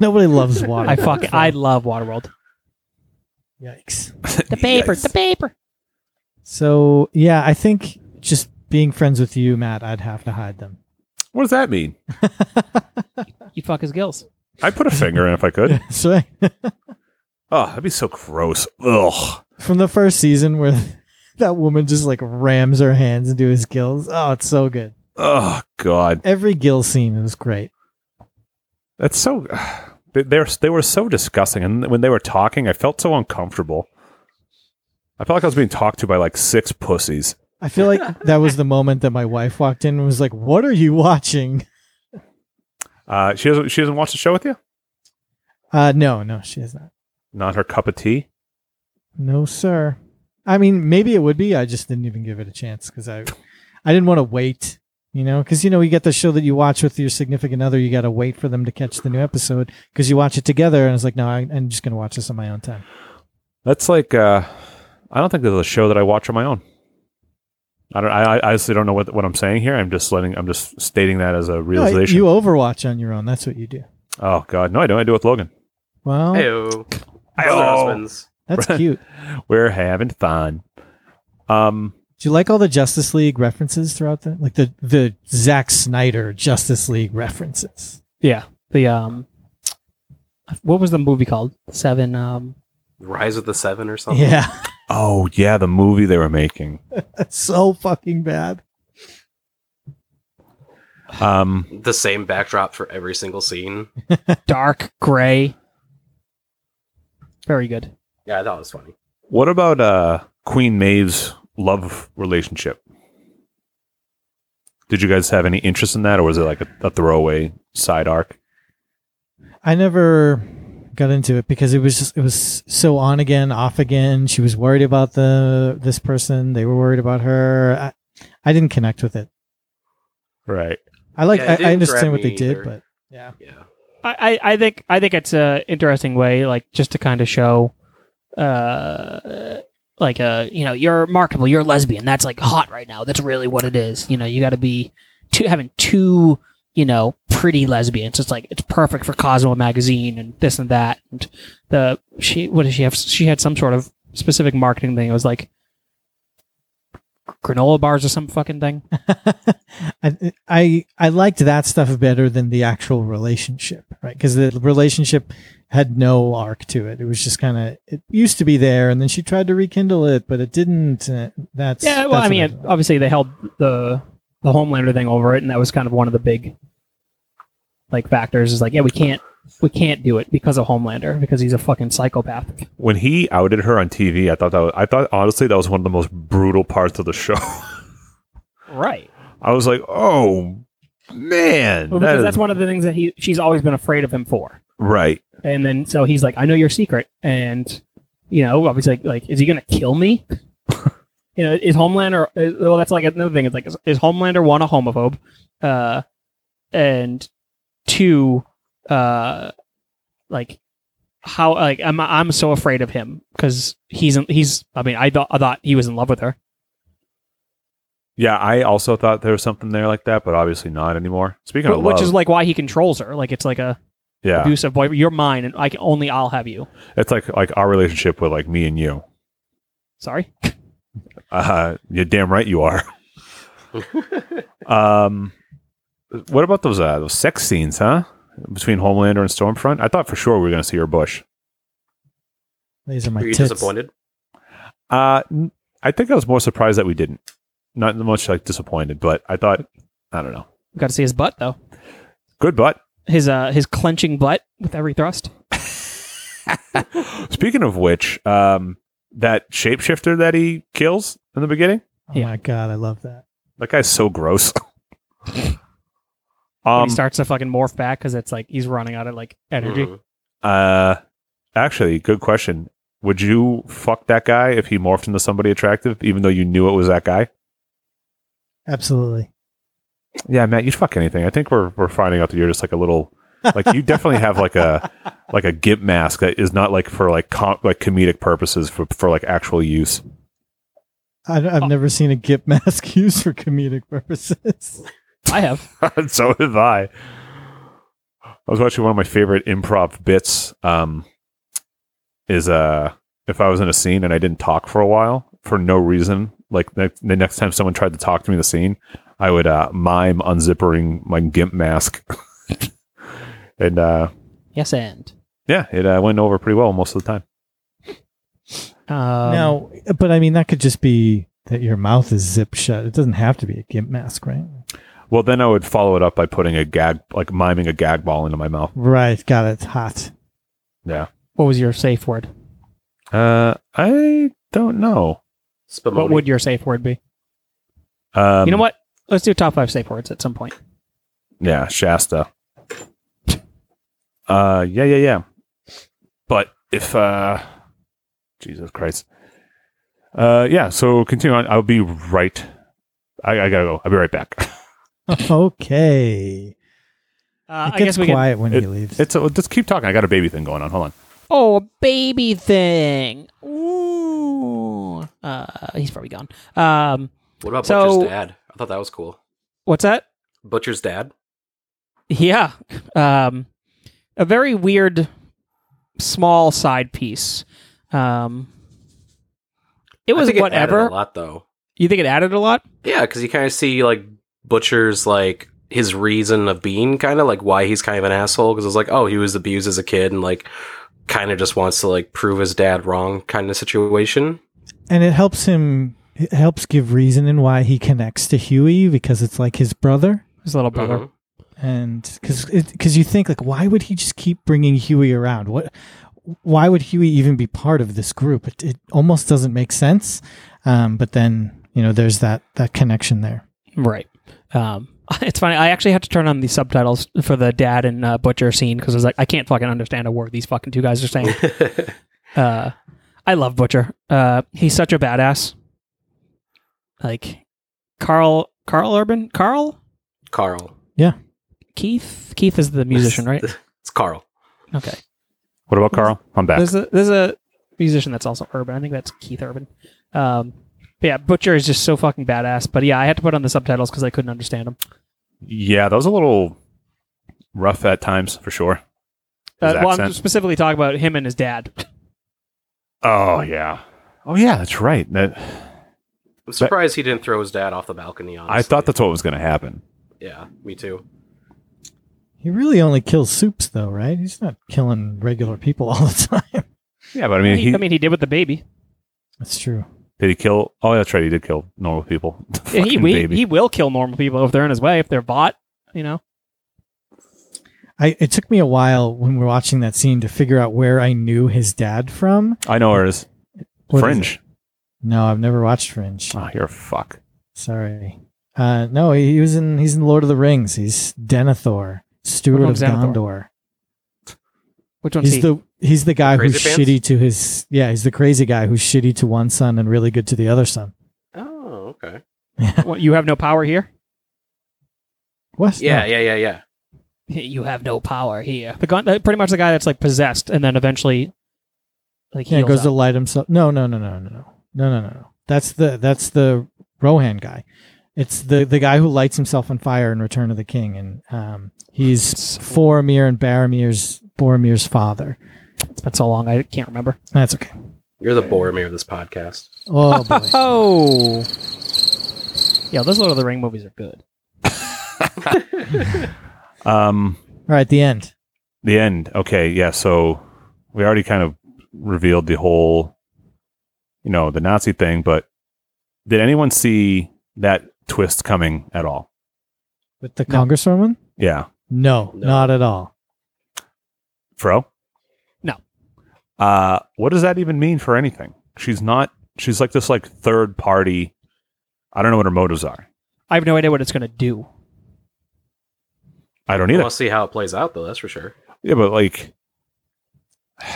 [SPEAKER 4] Nobody loves water.
[SPEAKER 3] I fuck. I love Waterworld.
[SPEAKER 4] Yikes.
[SPEAKER 3] The paper. The paper.
[SPEAKER 4] So yeah, I think just being friends with you, Matt, I'd have to hide them.
[SPEAKER 2] What does that mean?
[SPEAKER 3] You fuck his gills.
[SPEAKER 2] I put a finger in if I could.
[SPEAKER 4] so
[SPEAKER 2] Oh, that'd be so gross. Ugh.
[SPEAKER 4] from the first season where that woman just like rams her hands into his gills. Oh, it's so good.
[SPEAKER 2] Oh God,
[SPEAKER 4] Every gill scene was great.
[SPEAKER 2] that's so. They, they're they were so disgusting, and when they were talking, I felt so uncomfortable. I felt like I was being talked to by like six pussies.
[SPEAKER 4] I feel like that was the moment that my wife walked in and was like, "What are you watching?"
[SPEAKER 2] Uh, she doesn't she doesn't watch the show with you.
[SPEAKER 4] Uh, no, no, she is not.
[SPEAKER 2] Not her cup of tea.
[SPEAKER 4] No, sir. I mean, maybe it would be. I just didn't even give it a chance because I, I didn't want to wait. You know, because you know you get the show that you watch with your significant other. You got to wait for them to catch the new episode because you watch it together. And it's like, no, I, I'm just gonna watch this on my own time.
[SPEAKER 2] That's like uh, I don't think there's a show that I watch on my own. I don't. I, I honestly don't know what what I'm saying here. I'm just letting. I'm just stating that as a
[SPEAKER 4] No,
[SPEAKER 2] realization.
[SPEAKER 4] you overwatch on your own. That's what you do.
[SPEAKER 2] oh God, no, I don't. I do it with Logan.
[SPEAKER 4] Well,
[SPEAKER 5] Heyo.
[SPEAKER 2] Ayo.
[SPEAKER 5] Husbands.
[SPEAKER 4] that's cute.
[SPEAKER 2] We're having fun. Um,
[SPEAKER 4] Do you like all the Justice League references throughout the like the the Zack Snyder Justice League references?
[SPEAKER 3] Yeah. The um, what was the movie called? Seven. Um,
[SPEAKER 5] Rise of the Seven or something.
[SPEAKER 4] Yeah,
[SPEAKER 2] Oh yeah, the movie they were making.
[SPEAKER 4] that's so fucking bad.
[SPEAKER 2] Um,
[SPEAKER 5] The same backdrop for every single scene.
[SPEAKER 3] dark gray. Very good.
[SPEAKER 5] Yeah, I thought it was funny.
[SPEAKER 2] what about uh, Queen Maeve's love relationship? Did you guys have any interest in that, or was it like a, a throwaway side arc?
[SPEAKER 4] I never got into it because it was just it was so on again, off again. She was worried about the this person. They were worried about her. I, I didn't connect with it.
[SPEAKER 2] Right.
[SPEAKER 4] I like
[SPEAKER 5] Yeah, it
[SPEAKER 4] I, I
[SPEAKER 5] didn't
[SPEAKER 4] understand
[SPEAKER 5] grab
[SPEAKER 4] what
[SPEAKER 5] me
[SPEAKER 4] they did,
[SPEAKER 5] either.
[SPEAKER 4] but yeah.
[SPEAKER 5] Yeah.
[SPEAKER 3] I, I I think I think it's a interesting way, like just to kind of show, uh, like uh, you know, you're marketable, you're a lesbian. That's like hot right now. That's really what it is. You know, you got to be two having two, you know, pretty lesbians. It's like it's perfect for Cosmo magazine and this and that. And the she what does she have? She had some sort of specific marketing thing. It was like granola bars or some fucking thing.
[SPEAKER 4] I, I I liked that stuff better than the actual relationship, right? Because the relationship had no arc to it. It was just kind of it used to be there, and then she tried to rekindle it, but it didn't. Uh, that's
[SPEAKER 3] Yeah, well,
[SPEAKER 4] that's
[SPEAKER 3] I
[SPEAKER 4] what
[SPEAKER 3] mean,
[SPEAKER 4] didn't
[SPEAKER 3] it,
[SPEAKER 4] like.
[SPEAKER 3] obviously they held the the Homelander thing over it, and that was kind of one of the big like factors. Is like, yeah, we can't we can't do it because of Homelander because he's a fucking psychopath.
[SPEAKER 2] When he outed her on TV, I thought that was, I thought honestly that was one of the most brutal parts of the show.
[SPEAKER 3] Right.
[SPEAKER 2] I was like, oh man,
[SPEAKER 3] Well,
[SPEAKER 2] that
[SPEAKER 3] because
[SPEAKER 2] is-
[SPEAKER 3] that's one of the things that he she's always been afraid of him for.
[SPEAKER 2] right.
[SPEAKER 3] And then so he's like, I know your secret, and you know, obviously, like, like is he gonna kill me? you know, is Homelander? Is, well, that's like another thing. It's like, is, is Homelander one a homophobe? Uh, and two, uh, like how like I'm I'm so afraid of him because he's in- he's. I mean, I thought I thought he was in love with her.
[SPEAKER 2] Yeah, I also thought there was something there like that, but obviously not anymore. Speaking of
[SPEAKER 3] Which
[SPEAKER 2] love,
[SPEAKER 3] is like why he controls her. Like it's like a
[SPEAKER 2] yeah,
[SPEAKER 3] abusive boy. You're mine, and I can only I'll have you.
[SPEAKER 2] it's like like our relationship with like me and you.
[SPEAKER 3] Sorry.
[SPEAKER 2] Uh, you're damn right you are. um, what about those uh, those sex scenes, huh? Between Homelander and Stormfront, I thought for sure we were going to see her bush.
[SPEAKER 4] these are my
[SPEAKER 5] Were you
[SPEAKER 4] tits.
[SPEAKER 5] disappointed?
[SPEAKER 2] Uh, n- I think I was more surprised that we didn't. Not much like disappointed, but I thought I don't know.
[SPEAKER 3] Got to see his butt though.
[SPEAKER 2] Good butt.
[SPEAKER 3] his uh his clenching butt with every thrust.
[SPEAKER 2] Speaking of which, um, that shapeshifter that he kills in the beginning,
[SPEAKER 4] Oh
[SPEAKER 3] Yeah.
[SPEAKER 4] my god, I love that.
[SPEAKER 2] that guy's so gross.
[SPEAKER 3] when
[SPEAKER 2] um,
[SPEAKER 3] he starts to fucking morph back because it's like he's running out of like energy.
[SPEAKER 5] Mhm.
[SPEAKER 2] uh, actually, good question. Would you fuck that guy if he morphed into somebody attractive, even though you knew it was that guy?
[SPEAKER 4] Absolutely.
[SPEAKER 2] Yeah, Matt, you'd fuck anything. I think we're we're finding out that you're just like a little, like you definitely have like a like a gimp mask that is not like for like com- like comedic purposes for for like actual use.
[SPEAKER 4] I, have
[SPEAKER 3] Oh.
[SPEAKER 4] never seen a gip mask used for comedic purposes.
[SPEAKER 3] I have.
[SPEAKER 2] so have I. I was watching one of my favorite improv bits. Um, is uh, if I was in a scene and I didn't talk for a while for no reason, like the, the next time someone tried to talk to me in the scene, I would uh, mime unzippering my gimp mask, and uh,
[SPEAKER 3] Yes, and
[SPEAKER 2] yeah, it uh, went over pretty well most of the time.
[SPEAKER 3] um,
[SPEAKER 4] now, but I mean, that could just be that your mouth is zipped shut. It doesn't have to be a gimp mask, right?
[SPEAKER 2] Well, then I would follow it up by putting a gag, like miming a gag ball into my mouth.
[SPEAKER 4] Right. Got it. It's hot.
[SPEAKER 2] Yeah.
[SPEAKER 3] what was your safe word?
[SPEAKER 2] Uh, I don't know.
[SPEAKER 5] Spumoni.
[SPEAKER 3] What would your safe word be?
[SPEAKER 2] Um,
[SPEAKER 3] you know what? Let's do top five safe words at some point.
[SPEAKER 2] Yeah, Shasta. Uh, yeah, yeah, yeah. But if uh, Jesus Christ. Uh, yeah. So continue on. I'll be right. I, I gotta go. I'll be right back.
[SPEAKER 4] okay.
[SPEAKER 3] Uh,
[SPEAKER 4] it
[SPEAKER 3] I
[SPEAKER 4] gets
[SPEAKER 3] guess we can.
[SPEAKER 4] quiet when he leaves.
[SPEAKER 2] It's a, just keep talking. I got a baby thing going on. Hold on.
[SPEAKER 3] Oh, a baby thing. Ooh. Uh, he's probably gone. Um,
[SPEAKER 5] What about
[SPEAKER 3] So-
[SPEAKER 5] Butcher's dad? I thought that was cool.
[SPEAKER 3] what's that?
[SPEAKER 5] Butcher's dad.
[SPEAKER 3] Yeah. Um, a very weird small side piece. Um, it
[SPEAKER 5] I
[SPEAKER 3] was
[SPEAKER 5] think added
[SPEAKER 3] whatever.
[SPEAKER 5] a lot though.
[SPEAKER 3] You think it added a lot?
[SPEAKER 5] Yeah, because you kind of see like Butcher's like his reason of being kind of like why he's kind of an asshole because it's like oh he was abused as a kid and like kind of just wants to like prove his dad wrong kind of situation.
[SPEAKER 4] and it helps him it helps give reason in why he connects to Huey because it's like his brother
[SPEAKER 3] His little brother.
[SPEAKER 5] Mhm.
[SPEAKER 4] and cuz cuz you think like why would he just keep bringing Huey around what why would Huey even be part of this group it, it almost doesn't make sense um, but then you know there's that that connection there
[SPEAKER 3] Right. Um, it's funny. I actually had to turn on the subtitles for the dad and uh, butcher scene because I was like, I can't fucking understand a word these fucking two guys are saying.
[SPEAKER 5] Mm-hmm.
[SPEAKER 3] uh, I love Butcher. Uh, he's such a badass. Like Carl, Carl Urban, Carl
[SPEAKER 5] Carl,
[SPEAKER 3] Keith. Keith is the musician, right?
[SPEAKER 5] it's Carl.
[SPEAKER 3] Okay.
[SPEAKER 2] What about Carl? I'm back.
[SPEAKER 3] There's a there's a musician that's also Urban. I think that's Keith Urban. Um, but yeah, Butcher is just so fucking badass. But yeah, I had to put on the subtitles because I couldn't understand him.
[SPEAKER 2] Yeah, that was a little rough at times for sure. His
[SPEAKER 3] Uh, well, I'm
[SPEAKER 2] accent.
[SPEAKER 3] specifically talking about him and his dad.
[SPEAKER 2] Oh yeah. Oh yeah, that's right. That
[SPEAKER 5] I'm surprised he didn't throw his dad off the balcony. Honestly.
[SPEAKER 2] I thought that's what was going to happen.
[SPEAKER 5] Yeah, me too.
[SPEAKER 4] he really only kills soups though right he's not killing regular people all the time
[SPEAKER 2] Yeah, but I mean,
[SPEAKER 3] He-
[SPEAKER 2] he,
[SPEAKER 3] I mean, he did with the baby.
[SPEAKER 4] that's true
[SPEAKER 2] did he kill? Oh, that's right. He did kill normal people. The
[SPEAKER 3] Yeah, he,
[SPEAKER 2] fucking
[SPEAKER 3] we-
[SPEAKER 2] baby.
[SPEAKER 3] he will kill normal people if they're in his way, if they're bought, you know.
[SPEAKER 4] I, it took me a while when we were watching that scene to figure out where I knew his dad from.
[SPEAKER 2] I know her as
[SPEAKER 4] What is
[SPEAKER 2] Fringe.
[SPEAKER 4] No, I've never watched Fringe.
[SPEAKER 2] Oh, you're a fuck.
[SPEAKER 4] Sorry. Uh, no, he, he was in. He's in Lord of the Rings. He's Denethor, Steward of
[SPEAKER 3] Which one's Denethor?
[SPEAKER 4] Gondor.
[SPEAKER 3] Which one's
[SPEAKER 4] He's
[SPEAKER 3] he?
[SPEAKER 4] the he's the guy who's
[SPEAKER 5] Crazy pants?
[SPEAKER 4] shitty to his. Yeah, he's the crazy guy who's shitty to one son and really good to the other son.
[SPEAKER 5] Oh, okay.
[SPEAKER 3] What, you have no power here?
[SPEAKER 4] What?
[SPEAKER 5] Yeah, yeah, yeah, yeah.
[SPEAKER 3] You have no power here. The gun, uh, pretty much the guy that's like possessed and then eventually like
[SPEAKER 4] Yeah,
[SPEAKER 3] heals
[SPEAKER 4] it goes to
[SPEAKER 3] up.
[SPEAKER 4] light himself. No, no, no, no, no, no, no, no, no, no. That's the that's the Rohan guy. It's the the guy who lights himself on fire in Return of the King, and um, he's Faramir and Baramir's Boromir's father.
[SPEAKER 3] It's been so long, I can't remember.
[SPEAKER 4] That's okay.
[SPEAKER 5] You're the Boromir of this podcast.
[SPEAKER 4] Oh boy.
[SPEAKER 3] Oh! Yeah, those Lord of the Ring movies are good.
[SPEAKER 2] Um,
[SPEAKER 4] All right, the end.
[SPEAKER 2] the end. Okay, yeah. So we already kind of revealed the whole, you know, the Nazi thing. But did anyone see that twist coming at all?
[SPEAKER 4] With the congresswoman?
[SPEAKER 2] Yeah,
[SPEAKER 4] No,
[SPEAKER 5] No.
[SPEAKER 4] not at all.
[SPEAKER 2] Fro.
[SPEAKER 3] No.
[SPEAKER 2] Uh, what does that even mean for anything? She's not. She's like this like third party. I don't know what her motives are.
[SPEAKER 3] I have no idea what it's going to do.
[SPEAKER 2] I don't
[SPEAKER 5] We'll
[SPEAKER 2] either.
[SPEAKER 5] see how it plays out though. That's for sure.
[SPEAKER 2] Yeah, but like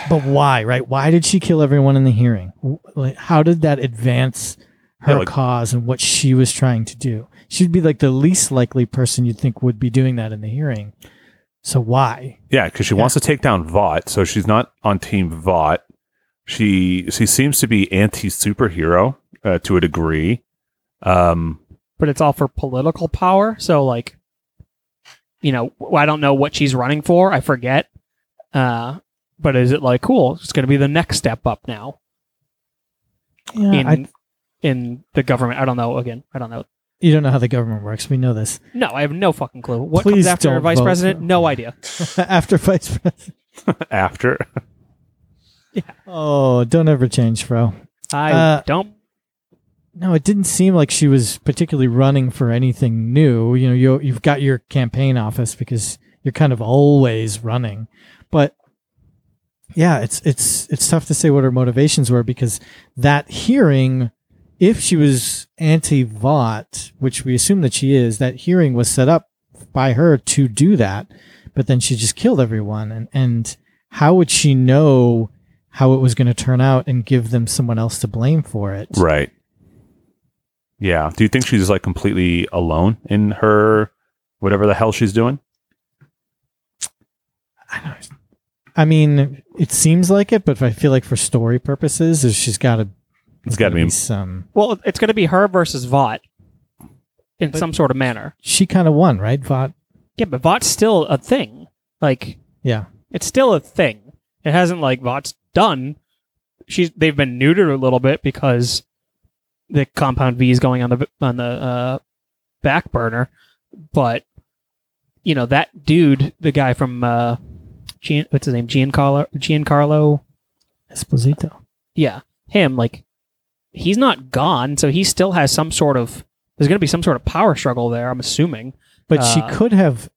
[SPEAKER 4] But why, right? Why did she kill everyone in the hearing? W- Like, how did that advance her
[SPEAKER 2] Yeah, like-
[SPEAKER 4] cause and what she was trying to do? She'd be like the least likely person you'd think would be doing that in the hearing. So why?
[SPEAKER 2] Yeah, because she wants to take down Vought, so she's not on Team Vought. She she seems to be anti superhero uh, to a degree. Um,
[SPEAKER 3] But it's all for political power. So, like, you know, w- I don't know what she's running for. I forget. Uh, but is it like, cool, it's going to be the next step up now?
[SPEAKER 4] Yeah,
[SPEAKER 3] in
[SPEAKER 4] Uh, I,
[SPEAKER 3] in the government. I don't know. Again, I don't know.
[SPEAKER 4] you don't know how the government works. We know this.
[SPEAKER 3] No, I have no fucking clue. What
[SPEAKER 4] Please
[SPEAKER 3] comes after
[SPEAKER 4] don't
[SPEAKER 3] a vice
[SPEAKER 4] vote.
[SPEAKER 3] president? No idea.
[SPEAKER 4] After vice president.
[SPEAKER 2] after
[SPEAKER 4] Oh, don't ever change, bro.
[SPEAKER 3] I
[SPEAKER 4] Uh,
[SPEAKER 3] don't.
[SPEAKER 4] No, it didn't seem like she was particularly running for anything new. You know, you you've got your campaign office because you're kind of always running. But yeah, it's it's it's tough to say what her motivations were because that hearing, if she was anti Vought, which we assume that she is, that hearing was set up by her to do that. But then she just killed everyone, and and how would she know how it was going to turn out and give them someone else to blame for it?
[SPEAKER 2] right. Yeah. Do you think she's like completely alone in her whatever the hell she's doing?
[SPEAKER 4] I don't- I mean, it seems like it, but I feel like for story purposes, is she's got to.
[SPEAKER 2] It's got to be.
[SPEAKER 4] some.
[SPEAKER 3] Well, it's going to be her versus Vought in some sort of manner.
[SPEAKER 4] She kind of won, right? Vought.
[SPEAKER 3] Yeah, but Vought's still a thing. Like
[SPEAKER 4] Yeah,
[SPEAKER 3] it's still a thing. It hasn't like Vought's done. She's they've been neutered a little bit because the compound V is going on the on the uh, back burner, but you know that dude, the guy from uh, Gian, what's his name, Giancarlo Giancarlo,
[SPEAKER 4] Esposito.
[SPEAKER 3] yeah, him. Like he's not gone, so he still has some sort of. There's going to be some sort of power struggle there. I'm assuming.
[SPEAKER 4] But she
[SPEAKER 3] Uh,
[SPEAKER 4] could have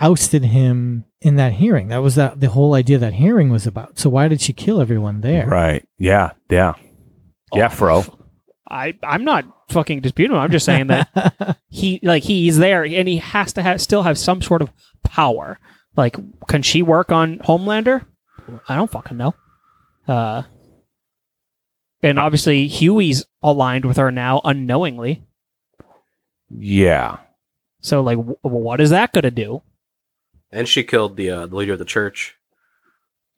[SPEAKER 4] ousted him in that hearing. That was that the whole idea that hearing was about. So why did she kill everyone there?
[SPEAKER 2] Right. Yeah. Yeah. Oh. Yeah, Fro.
[SPEAKER 3] I I'm not fucking disputing. him. I'm just saying that he like he's there and he has to have still have some sort of power. Like, can she work on Homelander? I don't fucking know. Uh, and obviously Huey's aligned with her now unknowingly.
[SPEAKER 2] Yeah.
[SPEAKER 3] So like, w- what is that gonna do?
[SPEAKER 5] and she killed the uh, the leader of the church.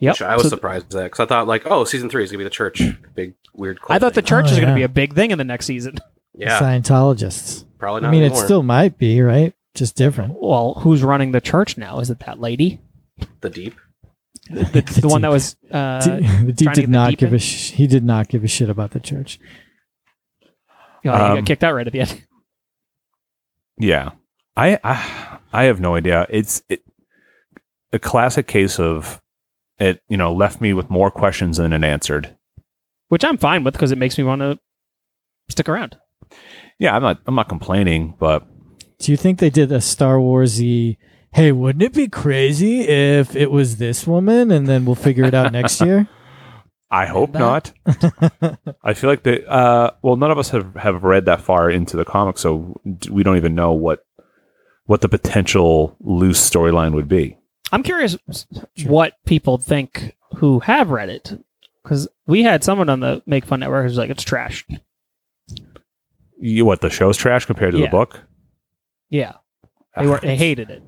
[SPEAKER 3] Yep.
[SPEAKER 5] Which I was
[SPEAKER 3] So Mm.
[SPEAKER 5] surprised at because I thought like, oh, season three is gonna be the church, big weird. Cult
[SPEAKER 3] I thought the
[SPEAKER 5] thing.
[SPEAKER 3] church
[SPEAKER 4] Oh,
[SPEAKER 3] is gonna
[SPEAKER 4] yeah.
[SPEAKER 3] be a big thing in the next season.
[SPEAKER 5] yeah,
[SPEAKER 4] Scientologists.
[SPEAKER 5] probably not.
[SPEAKER 4] I mean,
[SPEAKER 5] anymore.
[SPEAKER 4] it still might be right, just different.
[SPEAKER 3] Well, who's running the church now? Is it that lady,
[SPEAKER 5] the deep.
[SPEAKER 3] the, the, one that was? Uh,
[SPEAKER 4] the
[SPEAKER 3] trying
[SPEAKER 4] deep
[SPEAKER 3] to
[SPEAKER 4] did
[SPEAKER 3] get the
[SPEAKER 4] not
[SPEAKER 3] deep
[SPEAKER 4] give
[SPEAKER 3] in?
[SPEAKER 4] a sh- he did not give a shit about the church.
[SPEAKER 3] you know, he
[SPEAKER 2] Um,
[SPEAKER 3] got kicked out right at the end.
[SPEAKER 2] Yeah. I I I have no idea. It's it, a classic case of it, you know, left me with more questions than it answered.
[SPEAKER 3] which I'm fine with because it makes me want to stick around.
[SPEAKER 2] Yeah, I'm not I'm not complaining, but
[SPEAKER 4] Do you think they did a Star Warsy? Hey, wouldn't it be crazy if it was this woman, and then we'll figure it out next year?
[SPEAKER 2] I hope
[SPEAKER 3] That-
[SPEAKER 2] not. I feel like the uh, well, none of us have, have read that far into the comic, so d- we don't even know what what the potential loose storyline would be.
[SPEAKER 3] I'm curious what people think who have read it because we had someone on the Make Fun Network who's like, "It's trash."
[SPEAKER 2] You, what the show's trash compared to
[SPEAKER 3] Yeah.
[SPEAKER 2] the book?
[SPEAKER 3] Yeah, they were they hated it.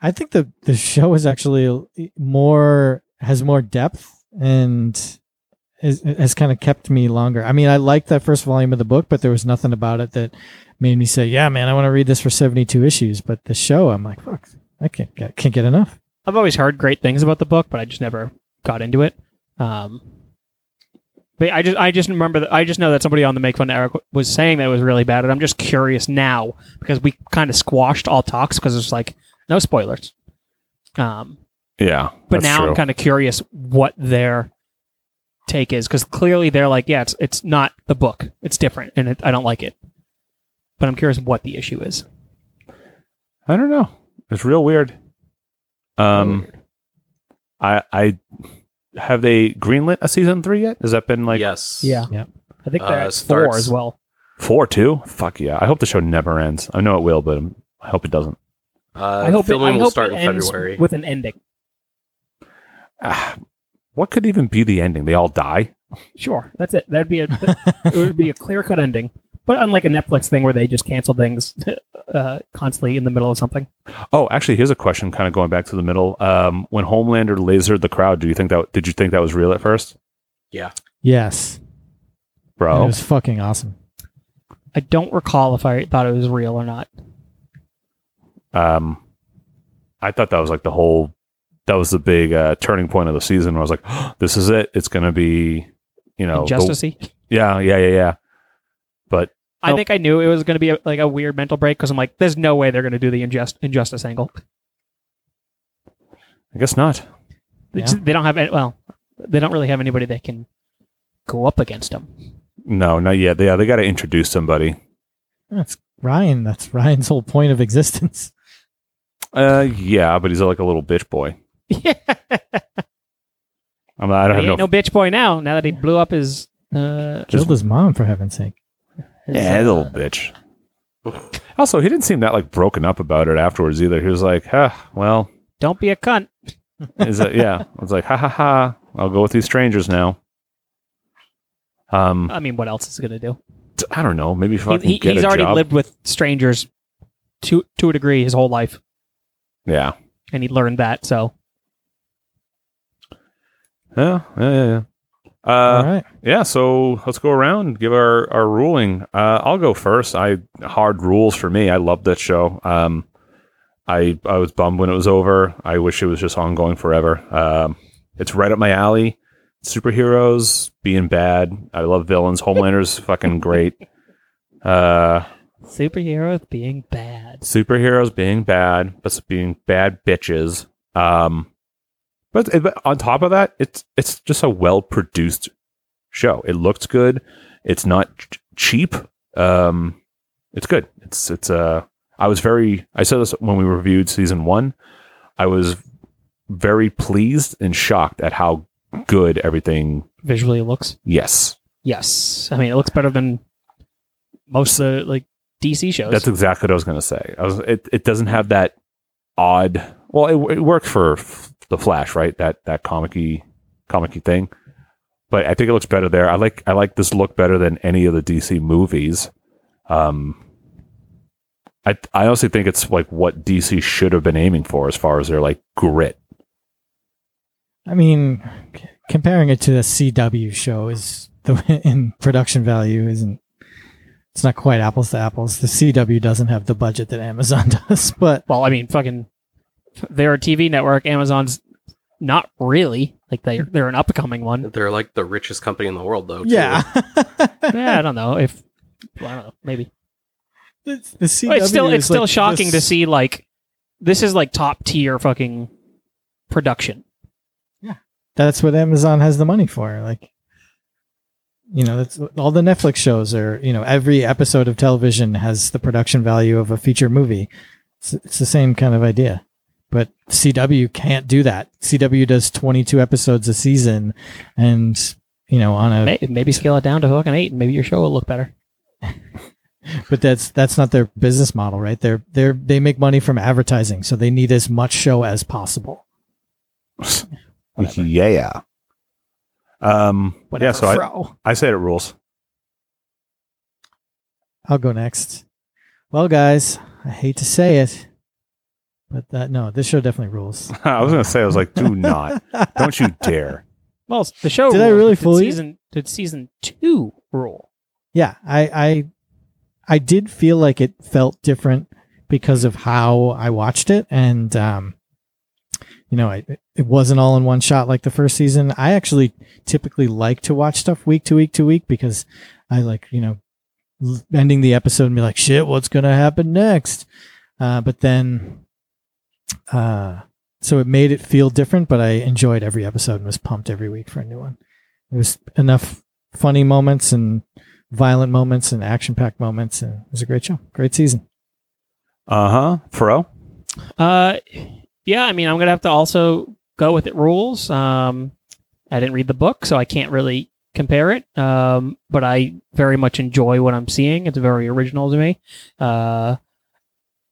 [SPEAKER 4] I think the the show is actually more has more depth and is, has kind of kept me longer. I mean, I liked that first volume of the book, but there was nothing about it that made me say, "Yeah, man, I want to read this for seventy two issues." But the show, I'm like, "Fuck, I can't get, can't get enough."
[SPEAKER 3] I've always heard great things about the book, but I just never got into it. Um, but I just I just remember that I just know that somebody on the Make Fun Network was saying that it was really bad, and I'm just curious now because we kind of squashed all talks because it's like no spoilers. Um,
[SPEAKER 2] Yeah, that's
[SPEAKER 3] but now
[SPEAKER 2] true.
[SPEAKER 3] I'm kind of curious what their take is because clearly they're like, yeah, it's it's not the book, it's different, and it, I don't like it. But I'm curious what the issue is.
[SPEAKER 2] I don't know. It's real weird. Um, I I have they greenlit a season three yet? Has that been like
[SPEAKER 5] yes.
[SPEAKER 3] I think
[SPEAKER 5] Uh,
[SPEAKER 3] they're at
[SPEAKER 5] starts-
[SPEAKER 3] four as well.
[SPEAKER 2] four two? Fuck yeah! I hope the show never ends. I know it will, but I hope it doesn't.
[SPEAKER 5] Uh,
[SPEAKER 3] I hope it-
[SPEAKER 5] filming
[SPEAKER 3] I
[SPEAKER 5] will
[SPEAKER 3] hope
[SPEAKER 5] start
[SPEAKER 3] it
[SPEAKER 5] in
[SPEAKER 3] ends
[SPEAKER 5] February.
[SPEAKER 3] with an ending.
[SPEAKER 2] Ah, what could even be the ending? They all die.
[SPEAKER 3] Sure, that's it. That'd be a it would be a clear cut ending. But unlike a Netflix thing where they just cancel things uh, constantly in the middle of something,
[SPEAKER 2] Oh, actually, here's a question. Kind of going back to the middle. Um, when Homelander lasered the crowd, do you think that? Did you think that was real at first,
[SPEAKER 4] Yes, And it
[SPEAKER 2] bro?
[SPEAKER 4] was fucking awesome.
[SPEAKER 3] I don't recall if I thought it was real or not.
[SPEAKER 2] Um, I thought that was like the whole. That was the big uh, turning point of the season. Where I was like, "This is it. It's gonna be, you know, the-
[SPEAKER 3] Injustice-y.
[SPEAKER 2] yeah, yeah, yeah, yeah." But
[SPEAKER 3] I
[SPEAKER 2] Nope.
[SPEAKER 3] think I knew it was going to be a, like a weird mental break because I'm like, there's no way they're going to do the injust, injustice angle.
[SPEAKER 2] I guess not.
[SPEAKER 3] They
[SPEAKER 4] Yeah.
[SPEAKER 3] just- They don't have any, well, they don't really have anybody that can go up against them.
[SPEAKER 2] No, not yet. Yeah, they got to introduce somebody.
[SPEAKER 4] That's Ryan. That's Ryan's whole point of existence.
[SPEAKER 2] Uh, yeah, but he's like a little bitch boy.
[SPEAKER 3] yeah,
[SPEAKER 2] I'm, I
[SPEAKER 3] he
[SPEAKER 2] don't have
[SPEAKER 3] ain't
[SPEAKER 2] no.
[SPEAKER 3] no, bitch boy now. Now that he blew up his, uh,
[SPEAKER 4] Killed his mom for heaven's sake.
[SPEAKER 3] his,
[SPEAKER 2] yeah,
[SPEAKER 3] uh,
[SPEAKER 2] little bitch. Also, he didn't seem that like broken up about it afterwards either. He was like, huh, well,
[SPEAKER 3] don't be a cunt.
[SPEAKER 2] is it, yeah. I was like, ha ha ha, I'll go with these strangers now. Um,
[SPEAKER 3] I mean, what else is he going to do?
[SPEAKER 2] t- I don't know. Maybe
[SPEAKER 3] He,
[SPEAKER 2] fucking
[SPEAKER 3] he-
[SPEAKER 2] get
[SPEAKER 3] he's
[SPEAKER 2] a
[SPEAKER 3] already
[SPEAKER 2] job.
[SPEAKER 3] lived with strangers to to a degree his whole life,
[SPEAKER 2] Yeah.
[SPEAKER 3] and he learned that. So
[SPEAKER 2] Yeah. Yeah. Yeah. yeah. Uh,
[SPEAKER 4] All right.
[SPEAKER 2] Yeah, so let's go around give our our ruling. Uh, I'll go first. I hard rules for me. I love that show. Um, I I was bummed when it was over. I wish it was just ongoing forever. Um, it's right up my alley. superheroes being bad. I love villains. Homelander's fucking great. Uh,
[SPEAKER 3] Superheroes being bad.
[SPEAKER 2] superheroes being bad, but being bad bitches. Um, but, but on top of that, it's it's just a well produced show. It looked good. It's not ch- cheap. Um, it's good. It's it's uh I was very I said this when we reviewed season one. I was very pleased and shocked at how good everything.
[SPEAKER 3] Visually, it looks.
[SPEAKER 2] Yes,
[SPEAKER 3] Yes, I mean it looks better than most of the like DC shows.
[SPEAKER 2] That's exactly what I was going to say. I was, it, it doesn't have that odd. Well, it, it worked for f- the Flash, right? That that comic-y, comic-y thing. But I think it looks better there. I like I like this look better than any of the DC movies. Um, I I honestly think it's like what DC should have been aiming for as far as their like grit.
[SPEAKER 4] I mean, c- comparing it to the CW show is the in production value isn't. It's not quite apples to apples. The CW doesn't have the budget that Amazon does, but
[SPEAKER 3] well, I mean, fucking, they're a TV network. Amazon's not really like they they're an up and coming one.
[SPEAKER 5] They're like the richest company in the world,
[SPEAKER 3] Oh,
[SPEAKER 5] though. too.
[SPEAKER 4] yeah,
[SPEAKER 3] yeah, Eh, I don't know if well, I don't know maybe.
[SPEAKER 4] the, the CW.
[SPEAKER 3] Well, it's still
[SPEAKER 4] is,
[SPEAKER 3] it's still
[SPEAKER 4] like,
[SPEAKER 3] shocking to
[SPEAKER 4] this-
[SPEAKER 3] see like this is like top tier fucking production.
[SPEAKER 4] That's what Amazon has the money for. Like, you know, that's all the Netflix shows are. You know, every episode of television has the production value of a feature movie. It's, it's the same kind of idea, but CW can't do that. CW does twenty-two episodes a season, and you know, on a
[SPEAKER 3] May- Maybe scale it down to fucking eight, and maybe your show will look better.
[SPEAKER 4] But that's that's not their business model, right? They're they're they make money from advertising, so they need as much show as possible.
[SPEAKER 2] Yeah. Um. yeah. So I,
[SPEAKER 4] fro.
[SPEAKER 2] I said it rules.
[SPEAKER 4] I'll go next. Well, guys, I hate to say it, but that no, this show definitely rules.
[SPEAKER 2] I was going to say I was like, do not, don't you dare.
[SPEAKER 3] Well, the show
[SPEAKER 4] Did I
[SPEAKER 3] rules,
[SPEAKER 4] really
[SPEAKER 3] but did
[SPEAKER 4] fool you?
[SPEAKER 3] season did season two rule?
[SPEAKER 4] Yeah, I I I did feel like it felt different because of how I watched it, and um, you know, I, it wasn't all in one shot like the first season. I actually typically like to watch stuff week to week to week because I like you know l- ending the episode and be like, shit, what's gonna happen next? Uh, but then, uh, so it made it feel different, but I enjoyed every episode and was pumped every week for a new one. There was enough funny moments and violent moments and action packed moments. And it was a great show, great season.
[SPEAKER 2] Uh huh. Fro.
[SPEAKER 3] Uh, yeah. I mean, I'm gonna have to also go with it rules. Um, I didn't read the book, so I can't really compare it. Um, but I very much enjoy what I'm seeing. It's very original to me. Uh,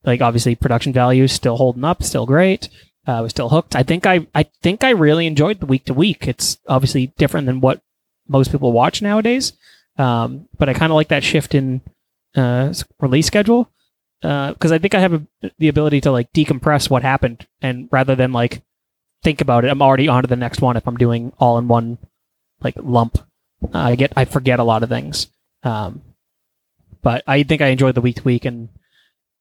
[SPEAKER 3] like obviously, production value is still holding up, still great. Uh, I was still hooked. I think I, I think I really enjoyed the week to week. It's obviously different than what most people watch nowadays. Um, but I kind of like that shift in uh, s- release schedule because uh, I think I have a, the ability to like decompress what happened and rather than like think about it, I'm already on to the next one if I'm doing all in one like lump. Uh, I get I forget a lot of things. Um, but I think I enjoyed the week to week and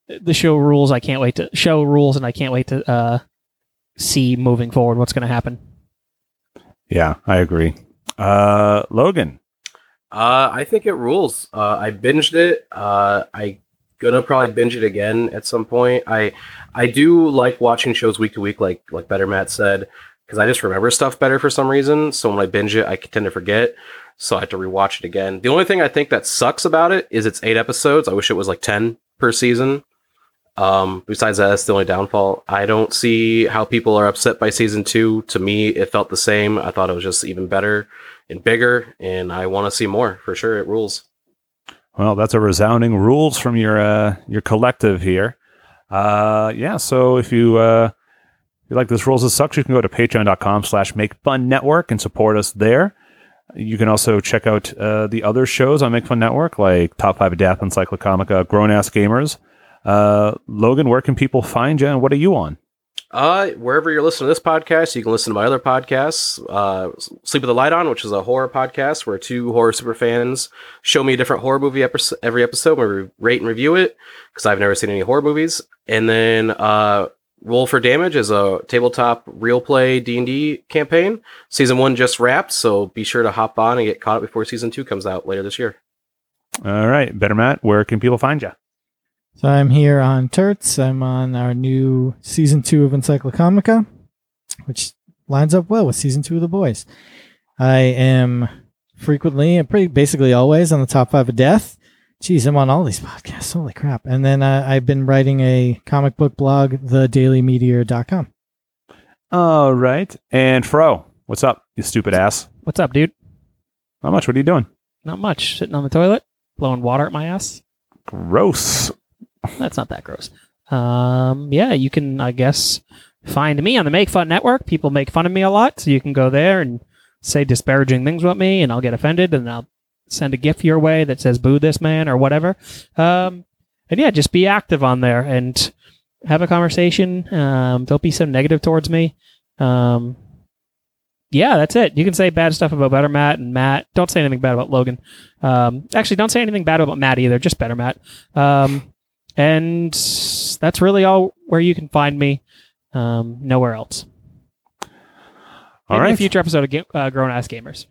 [SPEAKER 3] the show rules. I can't wait to show rules and I can't wait to uh, see moving forward what's going to happen.
[SPEAKER 2] Yeah, I agree. Uh, Logan.
[SPEAKER 5] Uh, I think it rules. Uh, I binged it. Uh, I gonna probably binge it again at some point. I I do like watching shows week to week, like like Better Matt said, because I just remember stuff better for some reason. So when I binge it, I tend to forget. So I have to rewatch it again. The only thing I think that sucks about it is it's eight episodes. I wish it was like ten per season. Um, besides that, that's the only downfall. I don't see how people are upset by season two. To me, it felt the same. I thought it was just even better and bigger, and I want to see more for sure. It rules.
[SPEAKER 2] Well, that's a resounding rules from your uh, your collective here. Uh, yeah. So if you uh, if you like this rules as sucks, you can go to patreon.com slash make fun network and support us there. You can also check out uh, the other shows on Make Fun Network, like Top Five Adapt, Encyclocomica, Grown Ass Gamers. Uh, Logan, where can people find you, and what are you on?
[SPEAKER 5] Uh, wherever you're listening to this podcast, you can listen to my other podcasts. Uh, Sleep with the Light On, which is a horror podcast where two horror super fans show me a different horror movie epis every episode. Where we rate and review it because I've never seen any horror movies. And then uh, Roll for Damage is a tabletop real play D&D campaign. Season 1 just wrapped, so be sure to hop on and get caught up before season 2 comes out later this year.
[SPEAKER 2] All right, Better Matt, where can people find you?
[SPEAKER 4] So I'm here on Turts. I'm on our new season two of Encyclocomica, which lines up well with season two of The Boys. I am frequently and pretty basically always on the top five of death. Jeez, I'm on all these podcasts. Holy crap. And then uh, I've been writing a comic book blog, thedailymeteor.com.
[SPEAKER 2] All right. And Fro, what's up, you stupid ass?
[SPEAKER 3] What's up, dude?
[SPEAKER 2] Not much. What are you doing?
[SPEAKER 3] Not much. Sitting on the toilet, blowing water at my ass.
[SPEAKER 2] Gross.
[SPEAKER 3] That's not that gross. Um, yeah, you can, I guess, find me on the Make Fun Network. People make fun of me a lot, so you can go there and say disparaging things about me, and I'll get offended, and I'll send a GIF your way that says "boo this man" or whatever. Um, and yeah, just be active on there and have a conversation. Um, don't be so negative towards me. Um, yeah, that's it. You can say bad stuff about Better Matt and Matt. Don't say anything bad about Logan. Um, actually, don't say anything bad about Matt either. Just Better Matt. Um, and that's really all where you can find me. Um, nowhere else.
[SPEAKER 2] All
[SPEAKER 3] Maybe
[SPEAKER 2] right.
[SPEAKER 3] A future episode of Ga- uh, Grown Ass Gamers.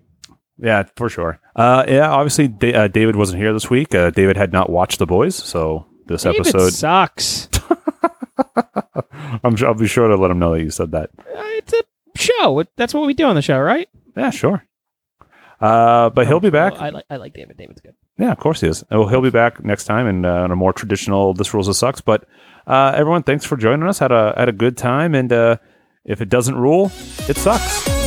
[SPEAKER 2] Yeah, for sure. Uh, yeah, obviously, da- uh, David wasn't here this week. Uh, David had not watched The Boys, so this
[SPEAKER 3] David
[SPEAKER 2] episode,
[SPEAKER 3] sucks. Uh,
[SPEAKER 2] I'm, su- I'll be sure to let him know that you said that.
[SPEAKER 3] Uh, it's a show. It- That's what we do on the show, right?
[SPEAKER 2] Yeah, sure. Uh, but he'll be back.
[SPEAKER 3] Oh, I like I like David. David's good.
[SPEAKER 2] Yeah, of course he is. Uh, Well, he'll be back next time and uh, on a more traditional "This Rules This Sucks." But uh, everyone, thanks for joining us. Had a had a good time, and uh, if it doesn't rule, it sucks.